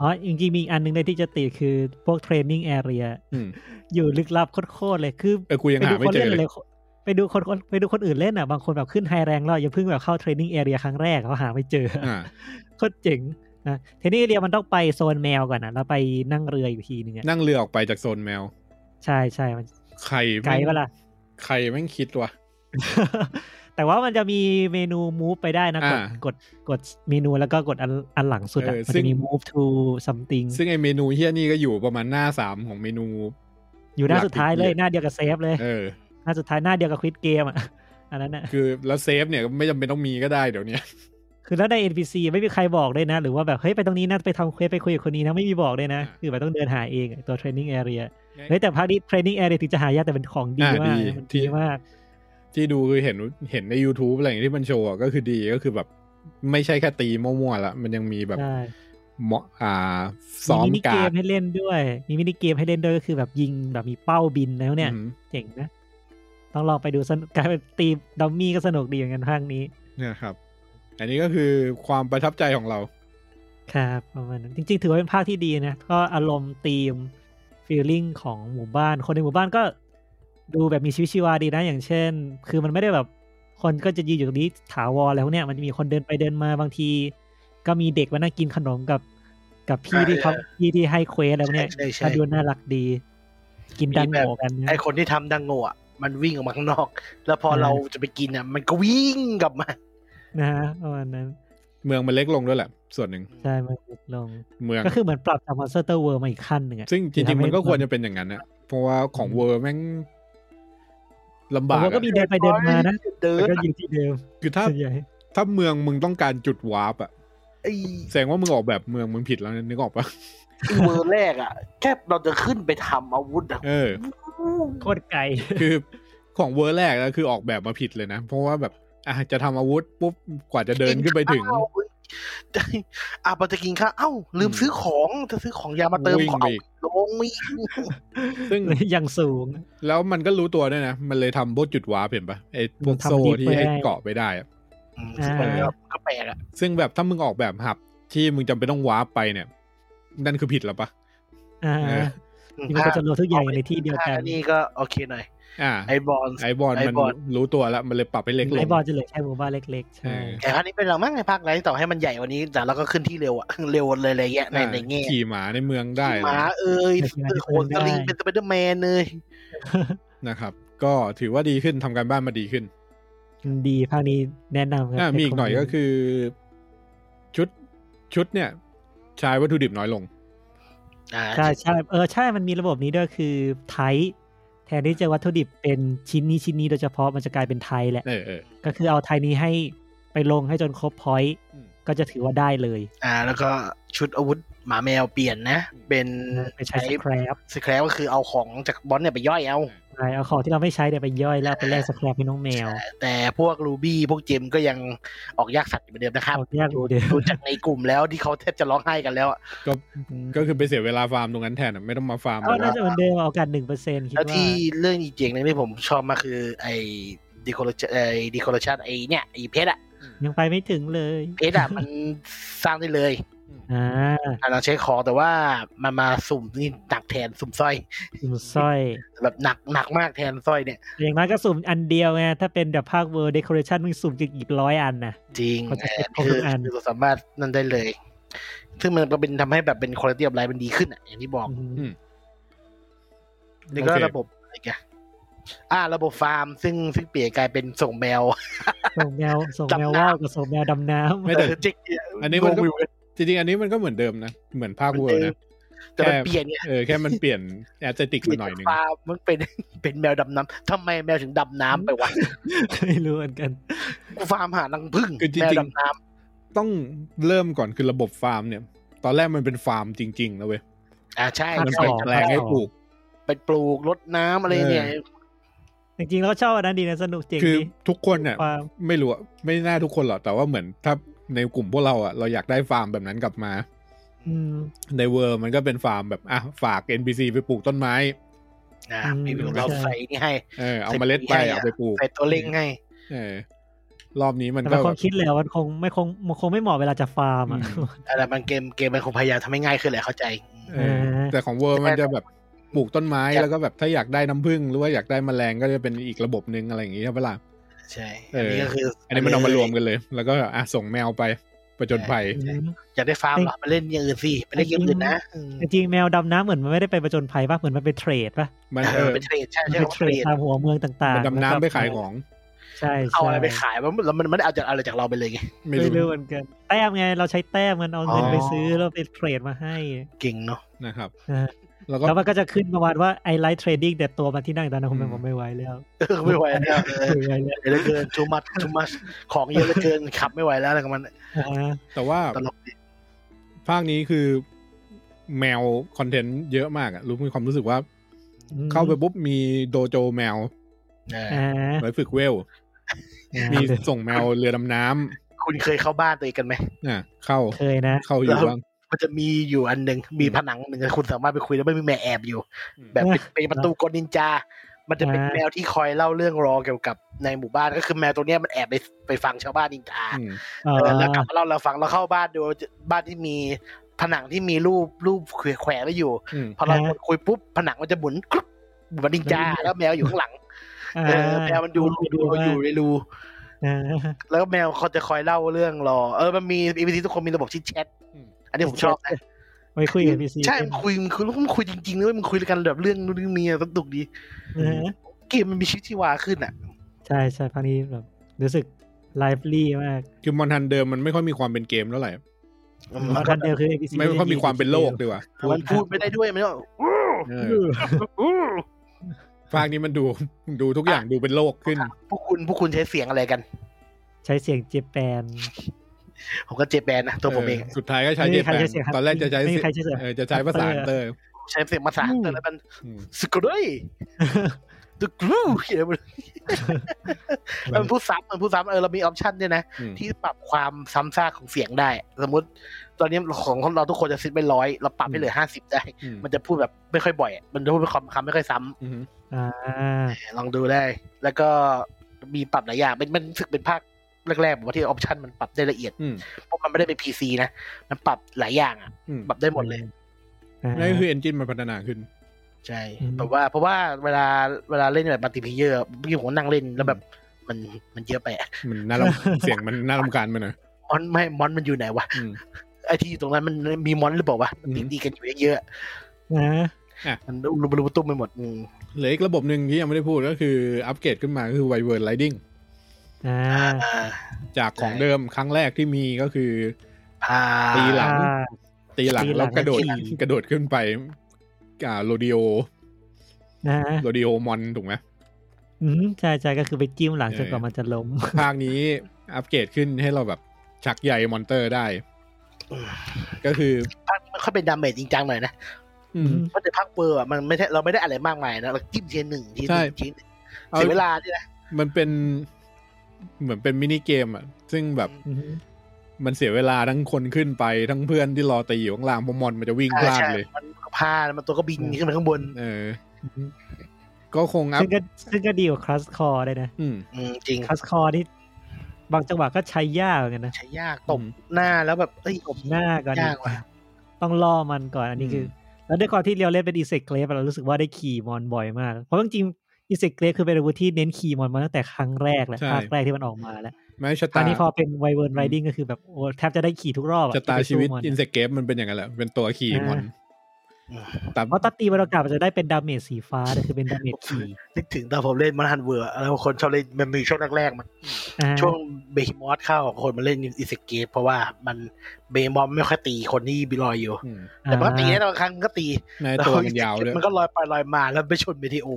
[SPEAKER 3] อ๋อจริงๆมีอีกอันหนึงในที่จะติดคือพวก training area
[SPEAKER 1] อืม
[SPEAKER 3] อยู่ลึกลับโคตรๆเลยคือ
[SPEAKER 1] เออกูยัง
[SPEAKER 3] ไป
[SPEAKER 1] หา
[SPEAKER 3] ดู
[SPEAKER 1] ไม่
[SPEAKER 3] คน
[SPEAKER 1] เจ
[SPEAKER 3] เล่
[SPEAKER 1] อนเลย
[SPEAKER 3] เลยไปดูคนไปดูคนอื่นเล่นอ่ะบางคนแบบขึ้นไฮแรงแล้วอย่าเพิ่งแบบเข้า training area ครั้งแรกเขาหาไม่เจอ
[SPEAKER 1] อ่า
[SPEAKER 3] โคตรเจ๋งนะเทนนี่เรียมันต้องไปโซนแมวก่อนนะแล้วไปนั่งเรืออีกทีนึงอ่ะ
[SPEAKER 1] นั่งเรือออกไปจากโซนแมว
[SPEAKER 3] ใช่ใช่มัน
[SPEAKER 1] ใคร
[SPEAKER 3] ไกล
[SPEAKER 1] แม่ง
[SPEAKER 3] ปะล่ะ
[SPEAKER 1] ใครแม่งคิดวะ
[SPEAKER 3] แต่ว่ามันจะมีเมนู move ไปได้นะ กด
[SPEAKER 1] อ่าก
[SPEAKER 3] ดกดเมนูแล้วก็กดอันอันหลังสุดอ่ะ
[SPEAKER 1] เออ
[SPEAKER 3] มัน
[SPEAKER 1] ซึ่
[SPEAKER 3] จะ
[SPEAKER 1] ง
[SPEAKER 3] มี move to something
[SPEAKER 1] ซึ่งไอเมนูเฮี้ยนี่ก็อยู่ประมาณหน้าสามของเมนู
[SPEAKER 3] อยู่หน้าสุดท้ายเลย
[SPEAKER 1] หลักอีก
[SPEAKER 3] หน้าเดียวกับเซฟเลย
[SPEAKER 1] เออ
[SPEAKER 3] หน้าสุดท้ายหน้าเดียวกับควิดเกมอ่ะ อันนั้นอ่ะ
[SPEAKER 1] คือแล้วเซฟเนี่ยก็ไม่จำเป็นต้องมีก็ได้เดี๋ยวเนี้ย
[SPEAKER 3] คือแล้วใน NPC ไม่มีใครบอกเลยนะ หรือว่าแบบเฮ้ยไปตรงนี้นะไปทำเควสไปคุยกับคนนี้นะไม่มีบอกเลยนะ
[SPEAKER 1] อ่า
[SPEAKER 3] คือแบบต้องเดินหาเองตัว training area เฮ้ยแต่ภาคนี้ training area ถึงจะหายากแต่เป็นของดี
[SPEAKER 1] อ่าม
[SPEAKER 3] าก
[SPEAKER 1] ดี
[SPEAKER 3] นะมัน
[SPEAKER 1] ที่
[SPEAKER 3] ดีมาก
[SPEAKER 1] ที่ดูคือเห็นเห็นใน YouTube อะไรอย่างที่มันโชว์อะก็คือดีก็คือแบบไม่ใช่แค่ตีมั่วๆละมันยังมีแบบ
[SPEAKER 3] ใช่
[SPEAKER 1] เหมาะอ่าซ้อม
[SPEAKER 3] มินิเก
[SPEAKER 1] การ์
[SPEAKER 3] ม
[SPEAKER 1] ด
[SPEAKER 3] ให้เล่นด้วย มีมินิเกมให้เล่นด้วยก็คือแบบยิงแบบมีเป้าบินแล้วเนี่ย
[SPEAKER 1] อืม
[SPEAKER 3] เจ๋งนะ ต้องลองไปดูสนุกกลายเป็นตีมดัมมี่ก็สนุกดีเหมือนกันภาคนี้
[SPEAKER 1] เนี่ยครับ อันนี้ก็คือความประทับใจของเรา
[SPEAKER 3] ครับ ประมาณนั้น จริง ๆ ถือว่าเป็นภาคที่ดีนะ ก็อารมณ์ธีมฟีลลิ่งของหมู่บ้าน คนในหมู่บ้านก็ดูแบบมีชีวิตชีวาดีนะ อย่างเช่น คือมันไม่ได้แบบคนก็จะยืนอยู่ตรงนี้ถาวรแล้วเนี่ย มันจะมีคนเดินไปเดินมาบางที ก็มีเด็กมานั่งกินขนมกับกับพี่
[SPEAKER 4] ใช่
[SPEAKER 3] ที่เขาพี่ที่ให้เควสแล้วเนี่ย
[SPEAKER 4] ใช่ใช่ใช่
[SPEAKER 3] ก็ดูน่ารักดี กินดังโหกันนะ
[SPEAKER 4] ไอคนที่ทำดังโง่อะมันวิ่งออกมาข้างนอก แล้วพอ
[SPEAKER 3] เออ
[SPEAKER 4] เราจะไปกินอ่ะ มันก็วิ่งกลับมา
[SPEAKER 3] นะฮะประมาณนั้น
[SPEAKER 1] เมืองมันเล็กลงด้วยแหละ ส่วนหนึ่ง
[SPEAKER 3] ใช่มันลดลง
[SPEAKER 1] เมื อง
[SPEAKER 3] ก็คือเหมือนปรับจาก Monster Hunter World มาอีกขั้นหนึ่งอะ
[SPEAKER 1] ซึ่งจ
[SPEAKER 3] คื
[SPEAKER 1] ริ
[SPEAKER 3] อ
[SPEAKER 1] ๆ
[SPEAKER 3] งทำให้
[SPEAKER 1] มันก็ควรจะเป็นอย่างนั้นนะเพราะว่าของเวอร์แม่งลำ
[SPEAKER 3] แต่
[SPEAKER 1] บาก
[SPEAKER 3] ว่าก็
[SPEAKER 1] อะ
[SPEAKER 3] มีเดินไปเดินมานะ
[SPEAKER 4] เดิ
[SPEAKER 3] แต่
[SPEAKER 4] น
[SPEAKER 3] ก็อยู่ที่เดิม
[SPEAKER 1] คือถ้า
[SPEAKER 3] ส่วนใหญ่
[SPEAKER 1] ถ้าเมืองมึงต้องการจุดวาร์ปอะ
[SPEAKER 4] ไอ้
[SPEAKER 1] แสดงว่ามึงออกแบบเมืองมึงผิดแล้วนะนึกออกปะ
[SPEAKER 4] ไอ้เวอร์แรกอ่ะ แค่เราจะขึ้นไปทำอาวุธอะ
[SPEAKER 1] เออ
[SPEAKER 3] โคตรไกล
[SPEAKER 1] คือของเวอร์แรกนะคือออกแบบมาผิดเลยนะ เพราะว่าแบบอ่ะจะทำอาวุธปุ๊บกว่าจะเดินขึ้นไปถึง
[SPEAKER 4] กิข้าวเว้ย ได้อ่ะพอจะกินข้าวเอ้า ลืม
[SPEAKER 1] อืม
[SPEAKER 4] ซื้อของจะซื้อของยามาเติม
[SPEAKER 1] วิ่ง
[SPEAKER 4] ของ
[SPEAKER 1] ไป
[SPEAKER 4] เอา
[SPEAKER 1] อีก
[SPEAKER 4] ลงมี
[SPEAKER 1] ซึ่ง
[SPEAKER 3] ยังสูง
[SPEAKER 1] แล้วมันก็รู้ตัวด้วยนะ มันเลยทำพวกจุดว้าร์ปเห็นปะไอ้พวก
[SPEAKER 3] ทำ
[SPEAKER 1] โซ่
[SPEAKER 3] deep
[SPEAKER 1] ที่ให้
[SPEAKER 3] web
[SPEAKER 1] เกาะไปได้อะ
[SPEAKER 4] อืมซึ่งมัน
[SPEAKER 1] อ่า
[SPEAKER 4] ก็ก็แปลกอ่ะ
[SPEAKER 1] ซึ่งแบบถ้ามึงออกแบบหับ ที่มึงจำเป็นต้องว้าร์ปไปเนี่ย นั่นคือผิดแล้วปะ
[SPEAKER 3] อ่า
[SPEAKER 1] เออ
[SPEAKER 4] อืม
[SPEAKER 3] มันก็จะรวมทุกอย่างอยู่ในที่เดียวกัน
[SPEAKER 4] อันนี้ก็โอเคหน่อย
[SPEAKER 1] อ่า
[SPEAKER 4] ไอบอล
[SPEAKER 1] ไอบอลมัน
[SPEAKER 4] ไอบอล
[SPEAKER 1] รู้ตัวแล้ว มันเลยปรับให้เล็กล
[SPEAKER 3] ไอง บอลจะเหลือแค่หมู่บ้านเล็กๆ ใช่
[SPEAKER 1] เออ
[SPEAKER 4] แต่ครั้งนี้เป็นเรามั้งในภาคไรต่อให้มันใหญ่กวันนี้ แต่เราก็ขึ้นที่เร็วอ่ะ เร็วเลยอะไรเงี้ยใน
[SPEAKER 1] อ่า
[SPEAKER 4] ในแง่
[SPEAKER 1] ขี่หมาในเมืองได้
[SPEAKER 4] หมาเอ้ย
[SPEAKER 3] ในขณะที่
[SPEAKER 4] โขนส
[SPEAKER 3] คนได้
[SPEAKER 4] ลิงเป็นสไปเดอร์แมนเลย
[SPEAKER 1] นะครับ ก็ถือว่าดีขึ้นทำการบ้านมาดีขึ้น
[SPEAKER 3] มันดีภาคนี้แนะนำครับ
[SPEAKER 1] อ่ามีอีกหน่อยก็คือ ชุดชุดเนี่ย ใช้วัตถุดิบน้อยลง
[SPEAKER 4] อ่า
[SPEAKER 3] ใช่ใช่เออใช่มันมีระบบนี้ด้วยคือไทป์แทนที่จะวัตถุดิบเป็นชิ้นนี้ชิ้นนี้โดยเฉพาะมันจะกลายเป็นไทยแหละ
[SPEAKER 1] เออเออ
[SPEAKER 3] ก็คือเอาไทยนี้ให้ไปลงให้จนครบพอยต์
[SPEAKER 1] อืม
[SPEAKER 3] ก็จะถือว่าได้เลย
[SPEAKER 4] อ่า แล้วก็ชุดอาวุธหมาแมวเปลี่ยนนะ เป็น
[SPEAKER 3] ไปใช้สครับ
[SPEAKER 4] สแครปก็คือเอาของจากบอลเนี่ยไปย่อยเอา
[SPEAKER 3] ใช่เอาของที่เราไม่ใช้เนี่ยไปย่อยแล้วเอาไปแลกสครับให้น้องแมว
[SPEAKER 4] แต่พวกรูบี้พวกเจมก็ยังออกยากสัตว์อยู่เหมือนเดิมนะครับ
[SPEAKER 3] เอาแยกดูเดียว
[SPEAKER 4] ดูจากในกลุ่มแล้วที่เขาแทบจะร้องไห้กันแล้วอะ
[SPEAKER 1] ก็ก็คือไปเสียเวลาฟาร์มตรงนั้นแทนอะไม่ต้องมาฟาร์ม
[SPEAKER 3] ก็น่าจะเหมือนเดิมเอากันหนึ่งเปอร์เซ็นต์คิด
[SPEAKER 4] แล้ว
[SPEAKER 3] ว่า
[SPEAKER 4] ที่เรื่องอีกเจ๋งหนึงที่ผมชอบมากคือ ไอ้ดีโคลชันไอ้ดีโคลชันไอ้เนี่ยไอ้เพชรอะ
[SPEAKER 3] ยังไปไม่ถึงเลย
[SPEAKER 4] เพชรอะ มันสร้างได้เลย
[SPEAKER 3] อ่า
[SPEAKER 4] อันนั้นใช้คอแต่ว่ามันมาสุ่มนี่หนักแทนสุ่มสร้อย
[SPEAKER 3] สุ่มสร้ อย
[SPEAKER 4] แบบหนักหนักมากแทนสร้อยเนี่ย
[SPEAKER 3] อย่างน้อยก็สุ่มอันเดียวไง ถ้าเป็นแบบภาคเวอร์เดคอเรชันมึงสุ่มจะอีกร้อยอันนะ
[SPEAKER 4] จริง
[SPEAKER 3] เขาจะ
[SPEAKER 4] เออ
[SPEAKER 3] เก็
[SPEAKER 4] บ
[SPEAKER 3] ครบ
[SPEAKER 4] คื
[SPEAKER 3] ทุ
[SPEAKER 4] อก
[SPEAKER 3] อัน
[SPEAKER 4] คือเราสามารถนั่นได้เลย ซึ่งมันก็เป็นทำให้แบบเป็นคุณภาพไลฟ์มันดีขึ้นอ่ะอย่างที่บอก
[SPEAKER 1] อืม
[SPEAKER 4] นี่ก็
[SPEAKER 1] โอเค
[SPEAKER 4] ระบบอะไรแกนอ่า ระบบฟาร์ม ซึ่งซึ่งเปลี่ยนกลายเป็นส่งแมว
[SPEAKER 3] ส่งแม วส่งแมว
[SPEAKER 4] ดำน้ำ
[SPEAKER 3] ว่าวกับส่งแมวดำน้
[SPEAKER 1] ไม่แต่
[SPEAKER 4] เออเจ๊กเย
[SPEAKER 1] อันนี้มันก็
[SPEAKER 4] งงยู่
[SPEAKER 1] จริงๆ อันนี้มันก็เหมือนเดิมนะ เหมือนภาค
[SPEAKER 4] เหมื
[SPEAKER 1] เว
[SPEAKER 4] อ
[SPEAKER 1] อน
[SPEAKER 4] เดิ
[SPEAKER 1] ร์
[SPEAKER 4] ม
[SPEAKER 1] นะ
[SPEAKER 4] แต่มัน
[SPEAKER 1] แค่
[SPEAKER 4] เปลี่ยนไง
[SPEAKER 1] เออแค่มันเปลี่ยนแอสเตติก
[SPEAKER 4] เปลี่น
[SPEAKER 1] มายหน่อยหนึง
[SPEAKER 4] ฟาร์มมันเป็นเป็นแมวดำน้ำทำไมแมวถึงดำน้ำไปวะ
[SPEAKER 3] ำ ไม่รู้เหมือนกัน
[SPEAKER 4] กูฟาร์มหานังพึ่ง
[SPEAKER 1] คือจริงๆ
[SPEAKER 4] แมวดำน้
[SPEAKER 1] ต้องเริ่มก่อนคือระบบฟาร์มเนี่ย ตอนแรกมันเป็นฟาร์มจริงๆนะเว้ย
[SPEAKER 4] ำอ่าใช่
[SPEAKER 1] มัน
[SPEAKER 4] ใช่
[SPEAKER 1] แปลง
[SPEAKER 4] จำ
[SPEAKER 1] แปล
[SPEAKER 4] ได้
[SPEAKER 1] งให้ปลูก
[SPEAKER 4] ไปปลูกรดน้ำอะไรเนี่ย
[SPEAKER 3] จริงๆแล้วก็ชอบอันนั้นดีนะสนุกเจ๋ง
[SPEAKER 1] คือ
[SPEAKER 3] ดี
[SPEAKER 1] ทุกคนเนี่ย
[SPEAKER 3] ฟาร์ม
[SPEAKER 1] ไม่รู้อะไม่น่าทุกคนหรอกแต่ว่าเหมือนถ้าในกลุ่มพวกเราอ่ะเราอยากได้ฟาร์มแบบนั้นกลับมา
[SPEAKER 3] อืม
[SPEAKER 1] ในเวอร์มันก็เป็นฟาร์มแบบอ่ะฝาก NPC ไปปลูกต้นไม้
[SPEAKER 4] อ่า
[SPEAKER 3] อืม
[SPEAKER 4] มีเราใส่นี่ให้
[SPEAKER 1] เออเอาเมาเล็ดไป
[SPEAKER 4] ใส่ปุ๋ยให้อะ
[SPEAKER 1] เอาไปปลูก
[SPEAKER 4] ใส่ตัวเล็งให้
[SPEAKER 1] เออรอบนี้มัน
[SPEAKER 3] แต่
[SPEAKER 1] ก็
[SPEAKER 3] มั
[SPEAKER 1] แบ
[SPEAKER 3] นคง
[SPEAKER 1] บ
[SPEAKER 3] คิดแล้วมันคงไม่คงมันคงไม่เหมาะเวลาจะฟาร์มอ่ะ
[SPEAKER 1] อืม
[SPEAKER 4] อะไรบางเกมเกมมันคงพยายามทำให้ง่ายขึ้นแหละเข้าใจ
[SPEAKER 1] เออ
[SPEAKER 3] เออ
[SPEAKER 1] แต่ของเวอร์มันจะแบบปลูกต้นไม้
[SPEAKER 4] ใช่
[SPEAKER 1] แล้วก็แบบถ้าอยากได้น้ำผึ้งหรือว่าอยากได้แมลงก็จะเป็นอีกระบบหนึ่งอะไรอย่างงี้ใช่ปะล่ะ
[SPEAKER 4] ใช่
[SPEAKER 1] เอ
[SPEAKER 4] อัน
[SPEAKER 1] ออั
[SPEAKER 4] นี้ก็คือ
[SPEAKER 1] อันนี้มันเอามารวมกันเลย แล้วก็อ่ะส่งแมวไปประจนภัย
[SPEAKER 3] อืม
[SPEAKER 4] อยากได้ฟาร์มเหรอไปเล่นอย่างอื่นสิไปเล่นเกมอื่นนะอืม
[SPEAKER 3] จริงๆแมวดำน้ำเหมือนมันไม่ได้ไปประจนภัยป่ะเหมือนมันไปเทรดป่ะ
[SPEAKER 1] มัน
[SPEAKER 4] เอ
[SPEAKER 1] เอ
[SPEAKER 4] อ
[SPEAKER 1] อ
[SPEAKER 4] เป็นเทรดใช่
[SPEAKER 3] มัน
[SPEAKER 4] ใช่
[SPEAKER 3] ไป
[SPEAKER 4] ว่า
[SPEAKER 3] เท
[SPEAKER 4] เท
[SPEAKER 3] ร
[SPEAKER 4] ร
[SPEAKER 3] ด
[SPEAKER 4] ด
[SPEAKER 3] ตามหัวเมืองต่าง
[SPEAKER 1] มัน
[SPEAKER 3] ๆ
[SPEAKER 1] ดำน้ำไปขายของ
[SPEAKER 3] ใช่ใช่
[SPEAKER 4] เอาอะไรไปขายมันแล้วมันมันเอาจากอะไรจากเราไปเลยไง
[SPEAKER 1] ไม่
[SPEAKER 3] ไม่รู้
[SPEAKER 1] รู้
[SPEAKER 3] เหมือนกันแต้มไงเราใช้แต้มมันเอาเงินไปซื้อแล้วไปเทรดมาให้
[SPEAKER 4] เก่งเนาะ
[SPEAKER 1] นะครับ
[SPEAKER 3] นะฮะ
[SPEAKER 1] แล้วก็
[SPEAKER 3] แล้วมันก็จะขึ้นประมาณว่าไอไลท์เทรดดิ้งแต่ตัวมันที่นั่งอยู่ตอนนั้นผม
[SPEAKER 1] อืม
[SPEAKER 3] ผมไม่ไหวแล้ว
[SPEAKER 4] เออ ไม่ไหวแล้วเออ
[SPEAKER 3] ไม่ไหวแล้ว
[SPEAKER 4] เยอะเหลือเกิน too much too much ของเยอะเหลือเกินขับไม่ไหวแล้วอะไรกับมัน
[SPEAKER 3] อ่า
[SPEAKER 1] แต่ว่า
[SPEAKER 4] ตลกดี
[SPEAKER 1] ภาคนี้คือแมวคอนเทนต์เยอะมากอะรู้มีความรู้สึกว่า เข้าไปปุ๊บมีโดโจแมว
[SPEAKER 4] เออ
[SPEAKER 3] อ่า
[SPEAKER 1] ไว้ฝึกเวล มีส่งแมวเรือดำน้
[SPEAKER 4] คุณเคยเข้าบ้านตัวเองกันไหม
[SPEAKER 1] ำอ่ะ เข้า
[SPEAKER 3] เคยนะ
[SPEAKER 1] เข้าอยู่
[SPEAKER 4] แล้ว
[SPEAKER 1] บ้าง
[SPEAKER 4] มันจะมีอยู่อันหนึ่งมีผนังหนึ่งคุณสามารถไปคุยแล้วไม่มีแม่แอบอยู่
[SPEAKER 1] อืม
[SPEAKER 4] แบบเป็นเป็นประตูกดนินจา มันจะเป็น
[SPEAKER 3] อ่า
[SPEAKER 4] แมวที่คอยเล่าเรื่องรอเกี่ยวกับในหมู่บ้านก็คือแมวตัวเนี้ยมันแอบไปไปฟังชาวบ้านนินจา
[SPEAKER 1] อืม
[SPEAKER 3] อ๋อ
[SPEAKER 4] เออแล้วกลับมาเล่าเราฟังเราเข้าบ้านดูบ้านที่มีผนังที่มีรูปรูปแขวนไว้อยู่
[SPEAKER 1] อืม
[SPEAKER 4] พอเรากดคุยปุ๊บผนังมันจะหมุนกรุ๊บเหมือนนินจาแล้วแมวอยู่ข้างหลัง
[SPEAKER 3] อ่า
[SPEAKER 4] เออแมวมันดูรูดูเราอยู่ในรู
[SPEAKER 3] อ่า
[SPEAKER 4] แล้วแมวเขาจะคอยเล่าเรื่องรอ เออมันมีอีพีทุกคนมีระบบชิดแชทอันนี้ผมชอบนะ
[SPEAKER 3] ไว้คุยกับพีซี
[SPEAKER 4] ใช่มันคุยมันคุยมันคุยจริงๆเลยมันคุยกันแบบเรื่องนู้นเรื่องนี้อะสนุกดีเกมมันมีชีวิตชีวาขึ้นอ่ะ
[SPEAKER 3] ใช่ใช่พังนี้แบบรู้สึกไลฟ์ลี่มาก
[SPEAKER 1] คือมอนทันเดิมมันไม่ค่อยมีความเป็นเกมเท่าไหร่
[SPEAKER 3] มันคันเดียวคือ APC
[SPEAKER 1] ไม่ค่อยมีความเป็นโลกดีกว่า
[SPEAKER 4] มันพูดไม่ได้ด้วยมันก็อู้
[SPEAKER 1] เอ
[SPEAKER 3] เอ
[SPEAKER 1] อ
[SPEAKER 3] อ
[SPEAKER 4] อู้
[SPEAKER 1] ภาคนี้มันดูดูทุก อย่างดูเป็นโลกขึ้น
[SPEAKER 4] พวกคุณพวกคุณใช้เสียงอะไรกัน
[SPEAKER 3] ใช้เสียงเจแปน
[SPEAKER 4] ผมก็เจแปนนะตัวผมเอง
[SPEAKER 1] สุดท้ายก็ใช้
[SPEAKER 3] ไม่
[SPEAKER 1] เจแปน
[SPEAKER 3] มีใครใช้เสียงครับ
[SPEAKER 1] ตอนแรกจะใช้
[SPEAKER 3] ไม่มีใครใช้
[SPEAKER 1] เสีย
[SPEAKER 3] เสียง
[SPEAKER 1] เออจะใช้ภาษา
[SPEAKER 3] ฮัตเตอร์
[SPEAKER 1] เตอร์
[SPEAKER 4] ใช้เสียงภาษาแต่แล้วมัน
[SPEAKER 1] อืม
[SPEAKER 4] สกุลเลยสกุลเขียนมันแล้วมันพูดซ้ำมันพูดซ้ำเออเรามีออปชันด้วยนะ
[SPEAKER 1] อืม
[SPEAKER 4] ที่ปรับความซ้ำซากของเสียงได้ สมมติ ตอนนี้ของเราทุกคนจะซิดไปร้อยเราปรับให้เหลือห้าสิบได้
[SPEAKER 1] อืม
[SPEAKER 4] มันจะพูดแบบไม่ค่อยบ่อยอะมันจะพูดเป็นคำคำไม่ค่อยซ้ำ
[SPEAKER 1] อืม
[SPEAKER 3] อ่า
[SPEAKER 4] ลองดูได้ แล้วก็มีปรับหลายอย่าง เป็นมันรู้สึกเป็นภาคแรกๆผมว่าที่ออปชันมันปรับได้ละเอียด
[SPEAKER 1] อืม
[SPEAKER 4] เพราะมันไม่ได้เป็นพีซีนะ มันปรับหลายอย่างอ่ะ
[SPEAKER 1] อืม
[SPEAKER 4] ปรับได้หมดเลย
[SPEAKER 3] อ่า
[SPEAKER 1] นั่นก็คือเอนจินมันพัฒนาขึ้น
[SPEAKER 4] ใช่
[SPEAKER 3] อืม
[SPEAKER 4] แบบว่า เพราะว่าเวลาเวลาเล่นแบบมัลติเพเยอร์เมื่อกี้ผมก็นั่งเล่นแล้วแบบมันมันเยอะไปอะ
[SPEAKER 1] มันน่าร ำ เสียงมันน่ารำคาญไปหน่อย
[SPEAKER 4] มอนไม่มอนมันอยู่ไหนวะ
[SPEAKER 1] อืม
[SPEAKER 4] ไอที่อยู่ตรงนั้นมันมีมอนหรือเปล่าวะ
[SPEAKER 1] อืม
[SPEAKER 4] ตีๆกันอยู่เยอะ
[SPEAKER 3] อ่า
[SPEAKER 4] ๆมันรุมรุมตุ้มไปหมดอืม
[SPEAKER 1] เหลืออีกระบบหนึ่งที่ยังไม่ได้พูดก็คืออัปเกรดขึ้นมาก็คือไวเวิร์ดไลดิ้ง
[SPEAKER 3] อ่า
[SPEAKER 4] อ่า
[SPEAKER 1] จากของ
[SPEAKER 4] ใช่
[SPEAKER 1] เดิมครั้งแรกที่มีก็คือ
[SPEAKER 4] พา
[SPEAKER 1] ตีหลัง
[SPEAKER 3] อ่า
[SPEAKER 1] ตีหลัง
[SPEAKER 3] ตีหลัง
[SPEAKER 1] แล้วกระโดด
[SPEAKER 3] ขี่
[SPEAKER 1] กระโดดขึ้นไปอ่าโรดิโอ
[SPEAKER 3] อ่า
[SPEAKER 1] โรดิโอมอนถูกไหม
[SPEAKER 3] อืมใช่ใช่ก็คือไปจิ้มหลัง
[SPEAKER 1] เออ
[SPEAKER 3] จนกว่ามันจะล้ม
[SPEAKER 1] ภาคนี้อัปเกรดขึ้นให้เราแบบชักใหญ่มอนเตอร์ได้ ก็คือ
[SPEAKER 4] ภาคมันค่อยเป็นดาเมจจริงจังหน่อยนะ
[SPEAKER 1] อื
[SPEAKER 3] อื
[SPEAKER 1] ม
[SPEAKER 3] ม
[SPEAKER 4] เพราะในภาคเวอร์อะมันไม่ใช่เราไม่ได้อะไรมากมายนะเราจิ้มเทียนหนึ่งทีห
[SPEAKER 1] ใช่
[SPEAKER 4] นึ่งทีหนึ่ง
[SPEAKER 1] เอา
[SPEAKER 4] เสียเวลาด้วยนะ
[SPEAKER 1] มันเป็นเหมือนเป็นมินิเกมอ่ะ ซึ่งแบบ
[SPEAKER 3] อืม
[SPEAKER 1] มันเสียเวลาทั้งคนขึ้นไปทั้งเพื่อนที่รอตีอยู่ข้างล่างเพราะมอนมันจะวิ่งพลาด
[SPEAKER 4] ใช่
[SPEAKER 1] เลย
[SPEAKER 4] มันก็พลาดมันตัวก็บินขึ้นไปข้างบน
[SPEAKER 1] เออ ก็คงอัพ
[SPEAKER 3] ซึ่งก็ซึ่งก็ดีกว่าคลัสคอร์ได้นะ
[SPEAKER 1] อืม
[SPEAKER 4] อืมจริง
[SPEAKER 3] คลัสคอร์นี่บางจังหวะก็ใช้ยากเหมือนกันนะ
[SPEAKER 4] ใช้ยากตบหน้าแล้วแบบเอ้ย
[SPEAKER 3] ตบหน้าก่อน
[SPEAKER 4] ยากว่ะ
[SPEAKER 3] ต้องล่อมันก่อนอันนี้คืออ
[SPEAKER 1] ม
[SPEAKER 3] แล้วด้วยความที่เรียวเล่นเป็นอีเซกเลฟเรารู้สึกว่าได้ขี่มอนบ่อยมาก เพราะจริงอีเซกเลฟคือเป็นอาวุธที่เน้นขี่มอนมาตั้งแต่ครั้งแรกแหละ
[SPEAKER 1] ใช่
[SPEAKER 3] ภาคแรกที่มันออกมาแล้ว
[SPEAKER 1] แม้ชะ
[SPEAKER 3] ตอ
[SPEAKER 1] ตาน
[SPEAKER 3] นี้พอเป็นไวเวิร์นไรดิ้งก็คือแบบโอ้แทบจะได้ขี่ทุกรอบอ
[SPEAKER 1] ชะตาชีวิต
[SPEAKER 3] ที่
[SPEAKER 1] อิน
[SPEAKER 3] ไป
[SPEAKER 1] เสกเกฟมันเป็นอย่างนั้นแหละ เป็นตัวขี่มอนตาม
[SPEAKER 3] สู้มันเพราะตัดตีบรรยากาศมันจะได้เป็นดาเมจสีฟ้าแต่คือเป็นดาเมจขี่
[SPEAKER 4] นึกถึงตอนผมเล่นมันฮันเวอร์อะแล้วคนชอบเล่นมันมีช่วงแรกๆมัน
[SPEAKER 3] อ่า
[SPEAKER 4] ช่วงเบฮิมอสเข้าคนมาเล่นอิสเกตเพราะว่ามันเบฮิมอสไม่ค่อยตีคนที่บิลอยอยู่
[SPEAKER 1] อืม
[SPEAKER 4] แต่มันก็ตีนะบางครั้งมันก็ตี
[SPEAKER 1] ใน
[SPEAKER 4] แล้
[SPEAKER 1] ตัวมันยาวด้วย
[SPEAKER 4] มันก็ลอยไปลอยมาแล้วไปชนเมทีโอ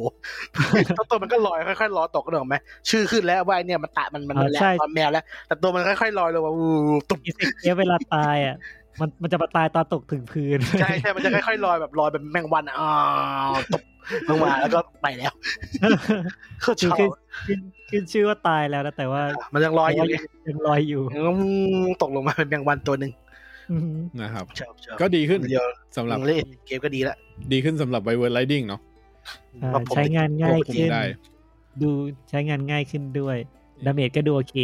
[SPEAKER 4] แล้วตัวมันก็ลอยค่อยๆลอยตกกันหรอกไหมชื่อขึ้นแล้วว่าไอ้เนี่ยมันตะมันมัน
[SPEAKER 3] อ่า
[SPEAKER 4] แหล
[SPEAKER 3] ใช่
[SPEAKER 4] มตอนแมวแล้ว แต่ตัวมันค่อยๆลอยลงมาอู้ตุ๊บ
[SPEAKER 3] อีเซ็กเอฟเวลาตายอ่ะ มันมันจะมาตายตอนตกถึงพื้น
[SPEAKER 4] ใช่ใช่มันจะค่อยๆลอยแบบลอยแบบแมงวันอ้าวตบลงมาแล้วก็ไปแล้วเขาช
[SPEAKER 3] คือ
[SPEAKER 4] อบ
[SPEAKER 3] ขึ้นขึ้นขึ้นชื่อว่าตายแล้วนะแต่ว่า
[SPEAKER 4] มันยังลอยอยู่ไง
[SPEAKER 3] ยังลอยอยู่
[SPEAKER 4] ยังตกลงมาเป็นแมงวันตัวหนึ่ง
[SPEAKER 3] อือหือ
[SPEAKER 1] นะครับ
[SPEAKER 4] ชอบชอบ
[SPEAKER 1] ก็ดีขึ้น
[SPEAKER 4] เดียว
[SPEAKER 1] สำหรับ
[SPEAKER 4] เล่นเกมก็ดีละ
[SPEAKER 1] ดีขึ้นสำหรับไวเวิร์ดไลดิ้งเนาะ
[SPEAKER 3] อ่า
[SPEAKER 4] ว่าผม
[SPEAKER 3] ใช้งานง่าย
[SPEAKER 4] ปกติ
[SPEAKER 3] ขึ้น
[SPEAKER 1] ได้
[SPEAKER 3] ดูใช้งานง่ายขึ้นด้วย ดาเมจก็ดูโอเค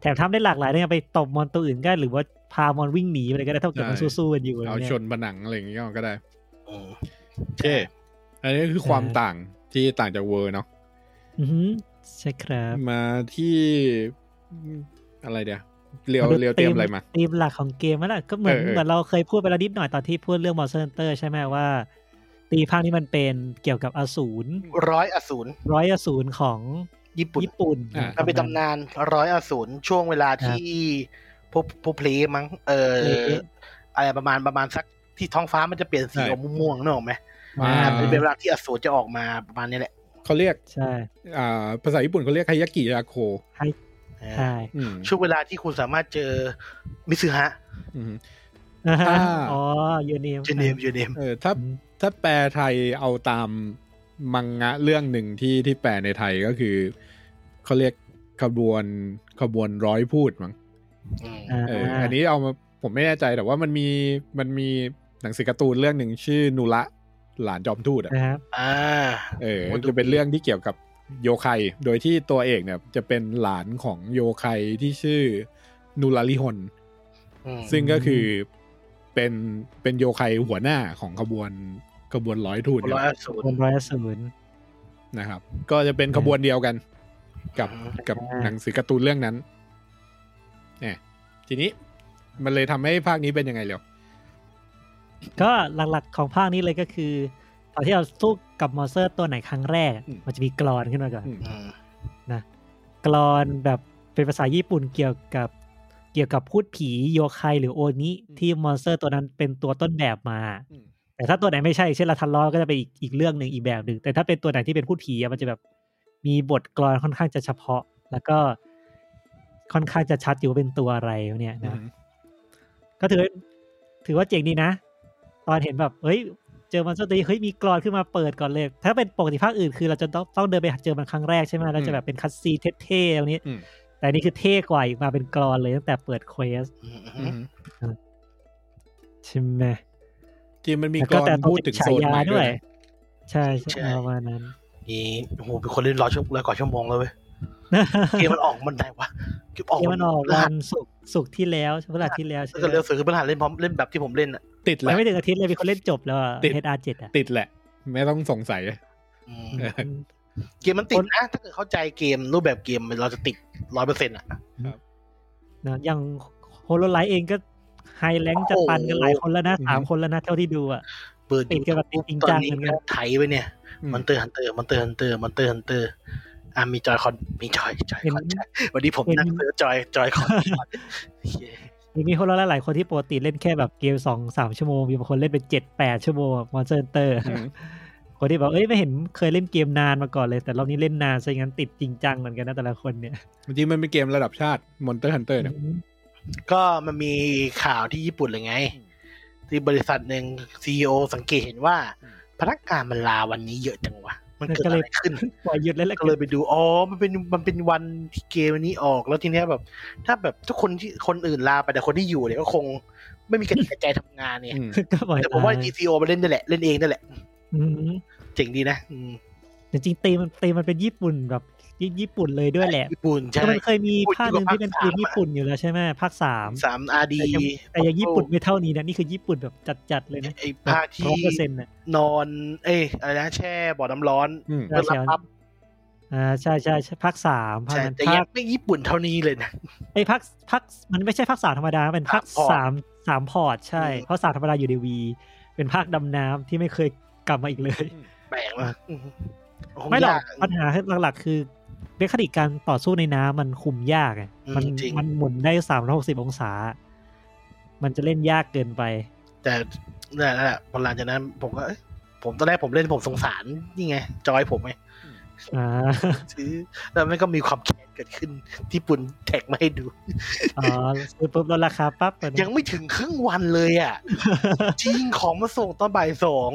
[SPEAKER 3] แถมทำได้หลากหลายด้วยไงไปตบมอนตัวอื่นก็ได้หรือว่าพามอนวิ่งหนีไปเลยก็ได้เท่ากับมัน
[SPEAKER 1] ใช่
[SPEAKER 3] สู้ๆกันอยู่อะไร
[SPEAKER 1] เอาช
[SPEAKER 3] เงี้ย
[SPEAKER 1] นผนังอะไรอย่างเงี้ยก็ได้
[SPEAKER 4] อืม
[SPEAKER 1] โอเค อันนี้คือความต่างที่ต่างจากเวอร์เนาะ
[SPEAKER 3] อือหือใช่ครับ
[SPEAKER 1] มาที่อะไรเดียวเรียวเรียวเตรียมอะไรมา
[SPEAKER 3] ธีมหลักของเกมนั่นแหละก็เหมือน
[SPEAKER 1] เออเออ
[SPEAKER 3] เหมือนเราเคยพูดไปแล้วนิดหน่อยตอนที่พูดเรื่องมอนสเตอร์ใช่ไหมว่า ตีภาคนี้มันเป็นเกี่ยวกับอสูร
[SPEAKER 4] ร้อยอสูร
[SPEAKER 3] ร้อยอสูรของ
[SPEAKER 4] ญี่ปุ่น
[SPEAKER 3] ญี่ปุ่น
[SPEAKER 1] อ่า
[SPEAKER 4] มันเป็นตำนานร้อยอสูรช่วงเวลาที่ผู้ผู้เพลย์มั้งเอออะไรประมาณประมาณสักที่ท้องฟ้ามันจะเปลี่ยนสี
[SPEAKER 1] ใช่
[SPEAKER 4] ออกม่วงๆนึกออกไหม
[SPEAKER 1] อ่า
[SPEAKER 4] อ่าเป็นเวลาที่อสูรจะออกมาประมาณนี้แหละ
[SPEAKER 1] เขาเรียก
[SPEAKER 3] ใช่
[SPEAKER 1] อ่า ภาษาญี่ปุ่นเขาเรียกไฮยากิยาโค
[SPEAKER 4] เออ
[SPEAKER 3] ใช่
[SPEAKER 1] อืม
[SPEAKER 4] ช่วงเวลาที่คุณสามารถเจอมิซึฮะ
[SPEAKER 1] อืม
[SPEAKER 3] อ่าฮะ
[SPEAKER 1] อ่า
[SPEAKER 3] อ๋อยูนิม
[SPEAKER 4] เจเนมเจเนม
[SPEAKER 1] เออถ้าถ้าแปลไทยเอาตามมังงะเรื่องหนึ่งที่ที่แปลในไทยก็คือ เขาเรียกขบวนขบวนร้อยพูดมั้ง
[SPEAKER 4] อืม
[SPEAKER 1] เอออันนี้เอามาผมไม่แน่ใจแต่ว่ามันมีมันมีหนังสือการ์ตูนเรื่องหนึ่งชื่อนุระหลานจอมทูตอะ
[SPEAKER 3] นะครับ
[SPEAKER 4] อ่า
[SPEAKER 1] เออ
[SPEAKER 4] โอ้ดู
[SPEAKER 1] จะเป็นเรื่องที่เกี่ยวกับโยไคโดยที่ตัวเอกเนี่ยจะเป็นหลานของโยไคที่ชื่อนูราลิฮอน
[SPEAKER 4] อืม
[SPEAKER 1] ซึ่งก็คือเป็นเป็นโยไคหัวหน้าของขบวนขบวนร้อยทูต
[SPEAKER 4] ร้อยอสูร
[SPEAKER 3] คนร้อยอสูร
[SPEAKER 1] นะครับ ก็จะเป็นขบวนเดียวกัน กับ
[SPEAKER 4] อืม
[SPEAKER 1] กับ
[SPEAKER 3] อ่า
[SPEAKER 1] หนังสือการ์ตูนเรื่องนั้นเนี่ยทีนี้มันเลยทำให้ภาคนี้เป็นยังไงเร็ว
[SPEAKER 3] ก็หลักๆของภาคนี้เลยก็คือตอนที่เราสู้กับมอนสเตอร์ตัวไหนครั้งแรก
[SPEAKER 1] อืม
[SPEAKER 3] มันจะมีกรอนขึ้นมาก่อน
[SPEAKER 1] อืม
[SPEAKER 4] อืม
[SPEAKER 3] กรอนแบบเป็นภาษาญี่ปุ่นเกี่ยวกับเกี่ยวกับพูดผีโยไคหรือโอนิที่มอนสเตอร์ตัวนั้นเป็นตัวต้นแบบมา
[SPEAKER 1] อืม
[SPEAKER 3] แต่ถ้าตัวไหนไม่ใช่เช่นลาทันล้อก็จะเป็นอีกอีกเรื่องหนึ่งอีกแบบหนึ่งแต่ถ้าเป็นตัวไหนที่เป็นพูดผีอะมันจะแบบมีบทกลอนค่อนข้างจะเฉพาะ แล้วก็ค่อนข้างจะชัดอยู่ว่าเป็นตัวอะไรเนี่ยนะก็ถือว่าถือว่าเจ๋งดีนะ ตอนเห็นแบบเฮ้ย เจอมันสเตอร์เฮ้ยมีกลอนขึ้นมาเปิดก่อนเลย ถ้าเป็นปกติภาคอื่นคือเราจะต้องต้องเดินไปหาเจอมันครั้งแรกใช่ไหมแล้วจะแบบเป็นคัสซีนเท่ๆตรงนี้
[SPEAKER 1] อืม
[SPEAKER 3] แต่อันนี่คือเท่กว่าอีกมาเป็นกลอนเลยตั้งแต่เปิดเควส
[SPEAKER 4] อืมอื
[SPEAKER 1] อื
[SPEAKER 4] ม
[SPEAKER 1] ม
[SPEAKER 3] ใช่ไหม
[SPEAKER 1] จริงมันมี
[SPEAKER 3] แล้ว
[SPEAKER 1] ก
[SPEAKER 3] ก็
[SPEAKER 1] รอ
[SPEAKER 3] แต่
[SPEAKER 1] น
[SPEAKER 3] ต้อง
[SPEAKER 1] พูดถึ
[SPEAKER 3] เป็น
[SPEAKER 1] งโซ
[SPEAKER 3] ฉาน ยา
[SPEAKER 1] ใหม่
[SPEAKER 3] ด้
[SPEAKER 1] ด้
[SPEAKER 3] ว
[SPEAKER 1] วย ย
[SPEAKER 3] ใช่ใช่ประมาณนั้น
[SPEAKER 4] นี่โอ้โหเป็นคนเล่นร้อยชั่วร้อยกว่าชั่วโมงเลย เว้ยเกมมันออกมันไหนวะเกมออก
[SPEAKER 3] เกมมันออก
[SPEAKER 4] ร
[SPEAKER 3] วั
[SPEAKER 4] หัส
[SPEAKER 3] นศุกร์ศุกร์ที่แล้วพฤหัสที่แล้วใช่
[SPEAKER 4] ถ้าเกิด
[SPEAKER 3] ไหม
[SPEAKER 4] เร็วสุดคือพฤหัสเล่นพร้อมเล่นแบบที่ผมเล่นอ่ะ
[SPEAKER 1] ติดแห
[SPEAKER 3] ยั
[SPEAKER 1] ละ
[SPEAKER 3] งไม่ถึงอาทิตย์เลยมีคนเล่นจบแล้วอะ
[SPEAKER 1] ติด
[SPEAKER 3] HR7 อ่ะ
[SPEAKER 1] ติดแหละ ไม่ต้องสงสัย
[SPEAKER 4] อืม
[SPEAKER 1] เออ
[SPEAKER 4] เกมมันติดนะถ้าเกิดเข้าใจเกมรูปแบบเกมเราจะติดร้อยเปอร์เซ็นต์อ่ะ
[SPEAKER 3] นะอย่างโฮโลไลท์เองก็ไฮแลงจะปันกันหลายคนแล้วนะ
[SPEAKER 1] โอ้โห
[SPEAKER 3] สามคนแล้วนะ เท่าที่ดูอ่ะ
[SPEAKER 4] เปิด
[SPEAKER 3] ติดกันแบบจริง
[SPEAKER 4] ตอน
[SPEAKER 3] จัง
[SPEAKER 4] นี้
[SPEAKER 3] เหมือนกั
[SPEAKER 4] ก็
[SPEAKER 3] น
[SPEAKER 4] ไถไปเนี่ย
[SPEAKER 1] อืม
[SPEAKER 4] มันเตอร์ฮันเตอร์มันเตอร์ฮันเตอร์มันเตอร์ฮันเตอร์อ่ะมีจอยคอนมีจอยจอย
[SPEAKER 3] เห็น
[SPEAKER 4] คอนจอยวันนี้ผม
[SPEAKER 3] เห็น
[SPEAKER 4] นั่งเจอจอยจอย คอนเหี้ย
[SPEAKER 3] มีโฮโลไลท์หลายคนที่ปกติเล่นแค่แบบเกมสองสามชั่วโมง มีบางคนเล่นเป็นเจ็ดแปดชั่วโมงมอนเตอร์
[SPEAKER 1] อืม
[SPEAKER 3] คนที่บอกเอ้ยไม่เห็นเคยเล่นเกมนานมาก่อนเลย แต่รอบนี้เล่นนานซะงั้นติดจริงจังเหมือนกันนะแต่ละคนเนี่ย
[SPEAKER 1] จริงๆมันเป็นเกมระดับชาติ Monster Hunter เนี่ย
[SPEAKER 4] ก็มันมีข่าวที่ญี่ปุ่นเลยไง ที่บริษัทหนึ่งซีอสังเกตเห็นว่า
[SPEAKER 1] อืม
[SPEAKER 4] พนักงานมันลาวันนี้เยอะจังวะมันเกิดอะไรขึ้น
[SPEAKER 3] ปล่อยหยุดแล้วละ
[SPEAKER 4] ก็เลยไปดู อ๋อ มันเป็น มันเป็นวันที่เกมอันนี้ออก แล้วทีเนี้ยแบบ ถ้าแบบทุกคนที่ คนอื่นลาไปแต่คนที่อยู่เนี่ยก็คงไม่มีกระจิตกระใจทำงานเนี่ย
[SPEAKER 1] อืม
[SPEAKER 3] ก็ปล่อย
[SPEAKER 4] แต่ผมว่า
[SPEAKER 3] ไป
[SPEAKER 4] GTO มาเล่นนี่แหละ เล่นเองนี่แหละ
[SPEAKER 3] อืม
[SPEAKER 4] เจ๋งดีนะอืม
[SPEAKER 3] จริงๆตีมมันตีมมันเป็นญี่ปุ่นแบบญี่ญี่ปุ่นเลยด้วยแหละ
[SPEAKER 4] ญี่ปุ่นใช่
[SPEAKER 3] แต่มันเคยมีภาคหนึ่งที่เป็นทีมญี่ปุ่นอยู่แล้วใช่ไหมภาคสาม
[SPEAKER 4] สามอาดี
[SPEAKER 3] แต่ยังแต่ยังญี่ปุ่นไม่เท่านี้นะนี่คือญี่ปุ่นแบบจัดๆเลยนะ
[SPEAKER 4] ไอ้ภาคที่
[SPEAKER 3] ร้อยเปอร์เซ็นต์นะ
[SPEAKER 4] นอน เอ้ยอะไรนะแช่บ่อน้ำร้อน
[SPEAKER 1] อืม
[SPEAKER 4] เพื่อรับทรัพย์
[SPEAKER 3] อ่าใช่ใช่ใช่ภาคสามภาค
[SPEAKER 4] ใช่
[SPEAKER 3] นั้น
[SPEAKER 4] แต่
[SPEAKER 3] ภา
[SPEAKER 4] ยั
[SPEAKER 3] ค
[SPEAKER 4] งไม่ญี่ปุ่นเท่านี้เลยนะ
[SPEAKER 3] ไอ้ยภาคภาคมันไม่ใช่ภาคสามธรรมดาเป็นภาค
[SPEAKER 4] สามพอร์ต
[SPEAKER 3] สามสามพอร์ตใช่
[SPEAKER 4] อืม
[SPEAKER 3] เพราะสามธรรมดาอยู่ในวีเป็นภาคดำน้ำที่ไม่เคยกลับมาอีกเลย
[SPEAKER 4] แปลกมากอืมคง
[SPEAKER 3] ไม่หรอก
[SPEAKER 4] ยาก
[SPEAKER 3] ปัญหาหลักๆ คือเมคานิกการต่อสู้ในน้ำมันคุมยากไง
[SPEAKER 4] อืม
[SPEAKER 3] มัน
[SPEAKER 4] จริง
[SPEAKER 3] มันหมุนได้สามร้อยหกสิบองศา มันจะเล่นยากเกินไป
[SPEAKER 4] แต่นั่นแหละพอหลังจากนั้นผมก็เอ้ยผมตอนแรกผมเล่นผมสงสารนี่ไง จอยผมไง
[SPEAKER 3] อ่า
[SPEAKER 4] ซื้อ แล้วมันก็มีความแค้นเกิดขึ้น ญี่ปุ่นแท็กมาให้ดู
[SPEAKER 3] อ๋อซื้อปุ๊บลดราคาปั๊บเลยนะ
[SPEAKER 4] ยังไม่ถึงครึ่งวันเลย อ่ะ จริงของมาส่งตอนบ่ายสอง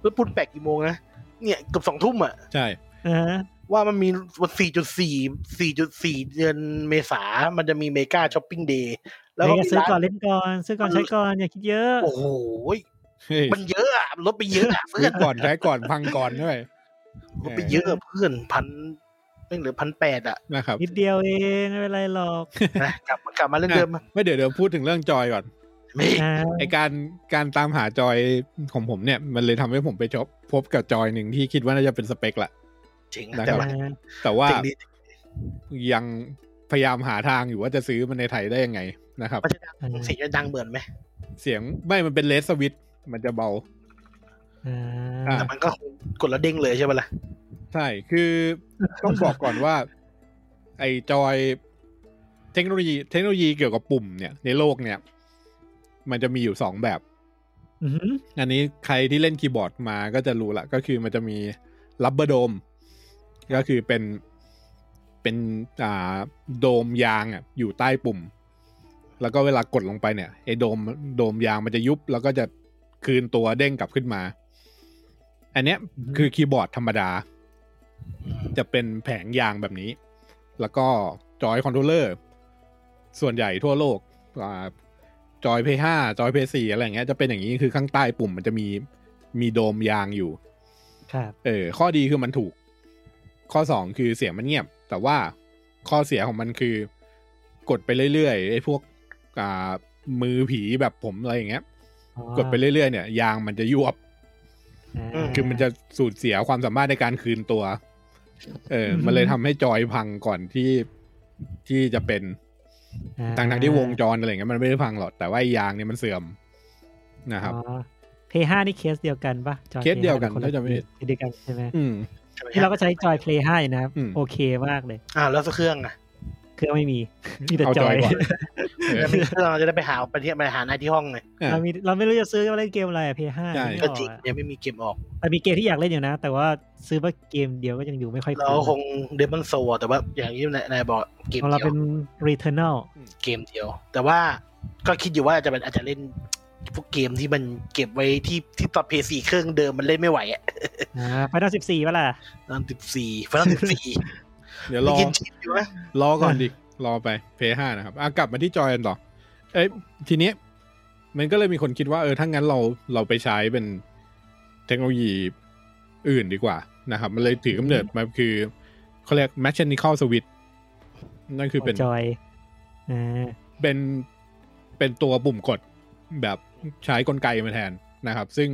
[SPEAKER 4] แล้วปุ่นแปดกี่โมงนะ เนี่ยเกือบสองทุ่มอ่ะ
[SPEAKER 1] ใช่
[SPEAKER 3] อ่า
[SPEAKER 4] ว่ามันมีวัน 4.4 4.4 เดือนเมษา มันจะมีเมกาช้อปปิ้งเดย์ แล้วก็
[SPEAKER 3] ไม่งั้น
[SPEAKER 4] มี
[SPEAKER 3] ซื้อ
[SPEAKER 4] ร้าน
[SPEAKER 3] ก่อนเล่นก่อน ซื้อก่อนใช้ก่อนอย่าคิดเยอะ
[SPEAKER 4] โอ้โห
[SPEAKER 1] เฮ้ย
[SPEAKER 4] มันเยอะอะลดไปเยอะอะเพื่
[SPEAKER 1] ซื้
[SPEAKER 4] อ
[SPEAKER 1] อน ก่อนใช้ก่อนพังก่อนด้วย
[SPEAKER 4] ลดไปเยอะอะเพื่อนพันไม่เหลือพันแปดอ่ะ
[SPEAKER 1] นะครับ
[SPEAKER 3] นิดเดียวเองไม่เป็นไรหรอก
[SPEAKER 4] นะกลับมากลับมาเรื่องเดิม
[SPEAKER 1] ไม่เดี๋ยวเดี๋ยวพูดถึงเรื่องจอยก่อน
[SPEAKER 4] ไม่
[SPEAKER 3] อ่า
[SPEAKER 1] ไอการการตามหาจอยของผมเนี่ย มันเลยทำให้ผมไปชอบพบกับจอยหนึ่งที่คิดว่าน่าจะเป็นสเปกแหละ
[SPEAKER 4] จริง
[SPEAKER 1] นะครั
[SPEAKER 4] แต่
[SPEAKER 1] บ
[SPEAKER 4] ว่า
[SPEAKER 1] แต่ว่า
[SPEAKER 4] จริงดี
[SPEAKER 1] ยังพยายามหาทางอยู่ว่าจะซื้อมันในไทยได้ยังไงนะครับ
[SPEAKER 4] มันจะดังเสียงจะดังเหมือนไหม
[SPEAKER 1] เสียงไม่มันเป็นเลสสวิตมันจะเบา
[SPEAKER 3] อ่า
[SPEAKER 1] อ่ะ
[SPEAKER 4] แต่มันก็คงกดแล้วเด้งเลยใช่ปะล่ะ
[SPEAKER 1] ใช่ คือต้องบอกก่อนว่า ไอจอยเทคโนโลยี เทคโนโลยีเกี่ยวกับปุ่มเนี่ย ในโลกเนี่ย มันจะมีอยู่สองแบบ
[SPEAKER 3] อือหือ
[SPEAKER 1] อันนี้ใครที่เล่นคีย์บอร์ดมาก็จะรู้ละก็คือมันจะมีรับ b บ r d o โดม ก็คือเป็นเป็นอ่าโดมยางอ่ะอยู่ใต้ปุ่ม แล้วก็เวลากดลงไปเนี่ยไอ้โดมโดมยางมันจะยุบ แล้วก็จะคืนตัวเด้งกลับขึ้นมา อันเนี้ยคือคีย์บอร์ดธรรมดา จะเป็นแผงยางแบบนี้ แล้วก็จอยคอนโทรลเลอร์ ส่วนใหญ่ทั่วโลกอ่าจอยเพย์ห้าจอยเพย์สี่อะไรอย่างเงี้ยจะเป็นอย่างนี้คือข้างใต้ปุ่มมันจะมีมีโดมยางอยู่
[SPEAKER 3] ครับ
[SPEAKER 1] เออ ข้อดีคือมันถูก ข้อสองคือเสียงมันเงียบ แต่ว่าข้อเสียของมันคือกดไปเรื่อยๆไอ้พวกอ่ามือผีแบบผมอะไรอย่างเงี้ย
[SPEAKER 3] อ๋อก
[SPEAKER 1] ดไปเรื่อยๆเนี่ย ยางมันจะยวบ
[SPEAKER 3] า
[SPEAKER 1] คือมันจะสูญเสียความสามารถในการคืนตัว เออ
[SPEAKER 3] อืม
[SPEAKER 1] มันเลยทำให้จอยพังก่อนที่ที่จะเป็น
[SPEAKER 3] อ่
[SPEAKER 1] ทางทางๆที่วงจรอะไรเงี้ยมันไม่ได้พังหรอก แต่ว่าไอ้ยางเนี่ยมันเสื่อมนะครับ
[SPEAKER 3] เพย์ห้านี่เคสเดียวกันปะจอ
[SPEAKER 1] เคสเดียวกัน
[SPEAKER 3] Play 5
[SPEAKER 1] ถ้าจำไม่ผิด
[SPEAKER 3] เคสเดียวกันใช่ไหม
[SPEAKER 1] อืม
[SPEAKER 4] ใช่ไหม
[SPEAKER 3] ที่เราก็ใช้จอยเพลย์ห้าอยู่นะ
[SPEAKER 1] อืม
[SPEAKER 3] โอเคมากเลย
[SPEAKER 4] อ้าวแล้วเครื่องอ่ะ
[SPEAKER 3] เครื่องไม่มี มีแต่
[SPEAKER 1] เอา
[SPEAKER 3] จ
[SPEAKER 1] จ
[SPEAKER 3] อ
[SPEAKER 1] อย
[SPEAKER 3] ย
[SPEAKER 1] ก่อนเออ
[SPEAKER 4] แล้วมีเครื่องเราจะได้ไปหาไปที่ไปหาหน้าที่ห้องไง
[SPEAKER 3] เรามีเราไม่รู้จะซื้อมาเล่นเกมอะไรเพย์ห้า
[SPEAKER 1] ใช่
[SPEAKER 4] ก็จริงยังไม่มีเกมออก
[SPEAKER 3] แต่มีเกมที่อยากเล่นอยู่นะ แต่ว่าซื้อมาเกมเดียวก็ยังอยู่ไม่ค่อย
[SPEAKER 4] เราคงเดมอนโซแต่ว่าอย่างที่นายบอกเกม
[SPEAKER 3] ของเรา
[SPEAKER 4] เดียว
[SPEAKER 3] เป็น Returnal
[SPEAKER 4] เกมเดียว แต่ว่าก็คิดอยู่ว่าอาจจะเป็นอาจจะเล่นพวกเกมที่มันเก็บไว้ที่ที่ต่อเพย์ซีเครื่องเดิมมันเล่นไม่ไหวอ่ะ
[SPEAKER 3] อ่าไฟนอลสิบสี่ป่ะล่ะ
[SPEAKER 4] ตอนสิบสี่ฟันสิ บสี่
[SPEAKER 1] เดี๋ยวรอ
[SPEAKER 4] กินชิปอยู่นะ
[SPEAKER 1] รอก่อนดิ รอไปเพย์ห้านะครับอ่ะกลับมาที่จอยกันต่อ เอ้ยทีเนี้ยมันก็เลยมีคนคิดว่าเออถ้างั้นเราเราไปใช้เป็นเทคโนโลยีอื่นดีกว่านะครับ มันเลยถือกำเนิดมาคือเขาเรียก mechanical switch นั่นคือเป็น
[SPEAKER 3] จอยอ่า
[SPEAKER 1] เป็นเป็นตัวปุ่มกดแบบใช้กลไกมาแทนนะครับ ซึ่ง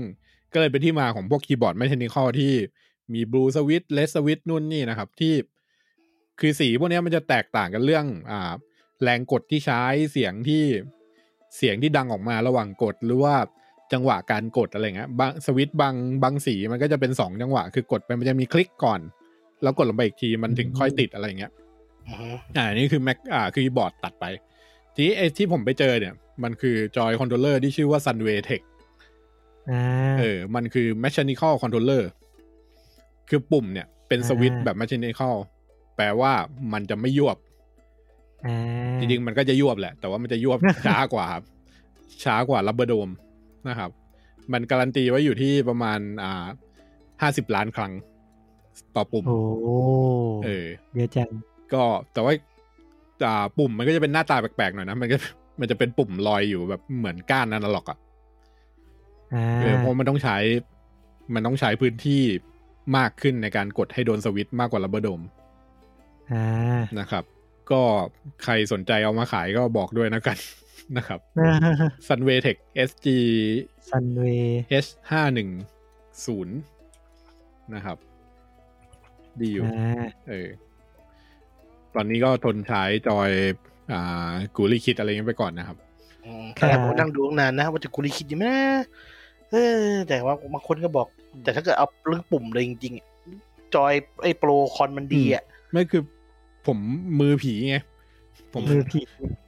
[SPEAKER 1] ก็เลยเป็นที่มาของพวกคีย์บอร์ด mechanical ที่มี blue switch red switch นู่นนี่นะครับ ที่คือสีพวกเนี้ยมันจะแตกต่างกันเรื่องอ่า แรงกดที่ใช้เสียงที่เสียงที่ดังออกมาระหว่างกดหรือว่าจังหวะการกดอะไรเงี้ยบางสวิตช์บางบางสีมันก็จะเป็นสองจังหวะ คือกดไปมันจะมีคลิกก่อน แล้วกดลงไปอีกทีมันถึงค่อยติดอะไรเงี้ย
[SPEAKER 4] อือฮึ
[SPEAKER 1] อ่านี่คือแม็กอ่าคือบอร์ดตัดไป ทีนี้ไอ้ที่ผมไปเจอเนี่ย มันคือจอยคอนโทรลเลอร์ที่ชื่อว่า Sunway Tech
[SPEAKER 3] อ่า
[SPEAKER 1] เออ มันคือ mechanical controller คือปุ่มเนี่ยเป็นสวิตช์
[SPEAKER 3] อ่า
[SPEAKER 1] แบบ mechanical แปลว่ามันจะไม่ยวบ
[SPEAKER 3] อ่า
[SPEAKER 1] จริงๆมันก็จะยวบแหละ แต่ว่ามันจะ ยวบ ช้ากว่าครับช้ากว่ารับเบอร์โดมนะครับ มันการันตีไว้อยู่ที่ประมาณอ่าห้าสิบล้านครั้งต่อปุ่ม
[SPEAKER 3] โอ้
[SPEAKER 1] เออ
[SPEAKER 3] เยอะจัง
[SPEAKER 1] ก็แต่ว่าอ่าปุ่มมันก็จะเป็นหน้าตาแปลกๆหน่อยนะ มันก็มันจะเป็นปุ่มลอยอยู่แบบเหมือนก้านอนาล็อกอ่ะ
[SPEAKER 3] อ่า
[SPEAKER 1] เออเพราะมันต้องใช้มันต้องใช้พื้นที่มากขึ้นในการกดให้โดนสวิตช์มากกว่ารับเบอร์โดม
[SPEAKER 3] อ่า
[SPEAKER 1] นะครับ ก็ใครสนใจเอามาขายก็บอกด้วยนะกัน นะครับ Sunway Tech SG
[SPEAKER 3] ซันเว
[SPEAKER 1] H ห้าหนึ่งศูนย์นะครับ ดีอยู่
[SPEAKER 3] อ่า
[SPEAKER 1] เออ ตอนนี้ก็ทนใช้จอย อ่า กูรีคิดอะไรเงี้ยไปก่อนนะครับ
[SPEAKER 4] อืมแต่ผมนั่งดูตั้งนานนะว่าจะกูรีคิดอยู่ไหมนะเออ แต่ว่าบางคนก็บอก แต่ถ้าเกิดเอาเรื่องปุ่มเลยจริงๆอะจอยไอ้โปรคอนมันดีอ่ะ
[SPEAKER 1] ไม่คือผมมือผีไง ผม
[SPEAKER 3] มือผี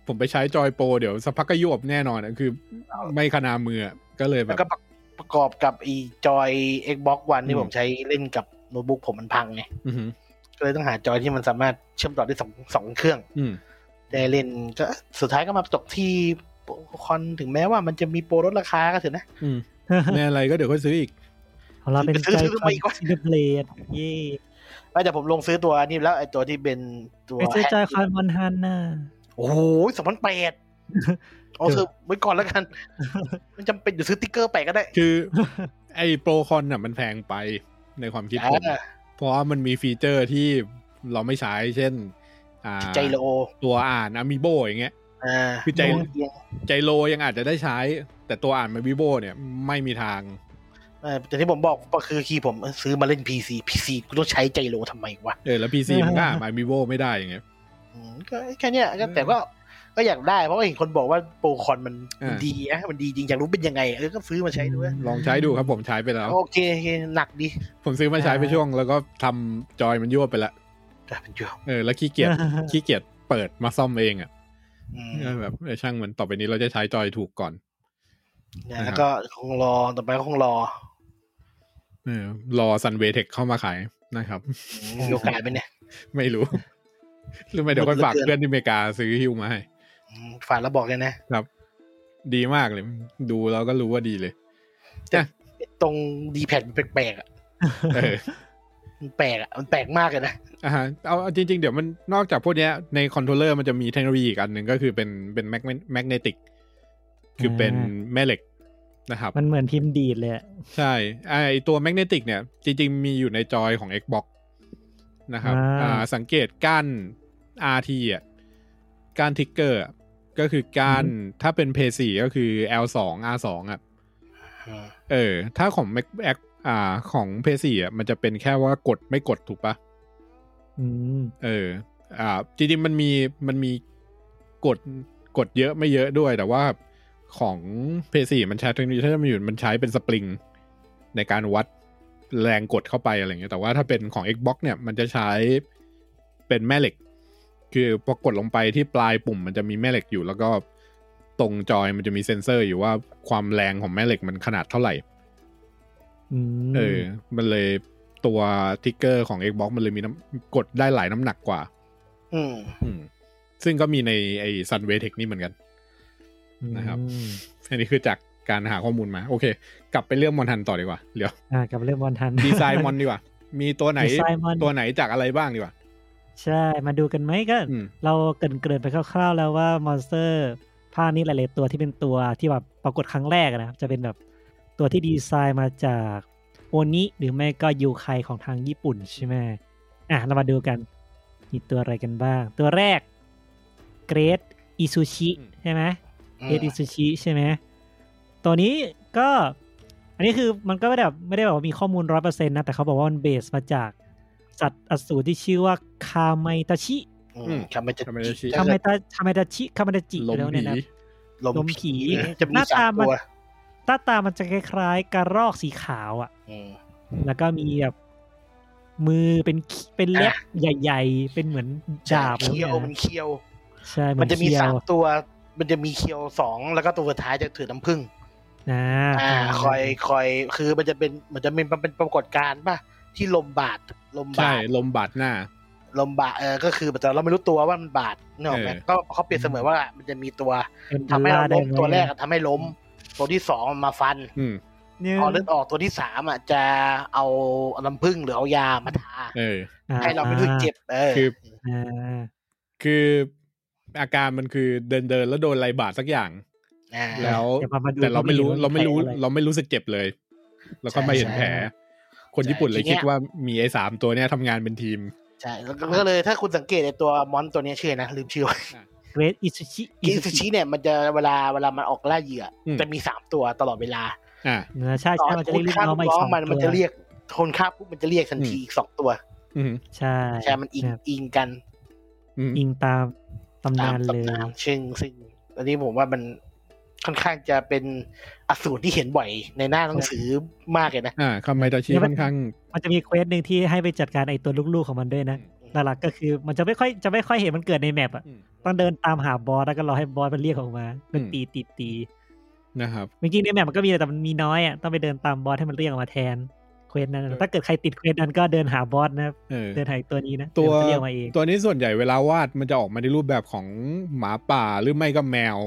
[SPEAKER 1] ผมไปใช้จอยโปรเดี๋ยวสักพักก็ยุบแน่นอนอะคือ ไม่ขนามืออะก็เลยแบ
[SPEAKER 4] แล้
[SPEAKER 1] บ
[SPEAKER 4] วก็ประกอบกับอีจอย Xbox One
[SPEAKER 1] อื
[SPEAKER 4] ที่
[SPEAKER 1] ม
[SPEAKER 4] ผมใช้เล่นกับโน้ตบุ๊กผมมันพังไง
[SPEAKER 1] อือหือ
[SPEAKER 4] ก็เลยต้องหาจอยที่มันสามารถเชื่อมต่อได้สองสองเครื่อง
[SPEAKER 1] อืม
[SPEAKER 4] ได้เล่นก็สุดท้ายก็มาจบที่คอนถึงแม้ว่ามันจะมีโปรลดราคาก็เถอะนะ
[SPEAKER 1] อืมแน่อะไรก็เดี๋ยวค่อยซื้ออีก
[SPEAKER 3] ของเราเป็น
[SPEAKER 4] ซื้อซื้อมาอีกวะ
[SPEAKER 3] ซินเดอร์เบลดเย่
[SPEAKER 4] ไม่แต่ผมลงซื้อตัวนี่แล้วไอ้ตัวที่เป็นตัว
[SPEAKER 3] ไปซื้อใจคอน
[SPEAKER 4] แฮก
[SPEAKER 3] มอนฮันน่ะ
[SPEAKER 4] โอ้โหสองพันแป ดเอาเถอะไว้ก่อนแล้วกัน มันจำเป็นอยู่ซื้อติ๊กเกอร์แปะก็ได้
[SPEAKER 1] คือ ไอ้โปรคอนน่ะมันแพงไปในความคิดผม
[SPEAKER 4] อ่า
[SPEAKER 1] เพราะว่ามันมีฟีเจอร์ที่เราไม่ใช้ เช่น อ่า
[SPEAKER 4] ใจโล
[SPEAKER 1] ตัวอ่านอ m ม b โบอย่างเงี้ย
[SPEAKER 4] อ่า
[SPEAKER 1] คือใจ
[SPEAKER 4] โลเอียง
[SPEAKER 1] ใจโลยังอาจจะได้ใช้ แต่ตัวอ่านมันวิโบเนี่ยไม่มีทาง
[SPEAKER 4] เออแต่ที่ผมบอกก็คือคีย์ผมซื้อมาเล่นพีซีพีซีกูต้องใช้ใจโลทำไมวะ
[SPEAKER 1] เออแล้วพีซีมันก็อ่านมาวิโบไม่ได้อย่างเงี้ย
[SPEAKER 4] อืมก็แค่เนี้ยก็
[SPEAKER 1] เออ
[SPEAKER 4] แต่ก็ก็อยากได้เพราะว่าเห็นคนบอกว่าโปรคอนมัน
[SPEAKER 1] อ่า
[SPEAKER 4] มันดีนะมันดีจริงอยากรู้เป็นยังไงเออก็ซื้อมาใช้ดูนะ
[SPEAKER 1] ลองใช้ดูครับผมใช้ไปแล้ว
[SPEAKER 4] โอเคโอเคหนักดี
[SPEAKER 1] ผมซื้อมาใช้ไปช่วง แล้วก็ทำจอยมันยั่วไปละ
[SPEAKER 4] แต่เป็นเยอะ
[SPEAKER 1] เออแล้วขี้เกียจ ขี้เกียจเปิดมาซ่อมเองอ่ะ
[SPEAKER 4] อืม
[SPEAKER 1] ก็แบบเออช่างมันต่อไปนี้เราจะใช้จอยถูกก่อน
[SPEAKER 4] นะแล้วก็คงรอต่อไปก็คงรอ
[SPEAKER 1] เออรอซันเวเทคเข้ามาขายนะครับ
[SPEAKER 4] อืมมีโอกาสไหมเนี่ย
[SPEAKER 1] ไม่รู้ หรือไม่เดี๋ยวค่อยฝากเพื่อนที่อเมริกาซื้อฮิ้วมาให้
[SPEAKER 4] อืมฝากแล้วบอกเลยนะครับ
[SPEAKER 1] ดีมากเลย ดูแล้วก็รู้ว่าดีเลย
[SPEAKER 4] ตรงดีแพดมันแปลกๆอ่ะ
[SPEAKER 1] เออ
[SPEAKER 4] มันแปลกอ่ะมันแปลกมากเลยนะ
[SPEAKER 1] อ่าฮะเอาเอาจริง ๆ เดี๋ยวมันนอกจากพวกเนี้ยในคอนโทรลเลอร์มันจะมีเทคโนโลยีอีกอันหนึ่งก็คือเป็นเป็นแมกแมกเนติกคือเป็น
[SPEAKER 3] อ่า
[SPEAKER 1] แม่เหล็กนะครับ
[SPEAKER 3] มันเหมือนพิมพ์ดีดเลยอะ
[SPEAKER 1] ใช่ไอตัวแมกเนติกเนี่ย จริง ๆ มีอยู่ในจอยของ Xbox นะครับอ่าสังเกตก้าน RT อ่ะก้านทิกเกอร์ก็คือก้านถ้าเป็น p 4ก็คือ L2 R2 อ่ะ
[SPEAKER 4] อืม
[SPEAKER 1] เออ ถ้าของ Mac แอคอ่าของ p 4อ่ะมันจะเป็นแค่ว่ากดไม่กดถูกปะ
[SPEAKER 3] อืม
[SPEAKER 1] เออ อ่า จริง ๆ มันมีมันมีกดกดเยอะไม่เยอะด้วย แต่ว่าของ p 4มันใช้เทคโนโลยีถ้ามันอยู่มันใช้เป็นสปริง ในการวัดแรงกดเข้าไปอะไรเงี้ยแต่ว่าถ้าเป็นของ Xbox เนี่ยมันจะใช้เป็นแม่เหล็ก คือพอกดลงไปที่ปลายปุ่มมันจะมีแม่เหล็กอยู่ แล้วก็ตรงจอยมันจะมีเซ็นเซอร์อยู่ว่าความแรงของแม่เหล็กมันขนาดเท่าไหร่
[SPEAKER 3] อืม
[SPEAKER 1] เออ มันเลยตัวทิกเกอร์ของ Xbox มันเลยมีน้ำกดได้หลายน้ำหนักกว่า
[SPEAKER 4] อืม
[SPEAKER 1] อืม ซึ่งก็มีในไอซันเวเทคนี่เหมือนกัน นะครับ
[SPEAKER 3] อืม
[SPEAKER 1] อันนี้คือจากการหาข้อมูลมา โอเค กลับไปเรื่องมอนทันต่อดีกว่า เดี๋ยว
[SPEAKER 3] อ่ากลับมาเรื่องบอลทัน
[SPEAKER 1] ดีไซ น์มอนดีกว่า มีตัวไหน
[SPEAKER 3] ดีไซน์มอน
[SPEAKER 1] ตัวไหนจากอะไรบ้างดีกว่า
[SPEAKER 3] ใช่ มาดูกันไหมก็
[SPEAKER 1] อืม
[SPEAKER 3] เราเกรินเกรินๆไปคร่าวๆแล้วว่ามอนสเตอร์ภาคนี้หลายๆตัวที่เป็นตัวที่แบบปรากฏครั้งแรกนะครับ จะเป็นแบบตัวที่ดีไซน์มาจากโอนิหรือไม่ก็ยูไคของทางญี่ปุ่นใช่ไหมอ่ะ เรามาดูกันมีตัวอะไรกันบ้าง ตัวแรกเกรดอิซูชิ
[SPEAKER 1] อืม
[SPEAKER 3] ใช่ไหม
[SPEAKER 4] อืม
[SPEAKER 3] เอดิซูชิใช่ไหม ตัวนี้ก็ อันนี้คือมันก็ไม่ได้แบบไม่ได้แบบว่ามีข้อมูลร้อยเปอร์เซ็นต์นะ แต่เขาบอกว่ามันเบสมาจากสัตว์อสูรที่ชื่อว่าคาไมตาชิ
[SPEAKER 4] อืมคำมันจะ
[SPEAKER 1] คำมันจะชี้
[SPEAKER 4] ถ้า
[SPEAKER 3] คาไม
[SPEAKER 4] เกิด
[SPEAKER 3] ตาคาไมตาชิคาไมตาจิ
[SPEAKER 1] ลม
[SPEAKER 3] แล้ว
[SPEAKER 1] ผี
[SPEAKER 3] เนี่ยนะ
[SPEAKER 4] ลม
[SPEAKER 3] ลมผี
[SPEAKER 4] ผีจะมี
[SPEAKER 3] หน้า
[SPEAKER 4] สา
[SPEAKER 3] ตามมัน
[SPEAKER 4] ตัว
[SPEAKER 3] หน้าตามันจะคล้ายๆกระรอกสีขาวอะ่ะ
[SPEAKER 4] อืม
[SPEAKER 3] แล้วก็มีแบบมือเป็นขีเป็นเล็บ
[SPEAKER 4] อ่ะ
[SPEAKER 3] ใหญ่ ๆ เป็นเหมือนดาบแล้ว
[SPEAKER 4] เคี
[SPEAKER 3] เนี่ย ยว
[SPEAKER 4] มันเคียว
[SPEAKER 3] ใช่เห
[SPEAKER 4] มั
[SPEAKER 3] มัน น
[SPEAKER 4] จะมี
[SPEAKER 3] เคีย
[SPEAKER 4] สาว มตัว มันจะมีเคียวสองแล้วก็ตัวสุดท้ายจะถือน้ำผึ้ง
[SPEAKER 3] นะ
[SPEAKER 4] อ่า คอย คอย คือมันจะเป็น มันจะเป็นมันเป็นปรากฏการณ์ป่ะ ที่ลมบาด ลม
[SPEAKER 1] ใช่
[SPEAKER 4] บาด
[SPEAKER 1] ลมบาดหน้า
[SPEAKER 4] ลมบาด เออ ก็คือแต่เราไม่รู้ตัวว่ามันบาดเนกอะไหม
[SPEAKER 1] เออ
[SPEAKER 4] ก็เขาเปรียบเสมือนว่า มันจะมีตัว
[SPEAKER 3] เป็น
[SPEAKER 4] ทำให้เรา
[SPEAKER 3] ได้
[SPEAKER 4] ล้ม
[SPEAKER 3] ไหม
[SPEAKER 4] ตัวแรกอะทำให้ล้ม ตัวที่สองมันมาฟัน
[SPEAKER 1] อืม
[SPEAKER 3] เนี่ย
[SPEAKER 4] พอเลือดออกตัวที่สามอ่ะจะเอาเอาน้ำผึ้งหรือเอายามาทา
[SPEAKER 1] เออ
[SPEAKER 4] ให้เราไม่รู้สึกเจ็บ เออ
[SPEAKER 1] คือ
[SPEAKER 3] อ่า
[SPEAKER 1] คืออาการมันคือเดินเดินๆแล้วโดนอะไรบาดสักอย่าง
[SPEAKER 4] อ่า
[SPEAKER 1] แล้ว
[SPEAKER 3] เดี๋ยวมามาดู
[SPEAKER 1] แต่เราไม่รู้
[SPEAKER 3] ผู้หญิง
[SPEAKER 1] เราไม่รู้
[SPEAKER 3] ว่ามีแผลอะไร
[SPEAKER 1] เราไม่รู้สึกเจ็บเลย แล้วก็
[SPEAKER 4] ใช่
[SPEAKER 1] มาเห็นแผล
[SPEAKER 4] ใช่
[SPEAKER 1] คนญี่ปุ่น
[SPEAKER 4] ใช่
[SPEAKER 1] เลย
[SPEAKER 4] ทีเนี้
[SPEAKER 1] คิด
[SPEAKER 4] ย
[SPEAKER 1] ว่ามีไอ้สามตัวเนี้ยทำงานเป็นทีม
[SPEAKER 4] ใช่ แล้วก็เลยถ้าคุณสังเกตในตัวมอนตัวเนี้ยชื่ออะไรนะ ลืมชื่อ ไว้
[SPEAKER 3] เกรดอิซูชิ
[SPEAKER 4] กินซูชิเนี่ยมันจะเวลาเวลามันออกล่าเหยื่ออ
[SPEAKER 1] ม
[SPEAKER 4] จะมีสามตัวตลอดเวลา
[SPEAKER 1] อ่า
[SPEAKER 3] เนื้อใช่
[SPEAKER 4] ตอ
[SPEAKER 3] ใช่
[SPEAKER 4] น
[SPEAKER 3] มันจะ
[SPEAKER 4] คุณ
[SPEAKER 3] ได้เรียก
[SPEAKER 4] ฆ่า
[SPEAKER 3] น้
[SPEAKER 4] ลู
[SPEAKER 3] อ
[SPEAKER 4] ก
[SPEAKER 3] ง
[SPEAKER 4] น้อง
[SPEAKER 3] มาอีกสอง
[SPEAKER 4] มันมัน
[SPEAKER 3] ตัว
[SPEAKER 4] จะเรียกคนฆ่าปุ๊บมันจะเรียกทันทีอีกสองตัว
[SPEAKER 1] อืม
[SPEAKER 3] ใช่
[SPEAKER 4] ใช่มันอิง
[SPEAKER 3] ครับ
[SPEAKER 4] อิงกัน
[SPEAKER 1] อืม
[SPEAKER 3] อิงตามตำ
[SPEAKER 4] ตาน
[SPEAKER 3] าม นเลย
[SPEAKER 4] ตำนานซึ่งซึ่งอันนี้ผมว่ามันค่อนข้างจะเป็นอสูรที่เห็นบ่อยในหน้าหนังสือมากเลยนะ
[SPEAKER 1] อ่าคำไมตาชีค่อนข้าง
[SPEAKER 3] มันจะมีเควสหนึ่งที่ให้ไปจัดการไอตัวลูกๆของมันด้วยนะหลักๆก็คือมันจะไม่ค่อยจะไม่ค่อยเห็นมันเกิดในแมปอะ
[SPEAKER 1] อืม
[SPEAKER 3] ต้องเดินตามหาบอสแล้วก็รอให้บอสมันเรียกออกมาก็ตีตีตี
[SPEAKER 1] นะครับ
[SPEAKER 3] เมื่อกี้ในแมปมันก็มีแต่มันมีน้อยอะต้องไปเดินตามบอสให้มันเรียกออกมาแทนเควสนั้น
[SPEAKER 1] เออ
[SPEAKER 3] นะถ้าเกิดใครติดเควสนั้นก็เดินหาบอสนะครับ
[SPEAKER 1] เออ
[SPEAKER 3] เดินหาไอ้ตัวนี้นะ
[SPEAKER 1] ตัว
[SPEAKER 3] เดี๋ยมันก็เรียกมาเอง
[SPEAKER 1] ตัวนี้ส่วนใหญ่เวลาวาดมันจะออกมาในรูปแบบของหมาป่าหรือไม่ก็แมว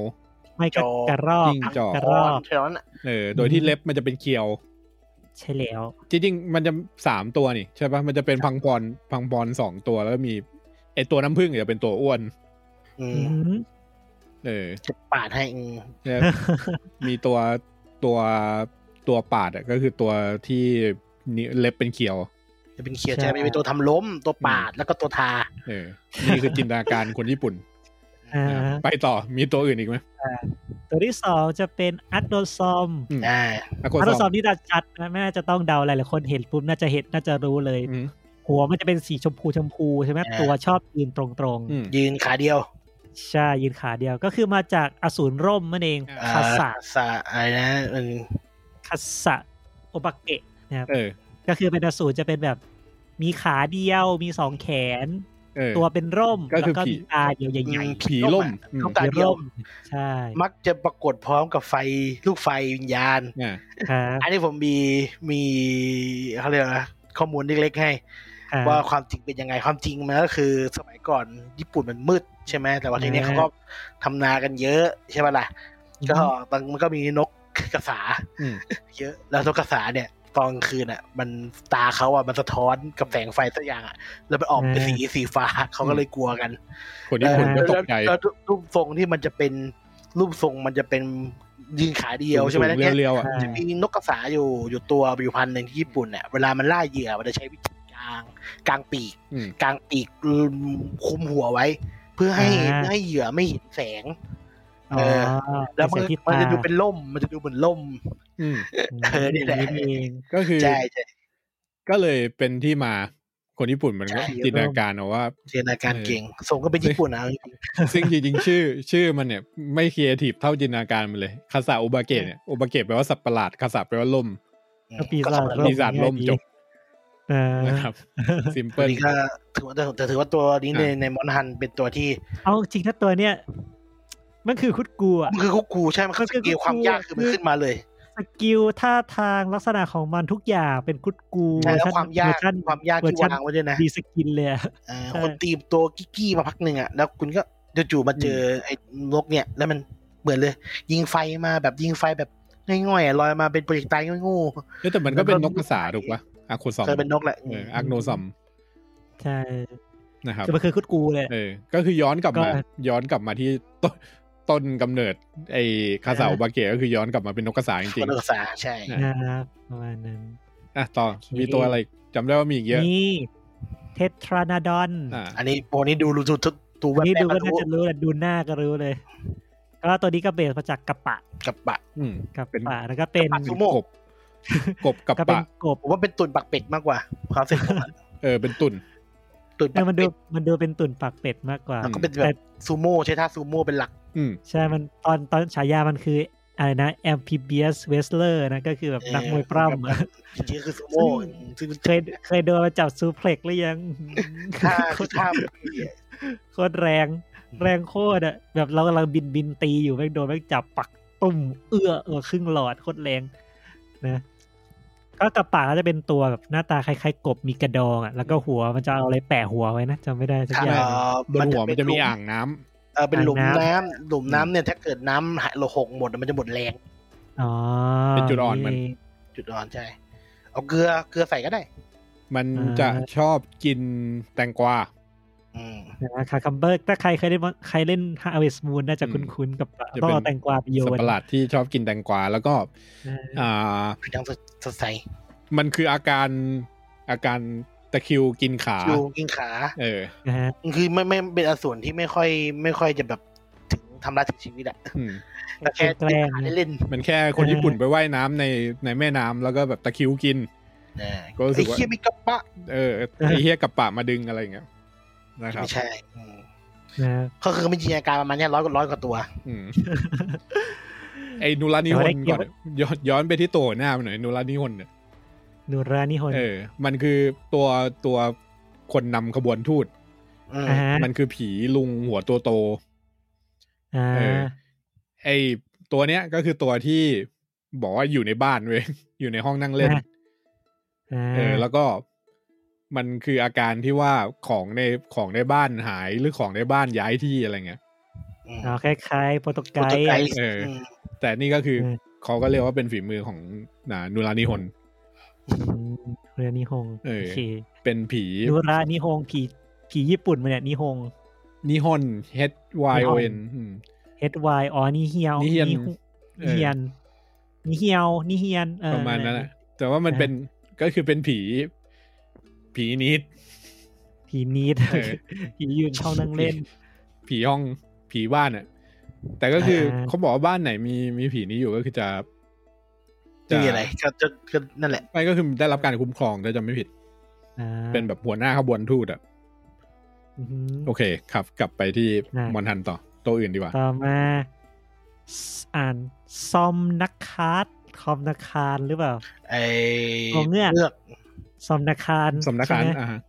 [SPEAKER 3] ไม่ก็กระรอก
[SPEAKER 1] จิ้งจอก
[SPEAKER 3] กระ
[SPEAKER 4] ต
[SPEAKER 3] ร
[SPEAKER 4] อ
[SPEAKER 3] อน ก
[SPEAKER 4] เท่านั้นน่ะ
[SPEAKER 1] เออโดย
[SPEAKER 3] อืม
[SPEAKER 1] ที่เล็บมันจะเป็นเกลียว
[SPEAKER 3] ใช่แล้ว
[SPEAKER 1] จริงๆ มันจะสามตัวนี่ใช่ปะมันจะเป็นพังพรพังพรสองตัวแล้วมีไอตัวน้ำผึ้งจะเป็นตัวอ้วน
[SPEAKER 4] อื
[SPEAKER 3] อื
[SPEAKER 4] ม
[SPEAKER 3] ม
[SPEAKER 1] เออ
[SPEAKER 4] จะปาดให้อืม
[SPEAKER 1] แล้ว มีตัวตัวตัวปาดอะก็คือตัวที่นิ้วเล็บเป็นเขียว
[SPEAKER 4] จะเป็นเขียร์
[SPEAKER 3] ใช่
[SPEAKER 4] ใช่ไหมมีตัวทำล้มตัวปาดแล้วก็ตัวทา
[SPEAKER 1] เออ นี่คือจินตนาการคนญี่ปุ่น
[SPEAKER 3] อ่า
[SPEAKER 1] นะไปต่อมีตัวอื่นอีกไหม
[SPEAKER 3] ตัวที่สองจะเป็นอัตโดซอม
[SPEAKER 4] อ่า
[SPEAKER 1] อะโก
[SPEAKER 3] อัตโดซ
[SPEAKER 1] ซ
[SPEAKER 3] อ
[SPEAKER 1] อ
[SPEAKER 3] ม
[SPEAKER 1] ม
[SPEAKER 3] นี่น่าจัดนะไม่น่าจะต้องเดาอะไรหลายคนเห็นปุ๊บน่าจะเห็นน่าจะรู้เลย
[SPEAKER 1] อืม
[SPEAKER 3] หัวมันจะเป็นสีชมพูชมพูใช่ไหม
[SPEAKER 4] อ่า
[SPEAKER 3] ตัวชอบยืนตรง
[SPEAKER 1] อืม
[SPEAKER 4] ยืนขาเดียว
[SPEAKER 3] ๆ ใช่ ยืนขาเดียวก็คือมาจากอสูรร่มนั่นเอง
[SPEAKER 1] อ่า
[SPEAKER 3] คาสะ
[SPEAKER 4] สะอะไรนะอืม
[SPEAKER 3] คาสะโอบาเกะนะครับ
[SPEAKER 1] เออ
[SPEAKER 3] ก็คือเป็นอสูรจะเป็นแบบ มีขาเดียวมีสองแขน
[SPEAKER 1] เออ
[SPEAKER 3] ตัวเป็นร่ม
[SPEAKER 1] ก็
[SPEAKER 3] แล้ว
[SPEAKER 1] คือ
[SPEAKER 3] ก็
[SPEAKER 1] ผี
[SPEAKER 3] มีตาเดียวใหญ่
[SPEAKER 1] ผีล่มอืม
[SPEAKER 4] ลูก
[SPEAKER 3] ๆ
[SPEAKER 4] ตา
[SPEAKER 3] มี
[SPEAKER 4] เดียว
[SPEAKER 3] ร่มใช่
[SPEAKER 4] มักจะปรากฏพร้อมกับไฟลูกไฟวิญญาณ
[SPEAKER 1] อ่า
[SPEAKER 3] ครับ
[SPEAKER 4] อันนี้ผมมีมีเขาเรียกอะไรนะข้อมูลเล็กๆให้
[SPEAKER 3] ครับ
[SPEAKER 4] ว่าความจริงเป็นยังไงความจริงมันก็คือสมัยก่อนญี่ปุ่นมันมืดใช่ไหมแต่ว่าทีเนี้ย
[SPEAKER 3] อ่า
[SPEAKER 4] เขาก็ทำนากันเยอะใช่ปะล่ะก็บางมันก็มีนกกระสา
[SPEAKER 1] อืม
[SPEAKER 4] เยอะ แล้วนกกระสาเนี่ยตอนกลางคืนอ่ะ มันตาเขาอ่ะมันสะท้อนกับแสงไฟสักอย่างอ่ะแล้วไปออกเป็นสีสีฟ้าเขาก็เลยกลัวกัน
[SPEAKER 1] คนญี่ปุ่นก็ตกใจ
[SPEAKER 4] แล้วแล้วรูปทรงที่มันจะเป็นรูปทรงมันจะเป็นยืนขาเดียวใช่ไหมแล้วเนี่ย
[SPEAKER 1] เรียวๆอ่ะ
[SPEAKER 3] ใช่
[SPEAKER 4] มีนกกระสาอยู่อยู่ตัวอยู่พันหนึ่งที่ญี่ปุ่นเนี่ยเวลามันล่าเหยื่อมันจะใช้วิธีกลางกลางปีก
[SPEAKER 1] อืม
[SPEAKER 4] กลางปีกคุมหัวไว้ เพื่อให้
[SPEAKER 3] อ่า
[SPEAKER 4] เพื่อให้เหยื่อไม่เห็นแสง
[SPEAKER 3] อ๋อ
[SPEAKER 4] เออ แล้วมัน
[SPEAKER 3] เป็สีที่
[SPEAKER 4] มันจะ
[SPEAKER 3] ตา
[SPEAKER 4] ดูเป็นล่ม มันจะดูเหมือนล่ม
[SPEAKER 1] อืม
[SPEAKER 4] เออนี่แหละ
[SPEAKER 3] ย่างเอง
[SPEAKER 1] ก็คือ
[SPEAKER 4] ใช่ใช่
[SPEAKER 1] ก็เลยเป็นที่มาคนญี่ปุ่นมันก็
[SPEAKER 4] ใช่
[SPEAKER 1] จินตนาการเอาว่า
[SPEAKER 4] จินตนาการ
[SPEAKER 1] เออ
[SPEAKER 4] เก่งทรงก็เป็นญี่ปุ่นนะ
[SPEAKER 1] ซึ่งจริงๆ ชื่อ ชื่อมันเนี่ย ไม่ครีเอทีฟเท่าจินตนาการมันเลยคาซาโอบาเกะเนี่ยโอบาเกะแปลว่าสัตว์ประหลาดคาซาแปลว่าล่ม
[SPEAKER 3] ก็ปี
[SPEAKER 4] ก็
[SPEAKER 3] ศาจ
[SPEAKER 4] สำหรับ
[SPEAKER 1] ปีศาจล่มจบ
[SPEAKER 3] เออ
[SPEAKER 1] นะครับซิม
[SPEAKER 4] ตั
[SPEAKER 1] เปิ
[SPEAKER 4] ว
[SPEAKER 1] ล
[SPEAKER 4] นี้ก็ถือว่าแต่ถือว่าตัวนี้ใน
[SPEAKER 1] อ่า
[SPEAKER 4] ในมอนฮันเป็นตัวที่
[SPEAKER 3] เอาจริงถ้าตัวเนี้ยมันคือคุดกูอ่ะ
[SPEAKER 4] มันคือคุกกูใช่มัน
[SPEAKER 3] มั
[SPEAKER 4] คือน ส
[SPEAKER 3] คือคุกกู
[SPEAKER 4] เกลความยากคือมัน
[SPEAKER 3] คือ
[SPEAKER 4] ขึ้นมาเลย
[SPEAKER 3] สกิลท่าทางลักษณะของมันทุกอย่างเป็นคุดกู
[SPEAKER 4] ใช่แล้ว
[SPEAKER 3] ร์ชัน
[SPEAKER 4] ความยาก
[SPEAKER 3] เวอร์ชัน
[SPEAKER 4] ความยากที่วา
[SPEAKER 3] เวอร์ชัน
[SPEAKER 4] งไว้ด้วยนะ
[SPEAKER 3] ดีสกินเลยอะ
[SPEAKER 4] เอ่อ
[SPEAKER 3] ใช่
[SPEAKER 4] คนตีมตัวกิ๊กกี้มาพักหนึ่งอ่ะแล้วคุณก็จู่ๆมาเจอไอ้นกเนี่ยแล้วมันเหมือนเลย ยิงไฟมาแบบยิงไฟแบบง่อยๆอะลอยมาเป็นโปรเจกต์ไตล์งู
[SPEAKER 1] เอ้ยแต่มันก็เป็นนกกระสาถูกปะอาโคซอ
[SPEAKER 4] ๆ
[SPEAKER 1] ม
[SPEAKER 4] เคยเป็นนกแหละ
[SPEAKER 1] เอออาโนซอม
[SPEAKER 3] ใช่
[SPEAKER 1] นะครับ
[SPEAKER 3] คือมันคือคุดกูเลย
[SPEAKER 1] เออ ก็คือย้อนกลับมา
[SPEAKER 3] ก็
[SPEAKER 1] ย้อนกลับมาที่ต้นต้นกำเนิด ไอ้คาซาโอบาเกะก็คือย้อนกลับมาเป็นนกกระสาจริ
[SPEAKER 4] ค
[SPEAKER 1] ง
[SPEAKER 4] นรักษาใช่
[SPEAKER 1] ใช่
[SPEAKER 3] นะครับประมาณนั้น
[SPEAKER 1] ๆอ่ะต่อมีตัวอะไรอีกจำได้ว่ามีอีกเยอะ
[SPEAKER 3] นี่เททรานาดอน
[SPEAKER 1] อ่า
[SPEAKER 4] อันนี้โปนี้ดูรู้ทุกตัวแวบ
[SPEAKER 3] นี่
[SPEAKER 4] แร
[SPEAKER 3] ดู
[SPEAKER 4] ก
[SPEAKER 3] ก็
[SPEAKER 4] มา
[SPEAKER 3] น่า
[SPEAKER 4] รู้
[SPEAKER 3] จะรู้แหละดูหน้าก็รู้เลย ก็ตัวนี้ก็เบสมาจากกระปะ
[SPEAKER 4] กับบะ
[SPEAKER 1] อืม
[SPEAKER 3] กระ
[SPEAKER 1] เป็น
[SPEAKER 3] ปะแล้วก็เป็น
[SPEAKER 4] กระปะ ซู
[SPEAKER 1] เป็น
[SPEAKER 4] โม่
[SPEAKER 1] กบ กบกับ
[SPEAKER 3] ก็เป็น
[SPEAKER 1] ปะ
[SPEAKER 3] กบ
[SPEAKER 4] ผมว่าเป็นตุ่นปักเป็ดมากกว่าความรู้สึกผมอะ
[SPEAKER 1] เออ เป็นตุ่น
[SPEAKER 4] ตุ่น
[SPEAKER 3] เอ
[SPEAKER 4] ปั
[SPEAKER 3] อก มันดู
[SPEAKER 4] เป็ด
[SPEAKER 3] มันดูเป็นตุ่นปากเป็ดมากกว่า
[SPEAKER 4] แล้วก็เป็นแบบซูโม่ใช้ท่าซูโม่เป็นหลัก
[SPEAKER 1] อืม
[SPEAKER 3] ใช่ มันตอนตอนฉายามันคืออะไรนะ amphibious wrestler นะ ก็คือแบบนักมวยปล้ำอะ
[SPEAKER 4] จริงๆคือซูโม่ซึ่ง
[SPEAKER 3] เคยเคยโดนมาจับซูเพล็กซ์หรื อยัง
[SPEAKER 4] ท่าคือท่า
[SPEAKER 3] โคตรแรง แรงโคตรอะแบบเรากำลังบินบินตีอยู่แม่งโดนแม่งจับปักตุ่มเอื้อเออครึ่งหลอดโคตรแรงนะก็กระปาก็จะเป็นตัวแบบหน้าตาคล้ายๆกบมีกระดองอะแล้วก็หัวมันจะเอาอะไรแปะหัวไว้นะจำไม่ได้สัก
[SPEAKER 4] ครับ
[SPEAKER 3] อย่าง
[SPEAKER 4] เอ่อบ
[SPEAKER 1] นหัวมันจะมีอ่างน้ำ
[SPEAKER 4] เออเป็นหลุม
[SPEAKER 3] อ่างน้
[SPEAKER 4] น้ำหลุมน้ำเนี่ยถ้าเกิดน้ำหายเราหกหมดมันจะหมดแรง
[SPEAKER 3] อ๋อ
[SPEAKER 1] เป็นจุดอ่อนมัน
[SPEAKER 4] จุดอ่อนใช่เอาเกลือเกลือใส่ก็ได้
[SPEAKER 1] มันจะชอบกินแตงกวา
[SPEAKER 4] อืม
[SPEAKER 3] นะคาคัมเบอร์ถ้าใครเคยเล่นใครเล่นฮาเวสมูนน่าจะ
[SPEAKER 1] อืม
[SPEAKER 3] คุ้นๆกับปะ
[SPEAKER 1] จะเป็น
[SPEAKER 3] ต้องเอาแตงกวาไปโย
[SPEAKER 1] สัต
[SPEAKER 3] น
[SPEAKER 1] ว์ประหลาดที่ชอบกินแตงกวา แล้วก็
[SPEAKER 3] เออ
[SPEAKER 1] อ่า
[SPEAKER 4] ผิวหนังสดสดใส
[SPEAKER 1] มันคืออาการอาการตะคริวกินขา
[SPEAKER 4] อยู่กินขา
[SPEAKER 1] เออ
[SPEAKER 3] นะฮะ
[SPEAKER 4] คือไม่ไม่เป็นอสูรที่ไม่ค่อย ไม่ค่อยจะแบบถึงทำร้ายถึงชีวิตอะ
[SPEAKER 1] อืม
[SPEAKER 4] แต่แค่
[SPEAKER 3] แก
[SPEAKER 4] กิน
[SPEAKER 3] ล้ง
[SPEAKER 4] ขา
[SPEAKER 3] ๆนะ
[SPEAKER 4] เล่น
[SPEAKER 1] มันแค่คนญี่ปุ่นไปว่ายน้ำในในแม่น้ำแล้วก็แบบตะคริวกิน
[SPEAKER 4] อ่า
[SPEAKER 1] ก็รู้สึ
[SPEAKER 4] ไอ้
[SPEAKER 1] กว่า
[SPEAKER 4] เคียมีกระปะ
[SPEAKER 1] เออไอ้เฮียกับป่ามาดึงอะไรอย่างเงี้ยนะครับ
[SPEAKER 4] ไม่ใช่อืม
[SPEAKER 3] นะครับ
[SPEAKER 4] ก็คือมันจินตนาการประมาณเนี้ร้อยกว่าร้อยกว่าตัว
[SPEAKER 1] อื มไอ้นูรานิฮนก่อนย้อนย้อนไปที่ตัวหัวหน้ามันหน่อยนูรานิฮนเนี่ย
[SPEAKER 3] นูรานิฮน
[SPEAKER 1] เออ มันคือตัวตัวคนนำขบวนทูต
[SPEAKER 4] อืม
[SPEAKER 3] อ่าฮะ
[SPEAKER 1] มันคือผีลุงหัวตัวโต
[SPEAKER 3] อ่า
[SPEAKER 1] เออ ไอตัวเนี้ยก็คือตัวที่บอกว่าอยู่ในบ้านเว้ย อยู่ในห้องนั่งเล่น
[SPEAKER 3] อ่า
[SPEAKER 1] เออ แล้วก็มันคืออาการที่ว่าของในของในบ้านหายหรือของในบ้านย้ายที่อะไรเงี้ย
[SPEAKER 4] อืม
[SPEAKER 3] อ๋อคล้ายๆโปรตุ
[SPEAKER 4] โป
[SPEAKER 3] ไก
[SPEAKER 4] รตุ
[SPEAKER 3] ส์
[SPEAKER 4] ไก
[SPEAKER 3] อะ
[SPEAKER 4] ส์
[SPEAKER 1] เอออื
[SPEAKER 4] ม
[SPEAKER 1] แต่นี่ก็คือ
[SPEAKER 3] เออ
[SPEAKER 1] เขาก็เรียกว่าเป็นฝีมือของนานูรานิฮน
[SPEAKER 3] มนูรานิฮง
[SPEAKER 1] เออ
[SPEAKER 3] โอเค
[SPEAKER 1] เป็นผี
[SPEAKER 3] นูรานิฮงผีผีญี่ปุ่นมันเนี่ยนิฮง
[SPEAKER 1] นิฮน H Y O N อืม
[SPEAKER 3] H Y อ๋อนิเฮียว
[SPEAKER 1] นิเฮียน
[SPEAKER 3] ฮุนิเฮียนนิเฮียวนิเฮียนเออ
[SPEAKER 1] ประมาณนั้นแหละแต่ว่ามัน
[SPEAKER 3] เออ
[SPEAKER 1] เป็นก็คือเป็นผี ผีนิด
[SPEAKER 3] ผีนีด
[SPEAKER 1] เออ
[SPEAKER 3] ผียืนช่องนั่งเล่น
[SPEAKER 1] ผีห้องผีบ้านอ่ะ แต่ก็คือ
[SPEAKER 3] เออ
[SPEAKER 1] เขาบอกว่าบ้านไหนมีมีผีนี้อยู่ก็คือจะ
[SPEAKER 4] ไม่มีอะไรก็จะก็นั่นแหละ
[SPEAKER 1] ไม่ก็คือได้รับการคุ้มครองถ้าจะไม่ผิด
[SPEAKER 3] อ่า
[SPEAKER 1] เป็นแบบหัวหน้าขบวนทูตอ่ะ
[SPEAKER 3] อือหือ
[SPEAKER 1] โอเค ครับ กลับไปที่
[SPEAKER 3] อ่าม
[SPEAKER 1] มอนทันต่อ ตัวอื่นดีกว่า
[SPEAKER 3] ต่อมาสอ่านซอมนักคาร์ดคอมนักคารหรือเปล่า
[SPEAKER 4] ไอ้
[SPEAKER 3] ตัวเงือก
[SPEAKER 4] เงือก
[SPEAKER 3] ซอมนักคาร
[SPEAKER 1] สำนักงาน
[SPEAKER 3] ใช่ไหม
[SPEAKER 1] อ่าฮะ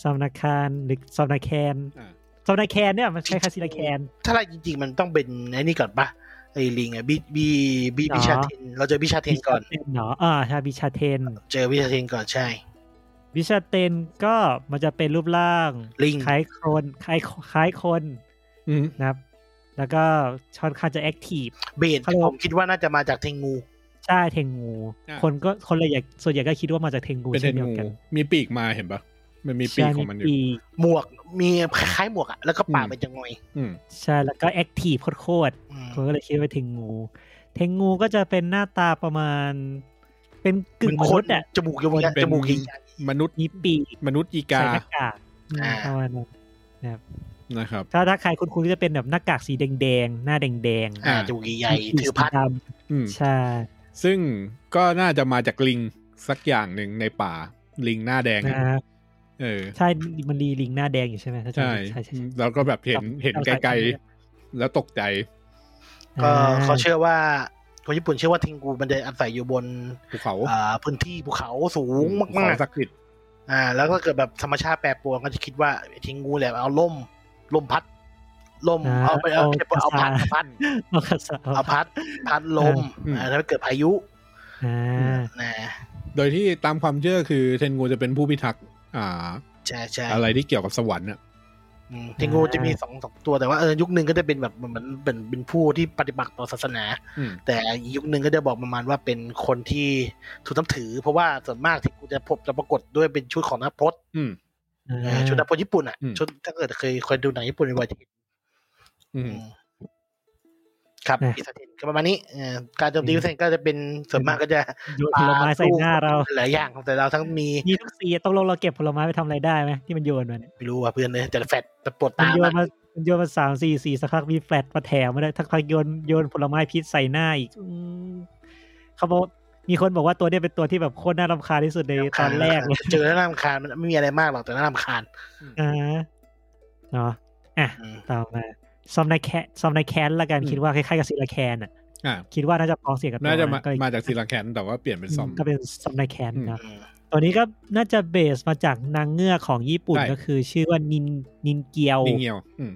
[SPEAKER 3] ซอมนักคารหรือซอมนักแคน
[SPEAKER 1] อ่า
[SPEAKER 3] ซอมนักแคนเนี่ยมันใช้คาสินาแคน
[SPEAKER 4] ถ้าเราจริง ๆ มันต้องเป็นไอ้นี่ก่อนปะไอ้ลิงอะบีบีบี
[SPEAKER 3] อ๋อ
[SPEAKER 4] บิชาเทนเราเจอบิชาเทนก่อน
[SPEAKER 3] บิชาเทนเนาะอ่าใช่บิชาเทน
[SPEAKER 4] เจอบิชาเทนก่อนใช่
[SPEAKER 3] บิชาเทนก็มันจะเป็นรูปร่าง
[SPEAKER 4] ลิง
[SPEAKER 3] คล้ายโคลนคล้ายคล้ายคน
[SPEAKER 1] อืม
[SPEAKER 3] นะครับ แล้วก็ค่อนข้างจะแอคทีฟ
[SPEAKER 4] เบน
[SPEAKER 3] ฮัลโหล
[SPEAKER 4] ผมคิดว่าน่าจะมาจากเทงงู
[SPEAKER 3] ใช่เทงงู
[SPEAKER 1] า
[SPEAKER 3] คนก็คนเลยอยากส่วนใหญ่ก็คิดว่ามาจากเทงงู
[SPEAKER 1] เป็นเท
[SPEAKER 3] เช่น
[SPEAKER 1] น
[SPEAKER 3] เดียว
[SPEAKER 1] งู
[SPEAKER 3] กัน
[SPEAKER 1] มีปีกมาเห็นปะมันมีปีก
[SPEAKER 3] ใช่
[SPEAKER 1] ของมันอยู่
[SPEAKER 3] ปีก
[SPEAKER 4] หมวกมีคล้ายๆหมวกอะแล้วก็ปาก
[SPEAKER 1] อืม
[SPEAKER 4] เป็นจังงอย
[SPEAKER 1] อืม
[SPEAKER 3] ใช่แล้วก็แอคทีฟโคตร
[SPEAKER 4] อืม
[SPEAKER 3] ๆคนก็เลยคิดว่าเทงงู เทงงูก็จะเป็นหน้าตาประมาณ เป็นกึ่งมนุษย์อ่ะ
[SPEAKER 4] จมูกยาว
[SPEAKER 1] เป็
[SPEAKER 4] ๆ
[SPEAKER 1] น
[SPEAKER 4] จมูกใหญ่
[SPEAKER 1] มนุษย์
[SPEAKER 3] มีปีก
[SPEAKER 1] มนุษย์อีกา
[SPEAKER 3] ใส่หน้ากากอืมประมาณนั้น
[SPEAKER 1] นะครับ
[SPEAKER 3] ถ้าถ้าใครคุ้นๆก็จะเป็นแบบหน้ากากสีแดงๆ หน้าแดง
[SPEAKER 4] ๆอ่าจมูก
[SPEAKER 3] ๆ
[SPEAKER 4] ใหญ่ๆถือพัด
[SPEAKER 3] มีสีด
[SPEAKER 1] อืม
[SPEAKER 3] ำใช่
[SPEAKER 1] ซึ่งก็น่าจะมาจากลิงสักอย่างหนึ่งในป่า ลิงหน้าแดงอะ
[SPEAKER 3] นะครับ
[SPEAKER 1] เออ
[SPEAKER 3] ใช่ มันดีลิงหน้าแดงอยู่ใช่ไหมถ้าจำ
[SPEAKER 1] ใช่
[SPEAKER 3] ไม่ผิดใช่ใช่ใช่
[SPEAKER 1] แล้วก็แบบเห็น
[SPEAKER 3] จำ
[SPEAKER 1] เห็น
[SPEAKER 3] จำ
[SPEAKER 1] ไก
[SPEAKER 3] สา
[SPEAKER 1] ล
[SPEAKER 3] ยพันธุ์ไม่ได้
[SPEAKER 1] ๆ แล้วตกใจ
[SPEAKER 4] ก็
[SPEAKER 3] อ่
[SPEAKER 4] เขาเชื่อว่าคนญี่ปุ่นเชื่อว่าเทงกูมันจะอาศัยอยู่บน
[SPEAKER 1] ภูเขา
[SPEAKER 4] อ่าพื้นที่ภูเขาสูง
[SPEAKER 1] ภู
[SPEAKER 4] มา
[SPEAKER 1] เข
[SPEAKER 4] ก
[SPEAKER 1] ศักดิ์สิทธิ์
[SPEAKER 4] ๆอ่า แล้วก็เกิดแบบธรรมชาติแปรปรวนก็จะคิดว่าเทงงูแหละเอาล่มล่มพัดล่มเอาไปเอาไปเอาพัดเอาพัด
[SPEAKER 3] เอากระสอบ
[SPEAKER 4] เอาพัดพัดลมอ่าแล้วเกิดพายุ
[SPEAKER 3] อ่า
[SPEAKER 4] นะ
[SPEAKER 1] โดยที่ตามความเชื่อคือเทนงูจะเป็นผู้พิทักษ์อ่า
[SPEAKER 4] ใช่ใช่
[SPEAKER 1] อะไรที่เกี่ยวกับสวรรค์อ่ะ
[SPEAKER 4] อืมเทงงูจะมีสองสองตัวแต่ว่าเออยุคหนึ่งก็จะเป็นแบบเหมือนเป็นเป็นผู้ที่ปฏิบัติต่อศาสนา
[SPEAKER 1] อืม
[SPEAKER 4] แต่อีกยุคหนึ่งก็จะบอกประมาณว่าเป็นคนที่ถูกนับถือ เพราะว่าส่วนมากที่กูจะพบจะปรากฏด้วยเป็นชุดของนักพจน์
[SPEAKER 1] อืม
[SPEAKER 4] เออชุดนักพจน์ญี่ปุ่นอ่ะ
[SPEAKER 1] อืม
[SPEAKER 4] ชุดถ้าเกิดเคยเคยดูหนังญี่ปุ่นบ่อยๆจะเห็น
[SPEAKER 1] อืม
[SPEAKER 4] ครับ
[SPEAKER 3] อ่ะ
[SPEAKER 4] อิสระเทนก็ประมาณนี้เอ่อการโจมตีอิสระเทนก็จะเป็นส่วนมากก็จะ
[SPEAKER 3] โยนผลไม้ใส่หน้าเรา
[SPEAKER 4] หลายอย่างของแต่เราทั้งมี
[SPEAKER 3] มีทุกสีต้องลงเราเก็บผลไม้ไปทำอะไรได้ไหมที่มันโยนมาเนี่ย
[SPEAKER 4] ไม่รู้ว่าเพื่อนเลยแต่ละแฟดแต่ปวด
[SPEAKER 3] มัน
[SPEAKER 4] ตาม
[SPEAKER 3] โยน
[SPEAKER 4] อะ
[SPEAKER 3] มามันโยนมาสามสี่สี่สักพักมีแฟลตมาแถมมาได้ทักพักโยนโยนผลไม้พิษใส่หน้าอีกอืมเขาบอกมีคนบอกว่าตัวเนี้ยเป็นตัวที่แบบโคตรน่ารำคาญที่สุดในตอนแรกเลย
[SPEAKER 4] เจอแล้วน่ารำคาญมันไม่มีอะไรมากหรอกแต่น่ารำคาญ
[SPEAKER 3] อ่าเนาะ
[SPEAKER 4] อืม
[SPEAKER 3] ต่อมาซอมนาแคนซอมนาแคนละกัน
[SPEAKER 1] อืม
[SPEAKER 3] คิดว่าคล้ายๆกับซีลาแคนอ่ะ
[SPEAKER 1] อ่า
[SPEAKER 3] คิดว่าน่าจะพ้องเสียงกับตัว
[SPEAKER 1] น่าจะมา
[SPEAKER 3] ก็เลย
[SPEAKER 1] มาจากซีลังแคนแต่ว่าเปลี่ยนเป็นซอม
[SPEAKER 3] ก็เป็นซอมนาแคนเนาะ
[SPEAKER 4] อืม
[SPEAKER 3] ตัวนี้ก็น่าจะเบสมาจากนางเงือกของญี่ปุ่น
[SPEAKER 1] ใช่
[SPEAKER 3] ก็คือ ชื่อว่านินนินเกียว
[SPEAKER 1] นิงเงียว อืม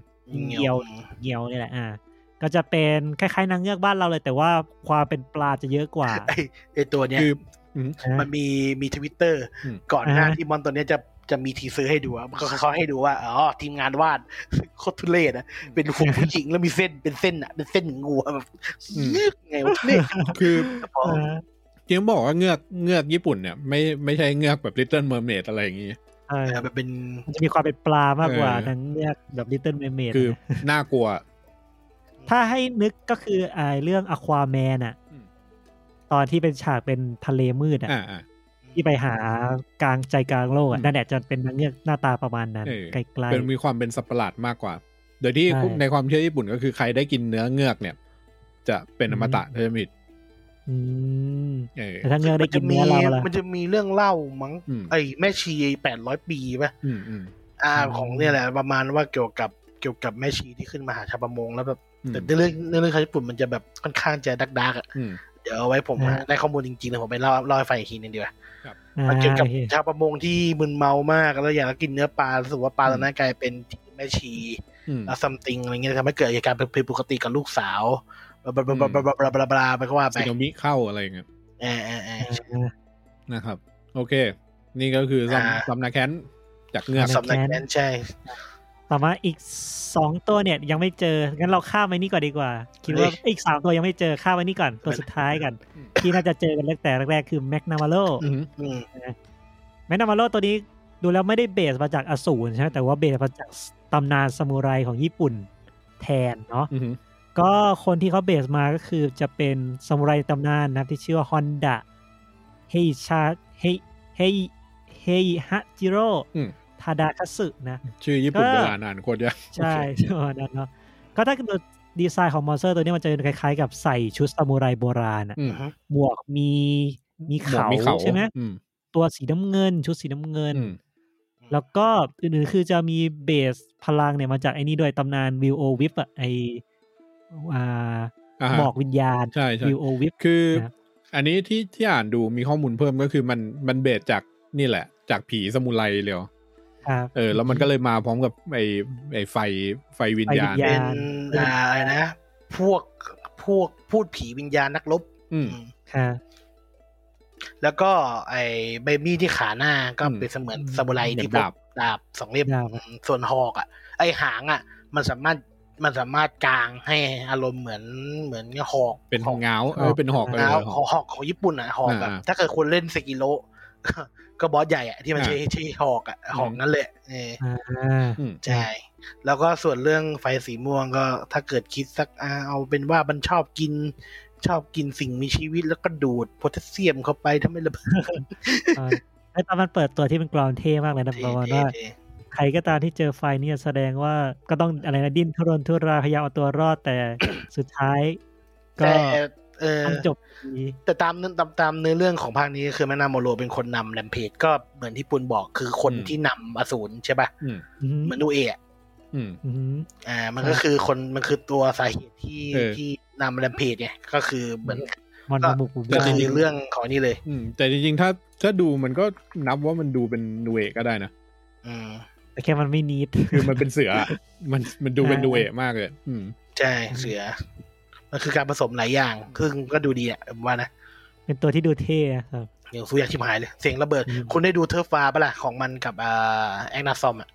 [SPEAKER 3] เงียว เงียวนี่แหละ อ่า ก็จะเป็นคล้ายๆนางเงือกบ้านเราเลย แต่ว่าความเป็นปลาจะเยอะกว่า
[SPEAKER 4] ไอ้ไอ้ตัวเนี้ย
[SPEAKER 1] คือ อืม
[SPEAKER 3] นะ
[SPEAKER 4] มันมีมีทวิตเตอร์
[SPEAKER 1] อืม
[SPEAKER 4] ก่อนหน้า
[SPEAKER 3] อ่าฮะ
[SPEAKER 4] ที่มอนตัวเนี้ยจะจะมีทีเซอร์ให้ดู อะมันก็เขาให้ดูว่าอ๋อทีมงานวาด โคตรทุเรศนะเป็นหัวผู้หญิงแล้วมีเส้นเป็นเส้นอะเป็นเส้นงูอะแบบ
[SPEAKER 1] อืม
[SPEAKER 4] เหี้ยไงวะเนี่ย
[SPEAKER 1] คือ
[SPEAKER 4] พอ
[SPEAKER 3] อ่า
[SPEAKER 1] จริงๆบอกว่าเงือกเงือกญี่ปุ่นเนี่ยไม่ไม่ใช่เงือกแบบลิตเติ้ลเมอร์เมดอะไรอย่างงี้
[SPEAKER 3] ใช่
[SPEAKER 4] แบบเป็น
[SPEAKER 3] มันจะมีความเป็นปลามากกว่า
[SPEAKER 1] เออ
[SPEAKER 3] นางเงือกแบบลิตเติ้ลเมเมด
[SPEAKER 1] คือน่ากลัว
[SPEAKER 3] ถ้าให้นึกก็คือไอ้เรื่องอควาแมนอะ
[SPEAKER 1] อืม
[SPEAKER 3] ตอนที่เป็นฉากเป็นทะเลมืดอะ
[SPEAKER 1] อ่าอ่า
[SPEAKER 3] ที่ไปหากลางใจกลางโลก
[SPEAKER 1] อื
[SPEAKER 3] อะ
[SPEAKER 1] ม
[SPEAKER 3] นั่นแหละจะเป็นนางเงือกหน้าตาประมาณนั้น
[SPEAKER 1] เออ
[SPEAKER 3] ไกล
[SPEAKER 1] เป็นมีความเป็นสัตว์ประหลาดมากกว่า โดยที่
[SPEAKER 3] ใช่
[SPEAKER 1] ในความเชื่อญี่ปุ่นก็คือใครได้กินเนื้อเงือกเนี่ย จะเป็นอมตะถ้าจะมิด
[SPEAKER 3] อื อืม
[SPEAKER 1] เออ
[SPEAKER 3] แต่ถ้าเงือกได้
[SPEAKER 4] มัน
[SPEAKER 3] กิ
[SPEAKER 4] จะ
[SPEAKER 3] น
[SPEAKER 4] มี
[SPEAKER 3] เนื้อเราล่ะ
[SPEAKER 4] มันจะมีเรื่องเล่ามั้ง
[SPEAKER 1] อืม
[SPEAKER 4] ไอ้แม่ชีแปดร้อยปีป่ะ
[SPEAKER 1] อืมอืม
[SPEAKER 4] อ่า
[SPEAKER 3] อืม
[SPEAKER 4] ของเนี่ยแหละประมาณว่าเกี่ยวกับเกี่ยวกับแม่ชีที่ขึ้นมาหาชาวประมงแล้วแบบ
[SPEAKER 1] อืม
[SPEAKER 4] แต่เรื่องเรื่องชาวญี่ปุ่นมันจะแบบค่อนข้างจะดักดักๆอ่ะ
[SPEAKER 1] อืม
[SPEAKER 4] เดี๋ยวเอาไว้ผม
[SPEAKER 3] อ่า
[SPEAKER 4] หาได้ข้อมูลจริงๆแล้วผมไปเล่าเล่าให้ฟังอีกทีนึงดีกว่า
[SPEAKER 3] อ่า
[SPEAKER 4] มันเกี่ยวกับ
[SPEAKER 3] โอเค
[SPEAKER 4] ชาวประมงที่มึนเมามากแล้วอยากจะกินเนื้อปลารู้สึกว่าปลา
[SPEAKER 1] อืม
[SPEAKER 4] ตอนนั้นกลายเป็นแม่ชี
[SPEAKER 1] อืม
[SPEAKER 4] แล้วซัมติงอะไรเงี้ยทำให้เกิดเหตุการณ์ผิดปกติกับลูกสาวบลาบลาบลาบลาบลาบลาบลาไปก็ว่าไป
[SPEAKER 1] สึนามิเข้าอะไรอย่างเงี้ย
[SPEAKER 4] เออเออเออ
[SPEAKER 3] อ่า
[SPEAKER 1] นะครับ โอเค นี่ก็คือซัม
[SPEAKER 4] อ่า
[SPEAKER 1] ซัมนาแคนจากเงือก
[SPEAKER 3] ซั
[SPEAKER 4] สำนักนั้นใช่
[SPEAKER 3] ต่อมาอีกสองตัวเนี่ยยังไม่เจอ งั้นเราข้ามไปนี่ก่อนดีกว่า คิดว่าเอ้ยอีกสามตัวยังไม่เจอข้ามไปนี่ก่อนตัวสุดท้ายกัน ที่น่าจะเจอกันตั้งแต่แรกๆคือแมกนามาโล
[SPEAKER 1] อืม
[SPEAKER 4] อืม
[SPEAKER 3] แมกนามาโลตัวนี้ดูแล้วไม่ได้เบสมาจากอสูรใช่ไหมแต่ว่าเบสมาจากตำนานซามูไรของญี่ปุ่นแทนเนาะ
[SPEAKER 1] อืม
[SPEAKER 3] ก็คนที่เขาเบสมาก็คือจะเป็นซามูไรตำนานนะครับที่ชื่อว่าฮอนดะเฮชาเฮเฮเฮฮะจิโร่
[SPEAKER 1] อืม
[SPEAKER 3] ทาดาคัตสึนะ
[SPEAKER 1] ชื่อญี่ปุ่น
[SPEAKER 3] ก็
[SPEAKER 1] เวลานานโคตรยาก
[SPEAKER 3] ใช่ใช่ประมาณนั้นเนาะก็ถ้าดูดีไซน์ของมอนสเตอร์ตัวนี้มันจะคล้ายๆกับใส่ชุดซามูไรโบราณอะ
[SPEAKER 1] อืม
[SPEAKER 3] หมวกมีมี
[SPEAKER 1] หมวก
[SPEAKER 3] เขา
[SPEAKER 1] มีเขา
[SPEAKER 3] ใช่ไหม
[SPEAKER 1] อืม
[SPEAKER 3] ตัวสีน้ำเงิน ชุดสีน้ำเงิน
[SPEAKER 1] อืม
[SPEAKER 3] แล้วก็อื่นๆคือจะมีเบสพลังเนี่ยมาจากไอ้นี่ด้วยตำนานวิวโอวิฟอะไออ่า
[SPEAKER 1] อ่า
[SPEAKER 3] หมอกวิญญาณ
[SPEAKER 1] ใช่ใช่
[SPEAKER 3] วิวโอวิฟ
[SPEAKER 1] คือ
[SPEAKER 3] นะ
[SPEAKER 1] อันนี้ที่ที่อ่านดูมีข้อมูลเพิ่มก็คือมันมันเบสจากนี่แหละ จากผีสมุไรเลยเหรอ
[SPEAKER 3] ครับ
[SPEAKER 1] เออ แล้วมันก็เลยมาพร้อมกับไอไอไฟไฟวิญญาณ
[SPEAKER 3] ไฟวิญญา
[SPEAKER 4] เป็
[SPEAKER 3] ณ
[SPEAKER 4] นอ่าอะไรนะ พวกพวกพูดผีวิญญาณนักรบ
[SPEAKER 1] อืม
[SPEAKER 4] อืม
[SPEAKER 3] ครับ
[SPEAKER 4] แล้วก็ไอ้ใบมีดที่ขาหน้าก็
[SPEAKER 1] อืม
[SPEAKER 4] เป็นเสมือนซามูไร
[SPEAKER 1] เหมือน
[SPEAKER 4] ที่พก
[SPEAKER 1] ดาบ
[SPEAKER 4] ดาบสองเล่ม
[SPEAKER 3] ดาว
[SPEAKER 4] อืมส่วนหอกอ่ะ ไอหางอ่ะ มันสามารถมันสามารถกางให้อารมณ์เหมือนเหมือนหอก
[SPEAKER 1] เป็น
[SPEAKER 4] หอก
[SPEAKER 1] เงาเออเป็นหอกเอ
[SPEAKER 4] แล้ว
[SPEAKER 1] อ
[SPEAKER 4] ห
[SPEAKER 1] ห
[SPEAKER 4] อ
[SPEAKER 1] อก
[SPEAKER 4] กหอกของญี่ปุ่นอ่ะหอกแบบ
[SPEAKER 1] อ่า
[SPEAKER 4] ถ้าเกิดคนเล่นสกิโล ก็บอสใหญ่อ่ะที่มัน
[SPEAKER 1] อ่า
[SPEAKER 4] ใช้ใช้หอกอ่ะหอก
[SPEAKER 1] อืม
[SPEAKER 4] นั่นแหละเออ
[SPEAKER 3] อ่า
[SPEAKER 1] อืม
[SPEAKER 4] ใช่ แล้วก็ส่วนเรื่องไฟสีม่วงก็ถ้าเกิดคิดสักอ่าเอาเป็นว่ามันชอบกิน ชอบกินสิ่งมีชีวิตแล้วก็ดูดโพแทสเซียมเข้าไปทำให้ระเบิด
[SPEAKER 3] อ่าไอตอนมันเปิดตัวที่เป็นกรอนเท่มากเลยนะประมาณ
[SPEAKER 4] เท่
[SPEAKER 3] ว่า
[SPEAKER 4] ๆเท่
[SPEAKER 3] ใครก็ตามที่เจอไฟนี่แสดงว่าก็ต้องอะไรนะดิ้นทุรนทุรายพยายามเอาตัวรอดแต่ สุดท้าย
[SPEAKER 4] ๆ
[SPEAKER 3] ก็
[SPEAKER 4] แต่เออ
[SPEAKER 3] ต้องจบดี
[SPEAKER 4] แต่ตามเนื้อตามตามเนื้อเรื่องของภาคนี้คือแม่นาโมโรเป็นคนนำแรมเพจก็เหมือนที่ปุนบอกคือคนที่นำอสูรใช่ปะ
[SPEAKER 1] อืม
[SPEAKER 3] อืม
[SPEAKER 4] เหมือนดูเอะ
[SPEAKER 1] อืม
[SPEAKER 3] อืม
[SPEAKER 4] อ่า มันก็คือคนมันคือตัวสาเหตุที่
[SPEAKER 1] เออ
[SPEAKER 4] ที่นำแรมเพจไงก็คือเหมือน
[SPEAKER 3] มอนบุกบุก
[SPEAKER 4] ก็
[SPEAKER 3] บ้า
[SPEAKER 4] คือน เรื่องของนี่เลย
[SPEAKER 1] อืมแต่จริงๆ ถ้าถ้าดูมันก็นับว่ามันดูเป็นนูเอะก็ได้นะ
[SPEAKER 4] อืม
[SPEAKER 3] แต่แค่มันไม่นิด
[SPEAKER 1] คือมันเป็นเสือ มันมันดูเป็นนูเอะมากเลย อืม
[SPEAKER 4] ใช่เสือ มันคือการผสมหลายอย่างซึ่งก็ดูดีอ่ะผมว่านะ
[SPEAKER 3] เป็นตัวที่ดูเท่อะครับ
[SPEAKER 4] อย่างสู้อยากชิบหายเลยเสียงระเบิด
[SPEAKER 3] อืม
[SPEAKER 4] คุณได้ดูเทอร์ฟ้าปะล่ะของมันกับอ่าแองนาซอมอ่ะ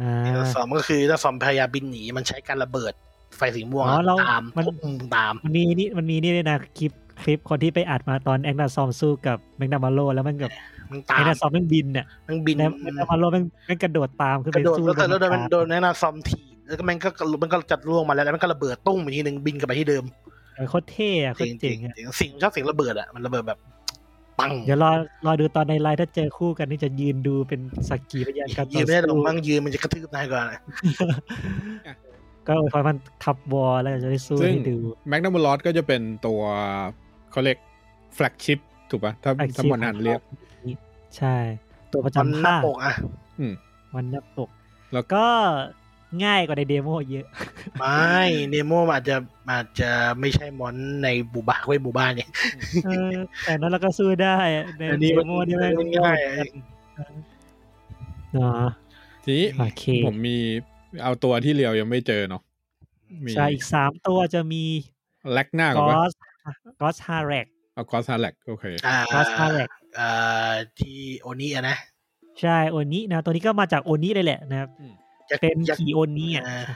[SPEAKER 3] อ่า
[SPEAKER 4] แองนาซอมก็คือแองนาซอมพยายามบินหนีมันใช้การระเบิดไฟสีม่วง
[SPEAKER 3] อ๋อแล้ว
[SPEAKER 4] ตาม
[SPEAKER 3] มัน
[SPEAKER 4] พุ่งตาม
[SPEAKER 3] มันมีนี่มันมีนี่ด้วยนะคลิปคลิปคนที่ไปอัดมาตอนแองนาซอมสู้กับแมงดามาโลแล้วมันกับ
[SPEAKER 4] มัน
[SPEAKER 3] แอ
[SPEAKER 4] ตาม
[SPEAKER 3] งนาซอมแมันบินน่ะ
[SPEAKER 4] มันบิน
[SPEAKER 3] แล้วแมงดามาโลแมันแมันกระโดดตามขึ้น
[SPEAKER 4] ก
[SPEAKER 3] ไประ
[SPEAKER 4] โดด
[SPEAKER 3] สู้
[SPEAKER 4] แล้ว
[SPEAKER 3] กั
[SPEAKER 4] แต่
[SPEAKER 3] บ
[SPEAKER 4] แล้วโดน
[SPEAKER 3] มั
[SPEAKER 4] โดนแนะนำซอมถีบแล้วก็มันก็มันก็จัดล่วงมาแล้วแล้วมันก็ระเบิดตุ้มอีกทีหนึ่งบินกลับไปที่เดิม
[SPEAKER 3] โคตรเท่อะโคตรเจ๋งอะ
[SPEAKER 4] เสียงเสียงชอบเสียงระเบิดอ่ะมันระเบิดแบบปัง
[SPEAKER 3] เดี๋ยวรอรอดูตอนในไลน์ถ้าเจอคู่กันนี่จะยืนดูเป็นสักขีพยานการต่อ
[SPEAKER 4] ยื
[SPEAKER 3] สู้
[SPEAKER 4] นไม่ได้หรอกมั่งยืนมันจะกระทืบนายก่อนอะ
[SPEAKER 3] ก็พอมันขับวอลแล้วจะได้สู้
[SPEAKER 1] ซึ่ง
[SPEAKER 3] ให้ดู
[SPEAKER 1] แมกนัมบลอสก็จะเป็นตัวเขาเรียกแฟลกชิพถูกปะถ้า
[SPEAKER 3] flagship
[SPEAKER 1] ถ้าหมอนหันเรียก
[SPEAKER 3] ใช่ ตัวประ
[SPEAKER 4] มัน
[SPEAKER 3] จำ
[SPEAKER 4] หน้า
[SPEAKER 3] ภาค
[SPEAKER 4] ปกอ่ะ
[SPEAKER 3] วันนับปก
[SPEAKER 1] แล้วก็
[SPEAKER 3] ก็ง่ายกว่าในเดโมเยอะ
[SPEAKER 4] ไม่เนโมมันอาจจะอาจจะไม่ใช่มอนในบูบ้าไว้ยบูบ้าเนี่ย
[SPEAKER 3] เออแต่นั้นเราก็สู้ได้อะใน
[SPEAKER 4] อัน
[SPEAKER 3] เด
[SPEAKER 4] นี้มัน
[SPEAKER 3] โมนี่แม่ง
[SPEAKER 4] มันง่ายอะ
[SPEAKER 3] เนาะ
[SPEAKER 1] ทีนี้
[SPEAKER 3] โอเค
[SPEAKER 1] ผมมีเอาตัวที่เรียวยังไม่เจอเนาะมี
[SPEAKER 3] ใช่อีกสามตัวจะมี
[SPEAKER 1] แลกหน้าก ก่อน
[SPEAKER 3] อ
[SPEAKER 1] ปะ
[SPEAKER 3] สกอสฮาแรก
[SPEAKER 1] เอาคอสฮาแลกโอเค
[SPEAKER 4] อ่าก
[SPEAKER 3] อสฮาแรก
[SPEAKER 4] อ่าที่โอนี้อะนะ
[SPEAKER 3] ใช่โอนี้นะตัวนี้ก็มาจากโอนี้เลยแหละนะครับ
[SPEAKER 1] อืม
[SPEAKER 3] เป็น
[SPEAKER 4] ยักษ์
[SPEAKER 3] ผีโอนี้อ่ะ
[SPEAKER 4] อ่า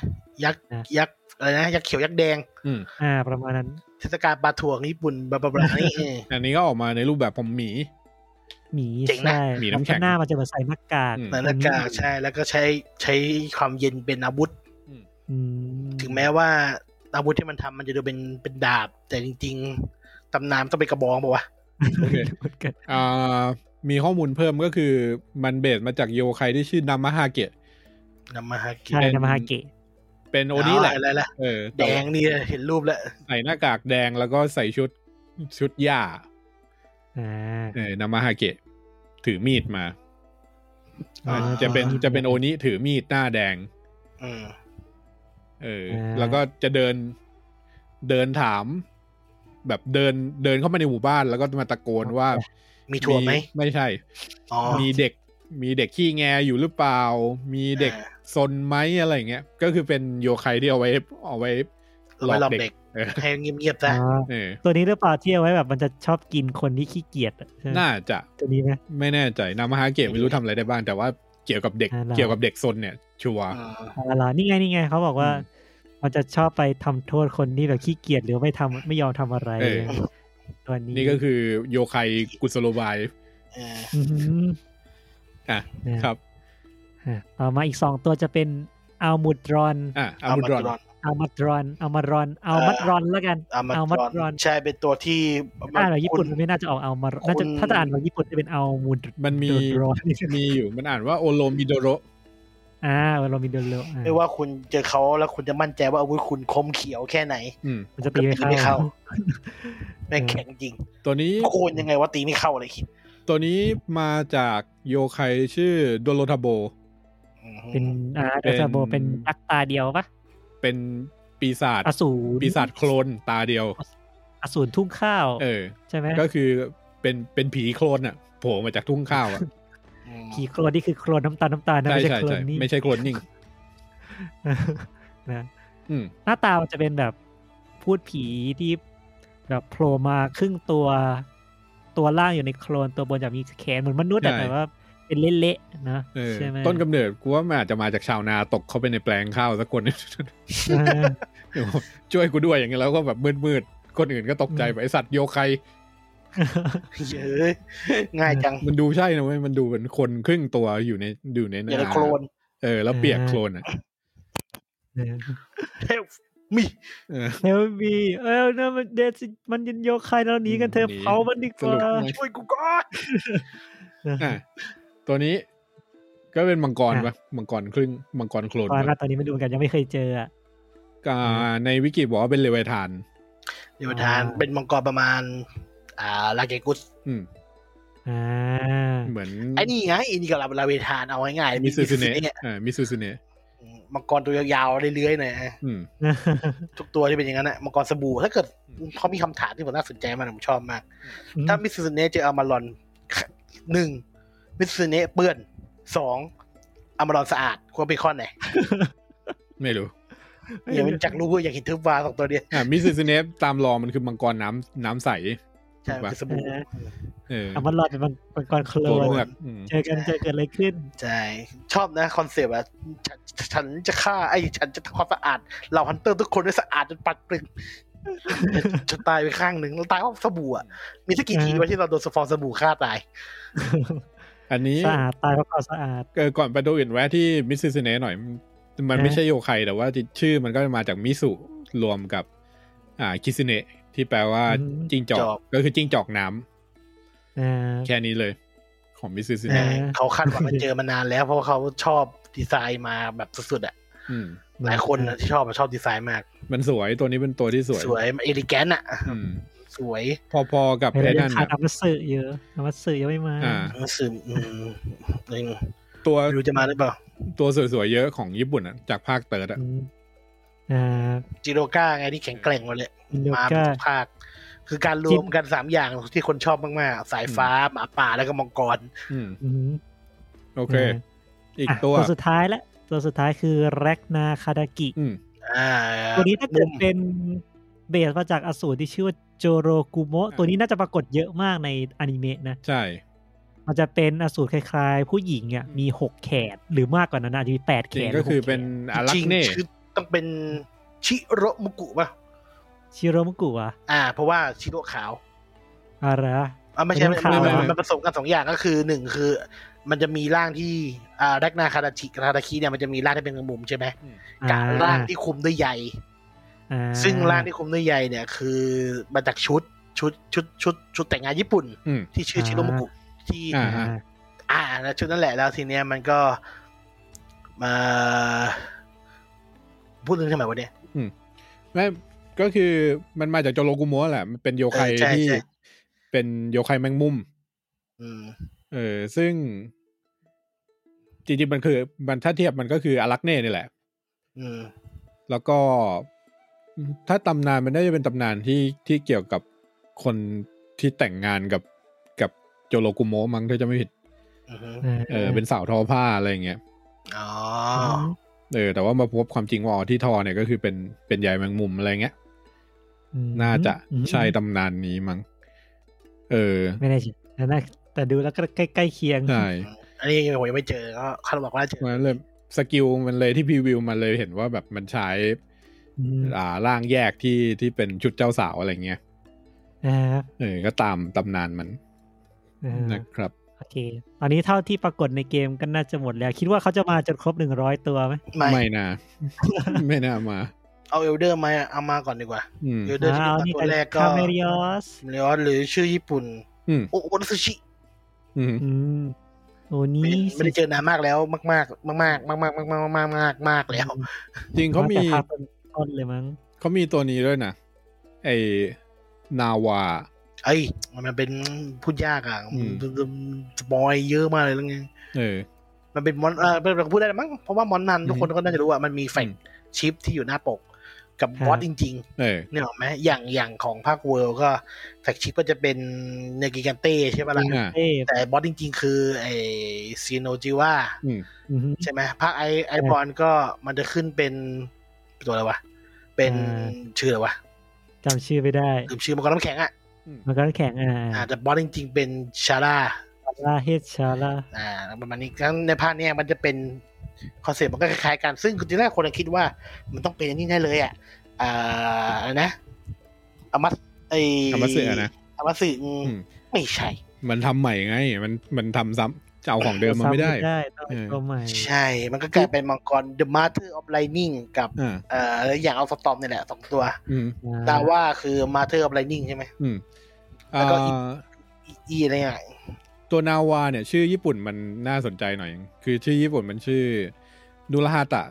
[SPEAKER 4] ยักษ์ยักษ์อะไรนะยักษ์เขียวยักษ์แดง
[SPEAKER 1] อืม
[SPEAKER 3] อ่า ประมาณนั้น
[SPEAKER 4] เทศกาลปลาถั่วของญี่ปุ่นบลาบลาบลานี่เออ
[SPEAKER 1] อันนี้ก็ออกมาในรูปแบบผมหมี
[SPEAKER 3] หมี
[SPEAKER 4] เจ๋งนะ
[SPEAKER 3] ใช่
[SPEAKER 1] หมีน้ำแข็ง
[SPEAKER 3] หน้ามันจะเหมือนใส่หน้ากาก
[SPEAKER 1] อืม
[SPEAKER 4] หนังหน้ากากใช่แล้วก็ใช้ใช้ความเย็นเป็นอาวุธ
[SPEAKER 3] อืม
[SPEAKER 4] ถึงแม้ว่าอาวุธที่มันทำมันจะดูเป็นเป็นดาบ แต่จริง ๆตำนานต้องเป็นกระบองป่าวะ
[SPEAKER 1] โอเค
[SPEAKER 3] เหมือนกัน
[SPEAKER 1] อ่ามีข้อมูลเพิ่มก็คือมันเบสมาจากโยไคที่ชื่อนามะฮาเกะ
[SPEAKER 4] นำมาฮากิ
[SPEAKER 3] ใช่
[SPEAKER 1] เป็น
[SPEAKER 3] นามาฮาเกะ
[SPEAKER 1] เป็นโอนี้แหละ
[SPEAKER 4] อะไรละ
[SPEAKER 1] เออ
[SPEAKER 4] แด
[SPEAKER 1] ต่ว่า
[SPEAKER 4] งนี่เห็นรูปแล้ว
[SPEAKER 1] ใส่หน้ากากแดงแล้วก็ใส่ชุด ชุดหญ้า
[SPEAKER 3] อ่า
[SPEAKER 1] เออนามาฮาเกะ ถือมีดมา
[SPEAKER 3] อ่า
[SPEAKER 1] จะเป็นจะเป็นโอนิถือมีดหน้าแดง
[SPEAKER 4] อืม
[SPEAKER 1] เออ
[SPEAKER 3] อ่า
[SPEAKER 1] แล้วก็จะเดินเดินถาม แบบเดินเดินเข้ามาในหมู่บ้าน แล้วก็มาตะโกนว่า
[SPEAKER 4] มีถั่วไหม
[SPEAKER 1] ไม่ใช่
[SPEAKER 4] อ๋อ
[SPEAKER 1] มีเด็กมีเด็กขี้แงอยู่หรือเปล่า มีเด็ก
[SPEAKER 4] อ่
[SPEAKER 1] ซนไหมอะไรอย่างเงี้ยก็คือเป็นโยไคที่เอาไว้เอาไว้
[SPEAKER 4] เอาไว้หลอกเด็ก
[SPEAKER 1] เออ
[SPEAKER 4] ให้เงียบๆซะ
[SPEAKER 3] อ๋อ
[SPEAKER 1] เออ
[SPEAKER 3] ตัวนี้หรือเปล่าที่เอาไว้แบบมันจะชอบกินคนที่ขี้เกียจอะใช่ไหม
[SPEAKER 1] น่าจะ
[SPEAKER 3] ตัวนี้นะ
[SPEAKER 1] ไม่แน่ใจนามหาเกะไม่รู้ทำอะไรได้บ้าง แต่ว่าเกี่ยวกับเด็ก
[SPEAKER 3] อ่า
[SPEAKER 1] เกี่ยวกับเด็กซนเนี่ย ชัวร์
[SPEAKER 4] อืม
[SPEAKER 3] เอาล่ะนี่ไงนี่ไงเขาบอกว่า
[SPEAKER 1] อืม
[SPEAKER 3] มันจะชอบไปทำโทษคนที่แบบขี้เกียจหรือไม่ทำไม่ยอมทำอะไร
[SPEAKER 1] เออ
[SPEAKER 3] ตัวนี้
[SPEAKER 1] นี่ก็คือโยไคกุสโลบาย
[SPEAKER 4] เออ
[SPEAKER 3] อหือ
[SPEAKER 1] อ่ะ
[SPEAKER 3] เนี่ย
[SPEAKER 1] ครับ
[SPEAKER 3] อ่ะต่อมาอีกสองตัวจะเป็นอัลมูดรอน
[SPEAKER 1] อ่ะอา
[SPEAKER 4] เอา
[SPEAKER 1] บุ
[SPEAKER 4] มา
[SPEAKER 1] ด
[SPEAKER 4] ต
[SPEAKER 1] รอน
[SPEAKER 4] รอน
[SPEAKER 3] อัลมัดรอนอัลมัดรอนอัลมัดรอนแล้วกัน
[SPEAKER 4] อามา
[SPEAKER 3] อัลมัด
[SPEAKER 4] ต
[SPEAKER 3] ร
[SPEAKER 4] ร
[SPEAKER 3] อ
[SPEAKER 4] อน นใช่เป็นตัวที่
[SPEAKER 3] อ่านแบบญี่ปุ่น
[SPEAKER 4] คุณ
[SPEAKER 3] มันไม่น่าจะออกอัลมัดน่าจะ
[SPEAKER 4] คุณ
[SPEAKER 3] ถ้าจะอ่านแบบญี่ปุ่นจะเป็นอัลมูด
[SPEAKER 1] มันมี
[SPEAKER 3] รอน
[SPEAKER 1] มีอยู่มันอ่านว่าโอโลมิโดโร
[SPEAKER 3] อ่าเรามีเดลโลอ่ะ
[SPEAKER 4] ไม่ว่าคุณเจอเขาแล้วคุณจะมั่นใจว่าอาวุธคุณคมเขียวแค่ไหน
[SPEAKER 1] อืม
[SPEAKER 3] มันจะตีไม่
[SPEAKER 4] ตีไม่
[SPEAKER 3] เข้า
[SPEAKER 4] เข้า แม่งแข็งจริง
[SPEAKER 1] ตัวนี้
[SPEAKER 4] โคนยังไงว่าตีไม่เข้าเลยคิด
[SPEAKER 1] ตัวนี้มาจากโยไคชื่อโดโรทาโบ
[SPEAKER 4] อืม
[SPEAKER 3] เป็นอ่า
[SPEAKER 1] เป็
[SPEAKER 3] ดาน ซาโบเป็นยักษ์ตาเดียวปะ
[SPEAKER 1] เป็นปีศาจ
[SPEAKER 3] อสูร
[SPEAKER 1] ปีศาจโคลนตาเดียว
[SPEAKER 3] อสูรทุ่งข้าว
[SPEAKER 1] เออ
[SPEAKER 3] ใช่ไหม
[SPEAKER 1] ก็คือเป็นเป็นผีโคลนอะโผล่มาจากทุ่งข้าวอะ
[SPEAKER 4] อืม
[SPEAKER 3] ขี่โครนนี่คือโครนน้ำตาลน้ำตาลนะ
[SPEAKER 1] ใช่
[SPEAKER 3] ไม่ใช่
[SPEAKER 1] ใช่
[SPEAKER 3] โครน
[SPEAKER 1] ใช่
[SPEAKER 3] นี่
[SPEAKER 1] ไม่ใช่โคลนนิ่ง
[SPEAKER 3] นะ
[SPEAKER 1] อืม
[SPEAKER 3] หน้าตามันจะเป็นแบบพูดผีที่แบบโผล่มาครึ่งตัว ตัวล่างอยู่ในโครนตัวบนจะมีแขนเหมือนมนุษย์แต่
[SPEAKER 1] ใช่
[SPEAKER 3] แบบว่าเป็นเละๆนะ
[SPEAKER 1] เออ
[SPEAKER 3] ใช่ไหม
[SPEAKER 1] ต้นกำเนิดกูว่ามันอาจจะมาจากชาวนาตกเข้าไปในแปลงข้าวสักคน
[SPEAKER 3] อ่า
[SPEAKER 1] ช่วยกูด้วยอย่างเงี้ยแล้วก็แบบมืดๆคนอื่นก็ตกใจ
[SPEAKER 3] อืม
[SPEAKER 1] ไปไอ้สัตว์โยไค
[SPEAKER 4] เยอะง่ายจัง
[SPEAKER 1] มันดูใช่นะเว้ยมันดูเป็นคนครึ่งตัวอยู่ในอยู่ใน
[SPEAKER 4] อย่า
[SPEAKER 1] น้ำ
[SPEAKER 4] งโคลน
[SPEAKER 1] เออแล้วเปียกโคลนอะ
[SPEAKER 4] เทพมี
[SPEAKER 1] เออ
[SPEAKER 3] เฮลบีเออนะมันเดซมันยันโยคายแล้วหนีกันเธอะ
[SPEAKER 1] หนี
[SPEAKER 3] เผามันดีก
[SPEAKER 1] สรุ
[SPEAKER 3] ว่า
[SPEAKER 1] ป
[SPEAKER 4] ช่วยกูก่อน
[SPEAKER 1] อ่ะตัวนี้ก็เป็นมังกรปะมังกรครึ่งมังกรโคลน
[SPEAKER 3] ตอนหน้า
[SPEAKER 1] ปะ
[SPEAKER 3] ตอนนี้ไม่ดูเหมือนกันยังไม่เคยเจออะ
[SPEAKER 1] อ่าในวิกิบอกว่าเป็นเลเวทาน
[SPEAKER 4] เดี๋ยวทาน
[SPEAKER 3] อ่า
[SPEAKER 4] เป็นมังกรประมาณ อ่าลาเกกุส
[SPEAKER 1] อืม
[SPEAKER 3] อ่า
[SPEAKER 1] เหมือน
[SPEAKER 4] ไอ้นี่ไงอินี่กับลาลาเวทานเอาง่ายๆ
[SPEAKER 1] มิซูซูเนะ
[SPEAKER 4] มิเนี่ย
[SPEAKER 1] อ่ามิซูซูเนะ
[SPEAKER 4] อืมมังกรตัวยาวๆเรื่อยๆหน่อยนะ
[SPEAKER 1] อืม
[SPEAKER 4] ทุกตัวที่เป็นอย่างนั้นนะมังกรสบู่ถ้าเกิดเขามีคำถามที่ผมน่าสนใจมากผมชอบมาก ถ้ามิสซูเนะเจออามาลอนหนึ่งมิสซูเนะเปื้อนสองอามาลอนสะอาดควรเป็นข้อไหน
[SPEAKER 1] ไม่รู้
[SPEAKER 4] อย่าเป็นจักรู้อยากเห็นเทึบวาสองตัวเดียว
[SPEAKER 1] อ่ามิซูซูเนะตามรอมันคือมังกรน้ำน้ำใส
[SPEAKER 4] ใช่
[SPEAKER 1] ถูกปะ
[SPEAKER 4] คือสบู่
[SPEAKER 3] เออ
[SPEAKER 1] เออ
[SPEAKER 3] เอามันรอดเป็นมังกรโคล
[SPEAKER 1] ตัวน เมือกอืม
[SPEAKER 3] เจอกันเจอเกิดอะไรขึ้น
[SPEAKER 4] ใช่ชอบนะคอนเซปต์อะฉันฉันจะฆ่าไอ้ฉันจะทำความสะอาดเหล่าฮันเตอร์ทุกคนให้สะอาดจนปัดปรึ งจะตายไปข้างหนึ่งแล้วตายเพราะสบู่อะมีสักกี่ที
[SPEAKER 3] เออ
[SPEAKER 4] วะที่เราโดนสฟองสบู่ฆ่าตาย
[SPEAKER 1] อันนี้
[SPEAKER 3] สะอาดตายเพราะความสะอาด
[SPEAKER 1] เออก่อนไปดูอื่นแวะที่มิซูซูเนะหน่อย มันไม่
[SPEAKER 3] อ่า
[SPEAKER 1] ใช่โยไคแต่ว่าชื่อมันก็มาจากมิสุรวมกับ อ่าคิซึเนะที่แปลว่าจิ้งจอกก็คือจิ้งจอกน้ำ
[SPEAKER 3] อ่า
[SPEAKER 1] แค่นี้เลย ของมิสซิสซิ
[SPEAKER 4] ใช่
[SPEAKER 1] เนะ
[SPEAKER 3] เออ
[SPEAKER 4] เขาคาดหวังมันเจอมานานแล้วเพราะว่าเขาชอบดีไซน์มาแบบสุดๆอะ
[SPEAKER 1] ม
[SPEAKER 4] หลายคนนะที่ชอบอะชอบดีไซน์มาก
[SPEAKER 1] มันสวยตัวนี้เป็นตัวที่สวย
[SPEAKER 4] สวยเอลิแกนอะ
[SPEAKER 1] อืม
[SPEAKER 4] สวย
[SPEAKER 1] พอๆกับ
[SPEAKER 3] เห็น
[SPEAKER 1] ไอ้
[SPEAKER 3] เรื่
[SPEAKER 1] นั่
[SPEAKER 3] อง
[SPEAKER 1] น
[SPEAKER 3] ขาด
[SPEAKER 1] น่ะ
[SPEAKER 3] อามัตสึเยอะอามัตสึยังไม่มา
[SPEAKER 1] อ่า
[SPEAKER 4] รู้สึกอืมยัง
[SPEAKER 1] ตัว
[SPEAKER 4] ไม่รู้จะมาหรือเปล่า
[SPEAKER 1] ตัวสวยๆเยอะของญี่ปุ่นอ่ะ จากภาคเติร์ดอ่ะ
[SPEAKER 3] อืมอ่า
[SPEAKER 4] จิโรก้าไงที่แข็งแกร่งหมาเลย
[SPEAKER 3] อินโด
[SPEAKER 4] มาเป็
[SPEAKER 3] ก้า
[SPEAKER 4] นภาค คือการรวมกันสามอย่างที่คนชอบมากๆ สายฟ้า หมาป่าแล้วก็มังกร
[SPEAKER 1] อืม
[SPEAKER 3] อืม
[SPEAKER 1] โอเค อีก
[SPEAKER 3] อ่ะ
[SPEAKER 1] ตัว
[SPEAKER 3] ตัวสุดท้ายละตัวสุดท้ายคือแรกนาคาดากิ
[SPEAKER 1] อืม
[SPEAKER 4] อ่า
[SPEAKER 3] ตัวนี้ถ้าเกิด
[SPEAKER 4] มุม
[SPEAKER 3] เป็นเบสมาจากอสูรที่ชื่อว่าโจโรกุโมะ
[SPEAKER 1] อ่า
[SPEAKER 3] ตัวนี้น่าจะปรากฏเยอะมากในอนิเมะนะ
[SPEAKER 1] ใช่
[SPEAKER 3] มันจะเป็นอสูรคล้ายๆ ผู้หญิงอ่ะ
[SPEAKER 1] อืม
[SPEAKER 3] มีหกแขนหรือมากกว่านั้นนะอาจจะมีแปดแข
[SPEAKER 1] จริง
[SPEAKER 3] น
[SPEAKER 1] ก็คือ
[SPEAKER 3] หแข
[SPEAKER 1] เป็นอารั
[SPEAKER 4] จ
[SPEAKER 1] ก
[SPEAKER 4] ริง
[SPEAKER 1] เน่
[SPEAKER 4] ๆคือต้องเป็นชิโรมุกุป่ะ
[SPEAKER 3] ชิโรมุกุอะ
[SPEAKER 4] อ่า เพราะว่าชิโรขาว
[SPEAKER 3] อะไรนะ
[SPEAKER 4] อ่าไม่ใช่
[SPEAKER 3] เป็
[SPEAKER 4] ไม่
[SPEAKER 3] นขาว
[SPEAKER 4] ไม่ไม่มันผสมกันสองอย่างก็คือหนึ่งคือ มันจะมีร่างที่อ่าแรกนาคาดาชิคาดาคิเนี่ยมันจะมีร่างที่เป็นมุมใช่ไหม
[SPEAKER 3] อ่
[SPEAKER 4] กับร่างที่คุมด้วยใย
[SPEAKER 3] อ่
[SPEAKER 4] ซึ่งร่างที่คุมด้วยใยเนี่ยคือมาจากชุดชุดชุดชุดชุดแต่งงานญี่ปุ่น
[SPEAKER 1] อืม
[SPEAKER 4] ที่ชื่อชิโรมุกุที่
[SPEAKER 1] อ่า
[SPEAKER 3] อ่า
[SPEAKER 4] อ่าแล้วชุดนั่นแหละแล้วทีเนี้ยมันก็มาพูดถึงทำไมวะเนี่ย
[SPEAKER 1] ไม่ ก็คือมันมาจากโจโรกุโมะแหละ มันเป็นโยไค
[SPEAKER 4] เออใช่
[SPEAKER 1] ที่
[SPEAKER 4] ใช่
[SPEAKER 1] เป็นโยไคแมงมุม
[SPEAKER 4] อืม
[SPEAKER 1] เออซึ่ง จริงๆมันคือมันถ้าเทียบมันก็คืออารักเน่นี่แหละ
[SPEAKER 4] อืม
[SPEAKER 1] แล้วก็ถ้าตำนานมันน่าจะเป็นตำนานที่ที่เกี่ยวกับคนที่แต่งงานกับกับโจโรกุโมะมั้งถ้าจะไม่ผิด
[SPEAKER 4] อืม
[SPEAKER 1] เออเป็นสาวทอผ้าอะไรอย่างเงี้ย
[SPEAKER 4] อ๋อ
[SPEAKER 3] อ๋อ
[SPEAKER 1] เออแต่ว่ามาพบความจริงว่าอ๋อที่ทอเนี่ยก็คือเป็นเป็นยายแมงมุมอะไรเงี้ย
[SPEAKER 3] อืม
[SPEAKER 1] น่าจะ
[SPEAKER 3] อืม
[SPEAKER 1] ใช่ตำนานนี้มั้งเออ
[SPEAKER 3] ไม่แน่ใจแต่น่าแต่ดูแล้วก็ใกล้ใกล้เคียง
[SPEAKER 1] ใช่
[SPEAKER 4] อันนี้ผมยังไม่เจอก็คาดหวังว่าจะ
[SPEAKER 1] เพราะฉะนั้นเลยสกิลมันเลยที่พรีวิวมันเลยเห็นว่าแบบมันใช้
[SPEAKER 3] อืม
[SPEAKER 1] อ่าร่างแยกที่ที่เป็นชุดเจ้าสาวอะไรเงี้ย
[SPEAKER 3] นะครับ
[SPEAKER 1] เออก็ตามตำนานมัน
[SPEAKER 3] อ่า
[SPEAKER 1] นะครับ
[SPEAKER 3] โอเค ตอนนี้เท่าที่ปรากฏในเกมก็น่าจะหมดแล้ว คิดว่าเขาจะมาจนครบหนึ่งร้อยตัวไหม
[SPEAKER 4] ไม่
[SPEAKER 1] ไม่นะ ไม่น่ามา
[SPEAKER 4] เอาเอลเดอร์ไหมอะเอามาก่อนดีกว่า
[SPEAKER 1] อืม
[SPEAKER 4] เอลเดอร์ที่เป็นตัวแรกก็
[SPEAKER 3] คาเมริออส
[SPEAKER 4] เลออนหรือชื่อญี่ปุ่น
[SPEAKER 1] อืม
[SPEAKER 4] โอโอนาซูชิ
[SPEAKER 1] อืม
[SPEAKER 3] อืมโอ้นี่
[SPEAKER 4] ไม่ไม่ได้เจอนานมากแล้ว มากๆ มากๆ มากๆ มากๆ มากๆ มากๆ มากๆแล้ว
[SPEAKER 1] จริงเขามี
[SPEAKER 3] แต่ภาพต้นเลยมั้ง
[SPEAKER 1] เขามีตัวนี้ด้วยนะไอนาวา
[SPEAKER 4] เอ้ยมันเป็นพูดยากอ่ะ
[SPEAKER 1] อืม
[SPEAKER 4] สปอยเยอะมากเลยแล้วไง
[SPEAKER 1] เออ
[SPEAKER 4] มันเป็นมอนเออเป็นพูดได้มั้งเพราะว่ามอนนันทุกคน
[SPEAKER 1] อืม
[SPEAKER 4] ก็น่าจะรู้ว่ามันมีแฟก
[SPEAKER 1] อืม
[SPEAKER 4] ชิปที่อยู่หน้าปก กับ
[SPEAKER 3] ครับ
[SPEAKER 4] บอสจริง
[SPEAKER 1] เออ
[SPEAKER 4] ๆเนี่ยหรอกไหมอย่างอย่างของภาคเวิลด์ก็แฟกชิปก็จะเป็นเนกิกันเต้ใช่ปะล่ะ
[SPEAKER 1] อ่า
[SPEAKER 3] เอ๊ะ
[SPEAKER 4] แต่บอสจริง ๆ คือไอซีโนจิว่า
[SPEAKER 1] อืม
[SPEAKER 3] อือฮึ
[SPEAKER 4] ใช่ไหมภาคไอไอบอลก็มันจะขึ้นเป็นตัวอะไรวะ เป็น
[SPEAKER 3] อ่า
[SPEAKER 4] ชื่ออะไรวะ
[SPEAKER 3] จำชื่อไม่ได้
[SPEAKER 4] ลืมชื่อมังกรน้ำแข็งอ่ะ
[SPEAKER 3] มันก็แข็งอ่า
[SPEAKER 4] อ่าแต่บอสจริง ๆ เป็นชาร่า
[SPEAKER 3] ลาเฮดชาลา
[SPEAKER 4] อ่าประมาณนี้ครั้งในภาคเนี้ยมันจะเป็นคอนเซ็ปต์มันก็คล้ายๆกัน ซึ่งจริงๆแล้วคนคิดว่ามันต้องเป็นอันนี่แน่เลยอ่ะอ่าอะไรนะอามัสไอ
[SPEAKER 1] อามาเสือนะ
[SPEAKER 4] อามัสสึอืม
[SPEAKER 1] อืม
[SPEAKER 4] ไม่ใช่
[SPEAKER 1] มันทำใหม่ไง มันมันทำซ้ำจะเอาของเดิมมาไม่ได้
[SPEAKER 3] ซ้ำได้ต้อง
[SPEAKER 1] เออ
[SPEAKER 3] ตัวใหม่
[SPEAKER 4] ใช่ มันก็กลายเป็นมังกร The Master of Lightning กับ
[SPEAKER 1] อ่า
[SPEAKER 4] เอ่ออะไรอย่างเอาสตอมนี่แหละสองตัว
[SPEAKER 1] อืม
[SPEAKER 4] ดาว่าคือ Master of Lightning ใช่ไหม
[SPEAKER 1] อืม
[SPEAKER 4] แล้
[SPEAKER 1] อ่
[SPEAKER 4] วก็อีก
[SPEAKER 1] า
[SPEAKER 4] อีอะไรอย่าง
[SPEAKER 1] ตัวนาวาเนี่ยชื่อญี่ปุ่นมันน่าสนใจหน่อย คือชื่อญี่ปุ่นมันชื่อนุรฮาตะ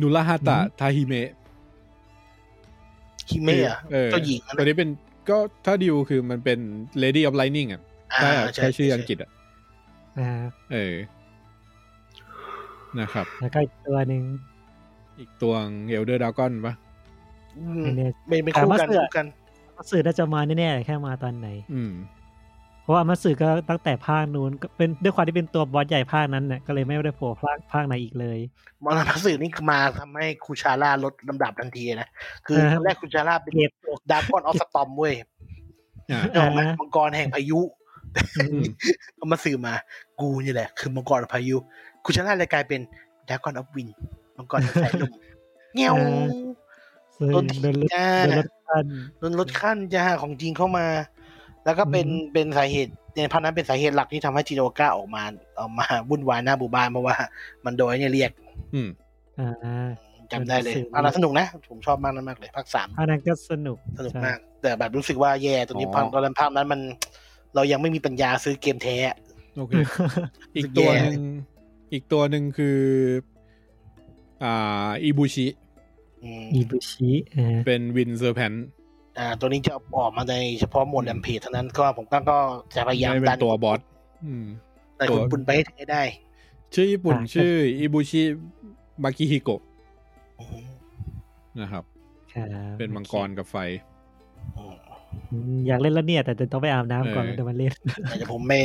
[SPEAKER 1] นุรฮาตะทาฮิเมะ
[SPEAKER 4] ฮิเมะเหรอ
[SPEAKER 1] เออ
[SPEAKER 4] เจ้าหญิงอะ
[SPEAKER 1] ตัว
[SPEAKER 4] นะ
[SPEAKER 1] นี้เป็นก็ถ้าดิวคือมันเป็น Lady of Lightning อ่ะ
[SPEAKER 4] อ่า
[SPEAKER 1] ถ้า
[SPEAKER 4] ใช่
[SPEAKER 1] ใช้ชื่ออังกฤษอ่ะ
[SPEAKER 3] อ่า
[SPEAKER 1] เออนะครับ
[SPEAKER 3] แล้วก็อีกตัวหนึ่ง
[SPEAKER 1] อีกตัวเอลเดอร์ดากอนปะ
[SPEAKER 4] อืม
[SPEAKER 3] ไม่แน่ใจ
[SPEAKER 4] เป็นเป็นคู่
[SPEAKER 3] แต่ว่า
[SPEAKER 4] กัน
[SPEAKER 3] เสื้อ
[SPEAKER 4] คู่กัน
[SPEAKER 3] มัตสึน่าจะมาแน่ๆแต่แค่มาตอนไหน
[SPEAKER 1] อืม
[SPEAKER 3] เพราะว่ามัตสึก็ตั้งแต่ภาคนู้นก็เป็นด้วยความที่เป็นตัวบอสใหญ่ภาคนั้นเนี่ยก็เลยไม่ได้โผล่ภาคภาคไหนอีกเลย
[SPEAKER 4] มรณะสื่อนี่มาทำให้คูชาร่าลดลำดับทันทีนะ คือ
[SPEAKER 3] เออ
[SPEAKER 4] ตอนแรกคูชาร่าเป็น
[SPEAKER 3] เก็บ
[SPEAKER 4] ดาร์กอนออฟสตอมเว้ย
[SPEAKER 1] อ่า
[SPEAKER 3] เออ
[SPEAKER 4] มังกรแห่งพายุ
[SPEAKER 1] อืม
[SPEAKER 4] เอามาสื่อมา กูนี่แหละ คือมังกรพายุคูชาร่าเลยกลายเป็นดาร์กอนออฟวินมังกรแห่งสายลมเงี้ยว
[SPEAKER 3] ซึ่ง
[SPEAKER 4] โดน
[SPEAKER 3] โดนลด
[SPEAKER 4] อ่า
[SPEAKER 3] โดนลดทัน
[SPEAKER 4] โดนลดขั้นจะหาของจริงเข้ามา แล้วก็เป็นเป็นสาเหตุในภาคนั้นเป็นสาเหตุหลักที่ทำให้จิโรก้าออกมาออกมาวุ่นวายหน้าบูบานเพราะว่า มันโดยเนี่ยเรียก
[SPEAKER 1] อืม
[SPEAKER 3] อ่า
[SPEAKER 4] จำได้เลยเอาละสนุกนะ ผมชอบมากนั้นมากเลยภาคสาม
[SPEAKER 3] ภาคนั้นก็ส นุก
[SPEAKER 4] สนุก
[SPEAKER 3] ใช่
[SPEAKER 4] มาก แต่แบบรู้สึกว่าแย่ตรงนี้ภาพตอนนั้นภาพนั้นมัน เรายังไม่มีปัญญาซื้อเกมแท้
[SPEAKER 1] โอเค อีกตัวหนึ่งอีกตัวหนึ่งคือ อ่าอิบูชิ
[SPEAKER 4] อืม
[SPEAKER 3] อีบุชิอ่า
[SPEAKER 1] เป็นวินเซอร์แพน
[SPEAKER 4] อ่า ตัวนี้จะออกมาในเฉพาะหมวด
[SPEAKER 1] อืม
[SPEAKER 4] แรมเพจเท่านั้นก็ผมก็ก็จะพยายาม
[SPEAKER 1] ไม่เป็
[SPEAKER 4] ดั
[SPEAKER 1] นตัวบอสอืม
[SPEAKER 4] แต่คุณปุณไปให้ถึงให้ได้
[SPEAKER 1] ชื่อญี่ปุ่นชื่ออิบูชิมากิฮิโกะ
[SPEAKER 4] อืม
[SPEAKER 1] นะครับ
[SPEAKER 3] ครับ
[SPEAKER 1] เป็นมังกรกับไฟ
[SPEAKER 4] อืม
[SPEAKER 3] อืมอยากเล่นแล้วเนี่ย แต่ต้องไปอาบน้ำก่อน
[SPEAKER 1] เออ
[SPEAKER 3] เดี๋ยวมาเล่น
[SPEAKER 4] แต่เดี๋ยวผมไม่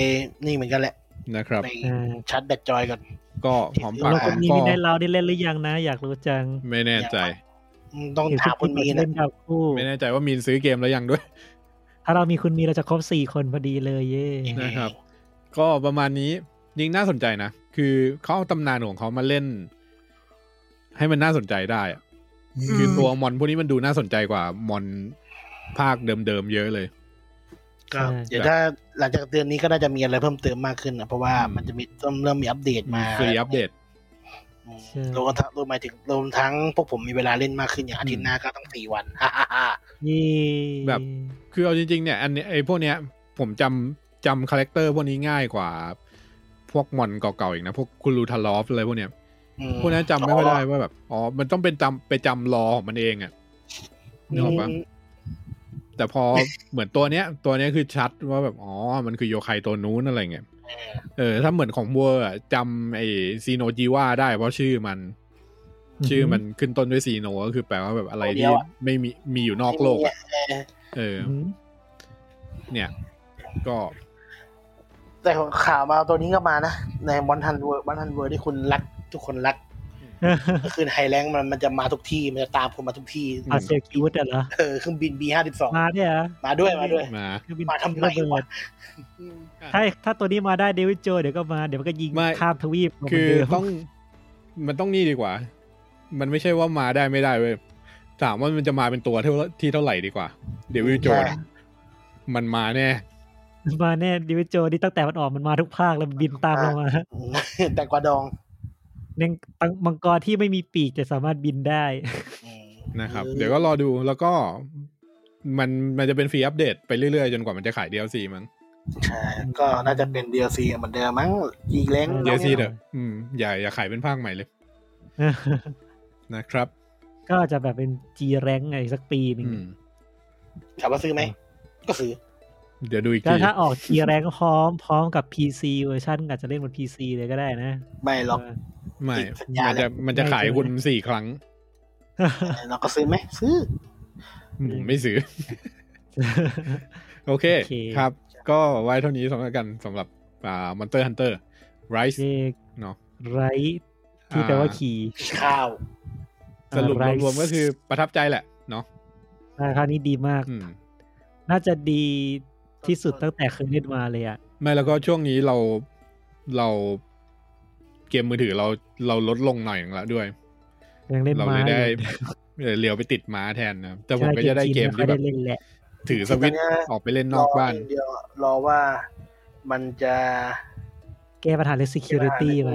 [SPEAKER 4] นี่เหมือนกันแหละ
[SPEAKER 1] นะครับ
[SPEAKER 4] ไป
[SPEAKER 3] อ่า
[SPEAKER 4] ชาร์จแบตจอยก่อน
[SPEAKER 1] ก็หอมปาก
[SPEAKER 3] เรา
[SPEAKER 1] ห
[SPEAKER 3] ค
[SPEAKER 1] อน ม
[SPEAKER 3] นี้
[SPEAKER 1] คอ
[SPEAKER 3] มีได้เราได้เล่นหรือยังนะ อยากรู้จัง
[SPEAKER 1] ไม่แน่ใจ
[SPEAKER 4] อืมต้อง
[SPEAKER 3] เห็น
[SPEAKER 4] ถามคุณมี
[SPEAKER 3] บอกจะ
[SPEAKER 4] นะ
[SPEAKER 3] เล่นดาวคู่
[SPEAKER 1] ไม่แน่ใจว่ามีนซื้อเกมแล้วยังด้วย
[SPEAKER 3] ถ้าเรามีคุณมีเราจะครบสี่คนพอดีเลย เย่
[SPEAKER 1] นะครับ ก็ประมาณนี้ยิงน่าสนใจนะ คือเขาเอาตำนานของเขามาเล่น ให้มันน่าสนใจได้อะคือตัวมอนพวกนี้มันดูน่าสนใจกว่ามอนภาคเดิมๆเยอะเลย
[SPEAKER 4] ก็เดี๋ยวถ้าหลังจากเดือนนี้ก็น่าจะมีอะไรเพิ่มเติมมากขึ้นนะเพราะว่ามันจะมีเริ่มเริ่มมีอัปเดต
[SPEAKER 1] มี
[SPEAKER 4] มา
[SPEAKER 1] ฟรีอัปเดต
[SPEAKER 4] อืมรวมทั้งรวมหมายถึงรวมทั้งพวกผมมีเวลาเล่นมากขึ้นอย่างอาทิตย์หน้าก็ต้องสี่วัน ฮ่าฮ่าฮ่า
[SPEAKER 3] เย่
[SPEAKER 1] แบบ คือเอาจริงๆเนี่ยอันเนี้ยไอ้พวกเนี้ยผมจำจำคาแรคเตอร์พวกนี้ง่ายกว่า พวกมอนเก่าๆอีกนะ พวกคุรูทาลอฟอะไรพวกเนี้ย
[SPEAKER 4] อืม
[SPEAKER 1] พวกนั้นจำไม่ค่อยได้ว่าแบบอ๋อมันต้องเป็นจำไปจำลอของมันเองอะ นึกออกปะ แต่พอ เหมือนตัวเนี้ย ตัวเนี้ยคือชัดว่าแบบอ๋อมันคือโยไคตัวนู้นอะไรเงี้ยเออ ถ้าเหมือนของบัวอะจำไอซีโนจีว่าได้เพราะชื่อมัน
[SPEAKER 3] อือหือ
[SPEAKER 1] ชื่อมันขึ้นต้นด้วยซีโนก็คือแปลว่าแบบอะไร
[SPEAKER 4] ตัวเดี
[SPEAKER 1] ที่
[SPEAKER 4] ยวอะ
[SPEAKER 1] ไม่มีมีอยู่นอกโลกอะ
[SPEAKER 4] เออ
[SPEAKER 1] เออ
[SPEAKER 3] อืม
[SPEAKER 1] เนี่ย ก็
[SPEAKER 4] แต่ข่าวมาตัวนี้ก็มานะ ในมอนทันเวิร์มอนทันเวิร์ที่คุณรัก ทุกคนรัก ก็คือไฮแลงมันมันจะมาทุกที่ มันจะตามคุณมาทุกที่
[SPEAKER 3] อาเซียคิวดเหรอ
[SPEAKER 4] เออเครื่องบิน B52
[SPEAKER 3] มาเนี่ยเหรอ
[SPEAKER 4] มาด้วยมาด้วย
[SPEAKER 1] มา
[SPEAKER 3] คือบิน
[SPEAKER 4] มาทำไมวะ
[SPEAKER 3] ถ้าถ้าตัวนี้มาได้เดวิดโจเดี๋ยวก็มาเดี๋ยวมันก็ยิง
[SPEAKER 1] ไม่
[SPEAKER 3] ข้ามทวีปมาเหมืน
[SPEAKER 1] คือ
[SPEAKER 3] เดิม
[SPEAKER 1] ต้องมันต้องนี่ดีกว่า มันไม่ใช่ว่ามาได้ไม่ได้เว้ยถามว่ามันจะมาเป็นตัวเท่าที่เท่าไหร่ดีกว่า เดวิลโจน
[SPEAKER 4] ใช่
[SPEAKER 1] มันมาแน่
[SPEAKER 3] มาแน่เดวิดโจนี่ตั้งแต่มันออกมันมาทุกภาคแล้วบินตามเรามา
[SPEAKER 4] แต่กวาดอง
[SPEAKER 3] เน่งตั้งมังกรที่ไม่มีปีกแต่สามารถบินได้
[SPEAKER 1] นะครับ เดี๋ยวก็รอดูแล้วก็ มันมันจะเป็นฟรีอัปเดตไปเรื่อยๆ จนกว่ามันจะขาย DLC มั้ง
[SPEAKER 4] ใช่ก็น่าจะเป็น DLC เหมือนเดิมมั้งยิงเล้ง
[SPEAKER 3] อืม
[SPEAKER 1] DLC เถอะอืมอย่าอย่าขายเป็นภาคใหม่เลยนะครับ
[SPEAKER 3] ก็จะแบบเป็นจีแรงไงสักปีหนึ่ง
[SPEAKER 1] อืม
[SPEAKER 4] ถามว่าซื้อไหม ก็ซื้อ
[SPEAKER 1] เดี๋ยวดูอีก
[SPEAKER 3] ก็
[SPEAKER 1] ที
[SPEAKER 3] ถ้าออกจีแรงพร้อมพร้อมกับ PC เวอร์ชันอาจจะเล่นบน PC เลยก็ได้นะ
[SPEAKER 4] ไม่หรอก
[SPEAKER 1] ไม่
[SPEAKER 4] ติดสัญญา
[SPEAKER 1] มัน
[SPEAKER 4] แล้
[SPEAKER 1] จะ
[SPEAKER 4] ว
[SPEAKER 1] มันจะขาย
[SPEAKER 3] ไม่ใช่
[SPEAKER 1] คุณสี่ครั้ง
[SPEAKER 4] เราก็ซื้อไหม ซื้อ
[SPEAKER 1] อืมไม่ซื้อ โอเค
[SPEAKER 3] โอเค
[SPEAKER 1] ครับ ก็ไว้เท่านี้สำหรับกันสำหรับอ่า Monster Hunter Rise
[SPEAKER 3] เรียก
[SPEAKER 1] เนาะ
[SPEAKER 3] ไรที่แปลว่าขี่
[SPEAKER 4] ข้าว
[SPEAKER 1] สรุป
[SPEAKER 3] อ่า Rise
[SPEAKER 1] รวมๆก็คือประทับใจแหละเนาะ
[SPEAKER 3] อ่าคราวนี้ดีมาก
[SPEAKER 1] อืม
[SPEAKER 3] น่าจะดีที่สุดตั้งแต่เคยเล่นมาเลยอ่ะ
[SPEAKER 1] ไม่แล้วก็ช่วงนี้เราเราเกมมือถือเราเราลดลงหน่อยหนึ่งละด้วย
[SPEAKER 3] ยังเล่น
[SPEAKER 1] เรา
[SPEAKER 3] มา
[SPEAKER 1] เลยได้
[SPEAKER 3] อยู่
[SPEAKER 1] เออเลียวไปติดม้าแทนนะแต่ผมก็
[SPEAKER 3] ใช่
[SPEAKER 1] จะได้เกมที่แบ
[SPEAKER 3] ไค่อบ ยเล่นแหละ
[SPEAKER 1] ถือสวิต
[SPEAKER 4] ตอน
[SPEAKER 1] ช์
[SPEAKER 4] เนี้ย
[SPEAKER 1] ออกไปเล่นนอกบ้าน
[SPEAKER 4] รย่งเดียวรอว่ามันจะ
[SPEAKER 3] แก้ปัญหาเรื่อง security ไหม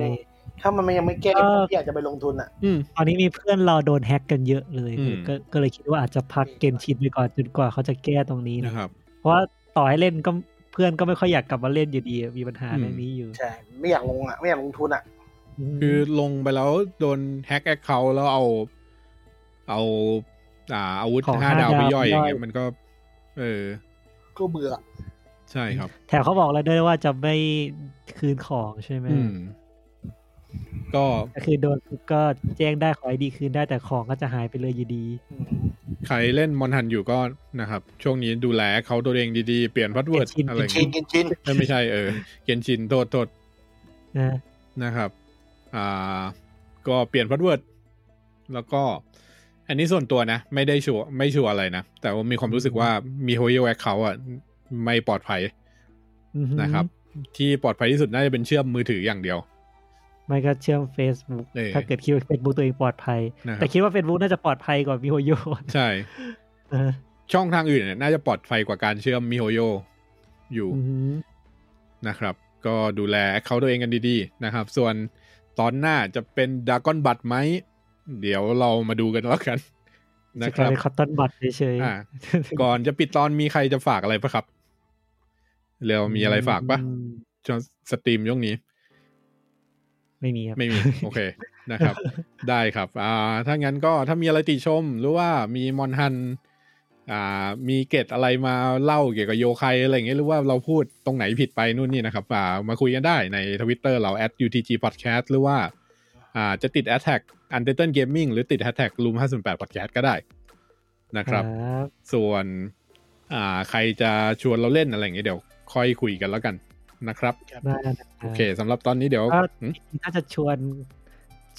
[SPEAKER 4] ถ้ามันยังไม่แก้
[SPEAKER 3] เออ
[SPEAKER 4] อยากจะไปลงทุนอ่ะ
[SPEAKER 1] อืม
[SPEAKER 3] ตอนนี้มีเพื่อนเราโดนแฮ็กกันเยอะเลย
[SPEAKER 1] อืม
[SPEAKER 3] ก็ก็เลยคิดว่าอาจจะพักเกมชินไปก่อนจนกว่าเขาจะแก้ตรงนี้นะ
[SPEAKER 1] นะครับ
[SPEAKER 3] เพราะว่าต่อให้เล่นก็เพื่อนก็ไม่ค่อยอยากกลับมาเล่นอยู่ดีมีปัญหาเรื่องนี้อยู่
[SPEAKER 4] ใช่ ไม่อยากลงอ่ะ ไม่อยากลงทุนอ่ะ
[SPEAKER 3] ม
[SPEAKER 1] คือลงไปแล้วโดนแฮกแอคเคาท์แล้วเอา เอา อ่า อาวุธ
[SPEAKER 3] ของ
[SPEAKER 1] ห้าดาวไปย่อย
[SPEAKER 3] ห้
[SPEAKER 1] อย่าง
[SPEAKER 3] ด
[SPEAKER 1] เงี้ยมันก็ เออ
[SPEAKER 4] ก็เบื่อ
[SPEAKER 1] ใช่ครับ
[SPEAKER 3] แถมเขาบอกแล้วด้วยว่าจะไม่คืนของใช่ไหม
[SPEAKER 1] อืม ก็
[SPEAKER 3] ก็คือโดนปุ๊บก็แจ้งได้ขอไอดีคืนได้แต่ของก็จะหายไปเลยอยู่ดี
[SPEAKER 1] ใครเล่นมอนทันอยู่ก็นะครับ ช่วงนี้ดูแลเขาตัวเองดีๆ เปลี่ยนพัสเวิร์ด
[SPEAKER 3] เกนชิน
[SPEAKER 1] อะไรอย่าง
[SPEAKER 4] ชิ
[SPEAKER 1] เงี้
[SPEAKER 4] น
[SPEAKER 1] ย
[SPEAKER 4] กินชิน
[SPEAKER 1] เอ้ยไม่ใช่เออ เกนชินโทษโทษ
[SPEAKER 3] นะ
[SPEAKER 1] นะครับ อ่า ก็เปลี่ยนพาสเวิร์ด แล้วก็ อันนี้ส่วนตัวนะ ไม่ได้ชัวร์ไม่ชัวร์อะไรนะ แต่ว่ามีความรู้สึกว่ามีโฮเยลแวกเขาอ่ะ ไม่ปลอดภัย
[SPEAKER 3] อือหือ
[SPEAKER 1] นะครับ ที่ปลอดภัยที่สุดน่าจะเป็นเชื่อมมือถืออย่างเดียว
[SPEAKER 3] ไม่ก็เชื่อม Facebook
[SPEAKER 1] เออ
[SPEAKER 3] ถ้าเกิดคิดว่า Facebook ตัวเองปลอดภัย
[SPEAKER 1] นะครั
[SPEAKER 3] แต่
[SPEAKER 1] บ
[SPEAKER 3] คิดว่า Facebook น่าจะปลอดภัยกว่ามิโฮโย
[SPEAKER 1] ใช่
[SPEAKER 3] เออ
[SPEAKER 1] ช่องทางอื่นเนี่ยน่าจะปลอดภัยกว่าการเชื่อมมิโฮโยอยู่
[SPEAKER 3] อือหือ
[SPEAKER 1] นะครับ ก็ดูแลเขาตัวเองกันดีๆ นะครับ ส่วนตอนหน้าจะเป็นดากอนบัตไหม เดี๋ยวเรามาดูกันแล้วกันนะ
[SPEAKER 3] จะ
[SPEAKER 1] ค
[SPEAKER 3] ก
[SPEAKER 1] รั
[SPEAKER 3] ลา
[SPEAKER 1] บ
[SPEAKER 3] ยเป็นคอตตอนบัตเฉยๆ
[SPEAKER 1] อ่า ก่อนจะปิดตอนมีใครจะฝากอะไรปะครับ เร็วมีอะไรฝากปะ
[SPEAKER 3] อืม
[SPEAKER 1] ช่วงสตรีมช่วงนี้
[SPEAKER 3] ไม่มีครับ
[SPEAKER 1] ไม่มี โอเคนะครับ ได้ครับ อ่า ถ้างั้นก็ถ้ามีอะไรติชม หรือว่ามีมอนฮัน อ่า มีเกตอะไรมาเล่าเกี่ยวกับโยไคอะไรอย่างเงี้ยหรือว่าเราพูดตรงไหนผิดไปนู่นนี่นะครับ อ่า มาคุยกันได้ในทวิตเตอร์เรา @utgpodcast หรือว่า อ่า จะติด a t t a c k u n t i t l e gaming หรือติด hashtag room 5 8 podcast ก็ได้นะครับ
[SPEAKER 3] ครับ
[SPEAKER 1] ส่วนอ่าใครจะชวนเราเล่นอะไรอย่างเงี้ยเดี๋ยวค่อยคุยกันแล้วกันนะครับ
[SPEAKER 3] ได้นะครับ
[SPEAKER 1] โอเคสำหรับตอนนี้เดี๋ยว
[SPEAKER 3] ก็
[SPEAKER 1] หืม
[SPEAKER 3] ถ้าจะชวน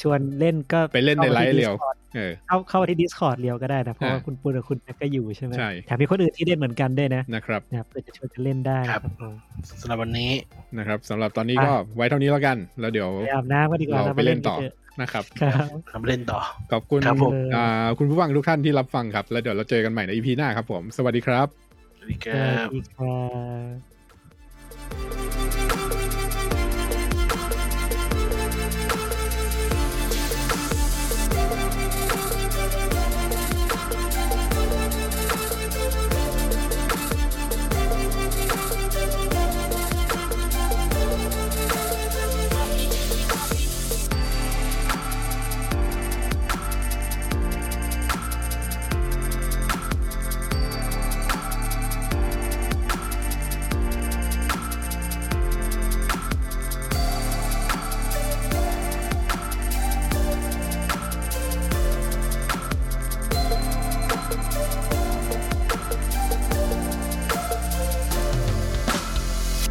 [SPEAKER 3] ชวนเล่นก็
[SPEAKER 1] ไปเล่นในไลฟ์
[SPEAKER 3] ข้ามาที่
[SPEAKER 1] เร็ว
[SPEAKER 3] Discord
[SPEAKER 1] เออ
[SPEAKER 3] เข้าเข้ามาที่ Discord เรียวก็ได้นะ เพราะว่า
[SPEAKER 1] อ่า
[SPEAKER 3] คุณปูนกับคุณแม็กก็อยู่ใช่ไหม
[SPEAKER 1] ใช่
[SPEAKER 3] แถมมีคนอื่นที่เล่นเหมือนกันด้วยนะ
[SPEAKER 1] นะครับ
[SPEAKER 3] นะเพื่อจะชวนกันเล่นได้
[SPEAKER 4] ครับ
[SPEAKER 3] ครับผม
[SPEAKER 4] สำหรับวันนี้
[SPEAKER 1] นะครับสำหรับตอนนี้ก็ไว้เท่านี้แล้วกัน แล้วเดี๋ยว
[SPEAKER 3] ไปอาบน้ำก็ดีกว่า
[SPEAKER 1] เราไปเล่นต่อ
[SPEAKER 3] รามากัถะ
[SPEAKER 1] นะครับ
[SPEAKER 3] ครับ
[SPEAKER 4] ทำเล่นต่อ
[SPEAKER 1] ขอบคุณ
[SPEAKER 4] ครับผม
[SPEAKER 1] อ่าคุณผู้ฟังทุกท่านที่รับฟังครับ แล้วเดี๋ยวเราเจอกันใหม่ใน EP หน้าครับผม สวัสดีครับ
[SPEAKER 4] สวัสดีค
[SPEAKER 3] ส
[SPEAKER 4] รั
[SPEAKER 3] วัส
[SPEAKER 4] บ
[SPEAKER 3] ดีครับ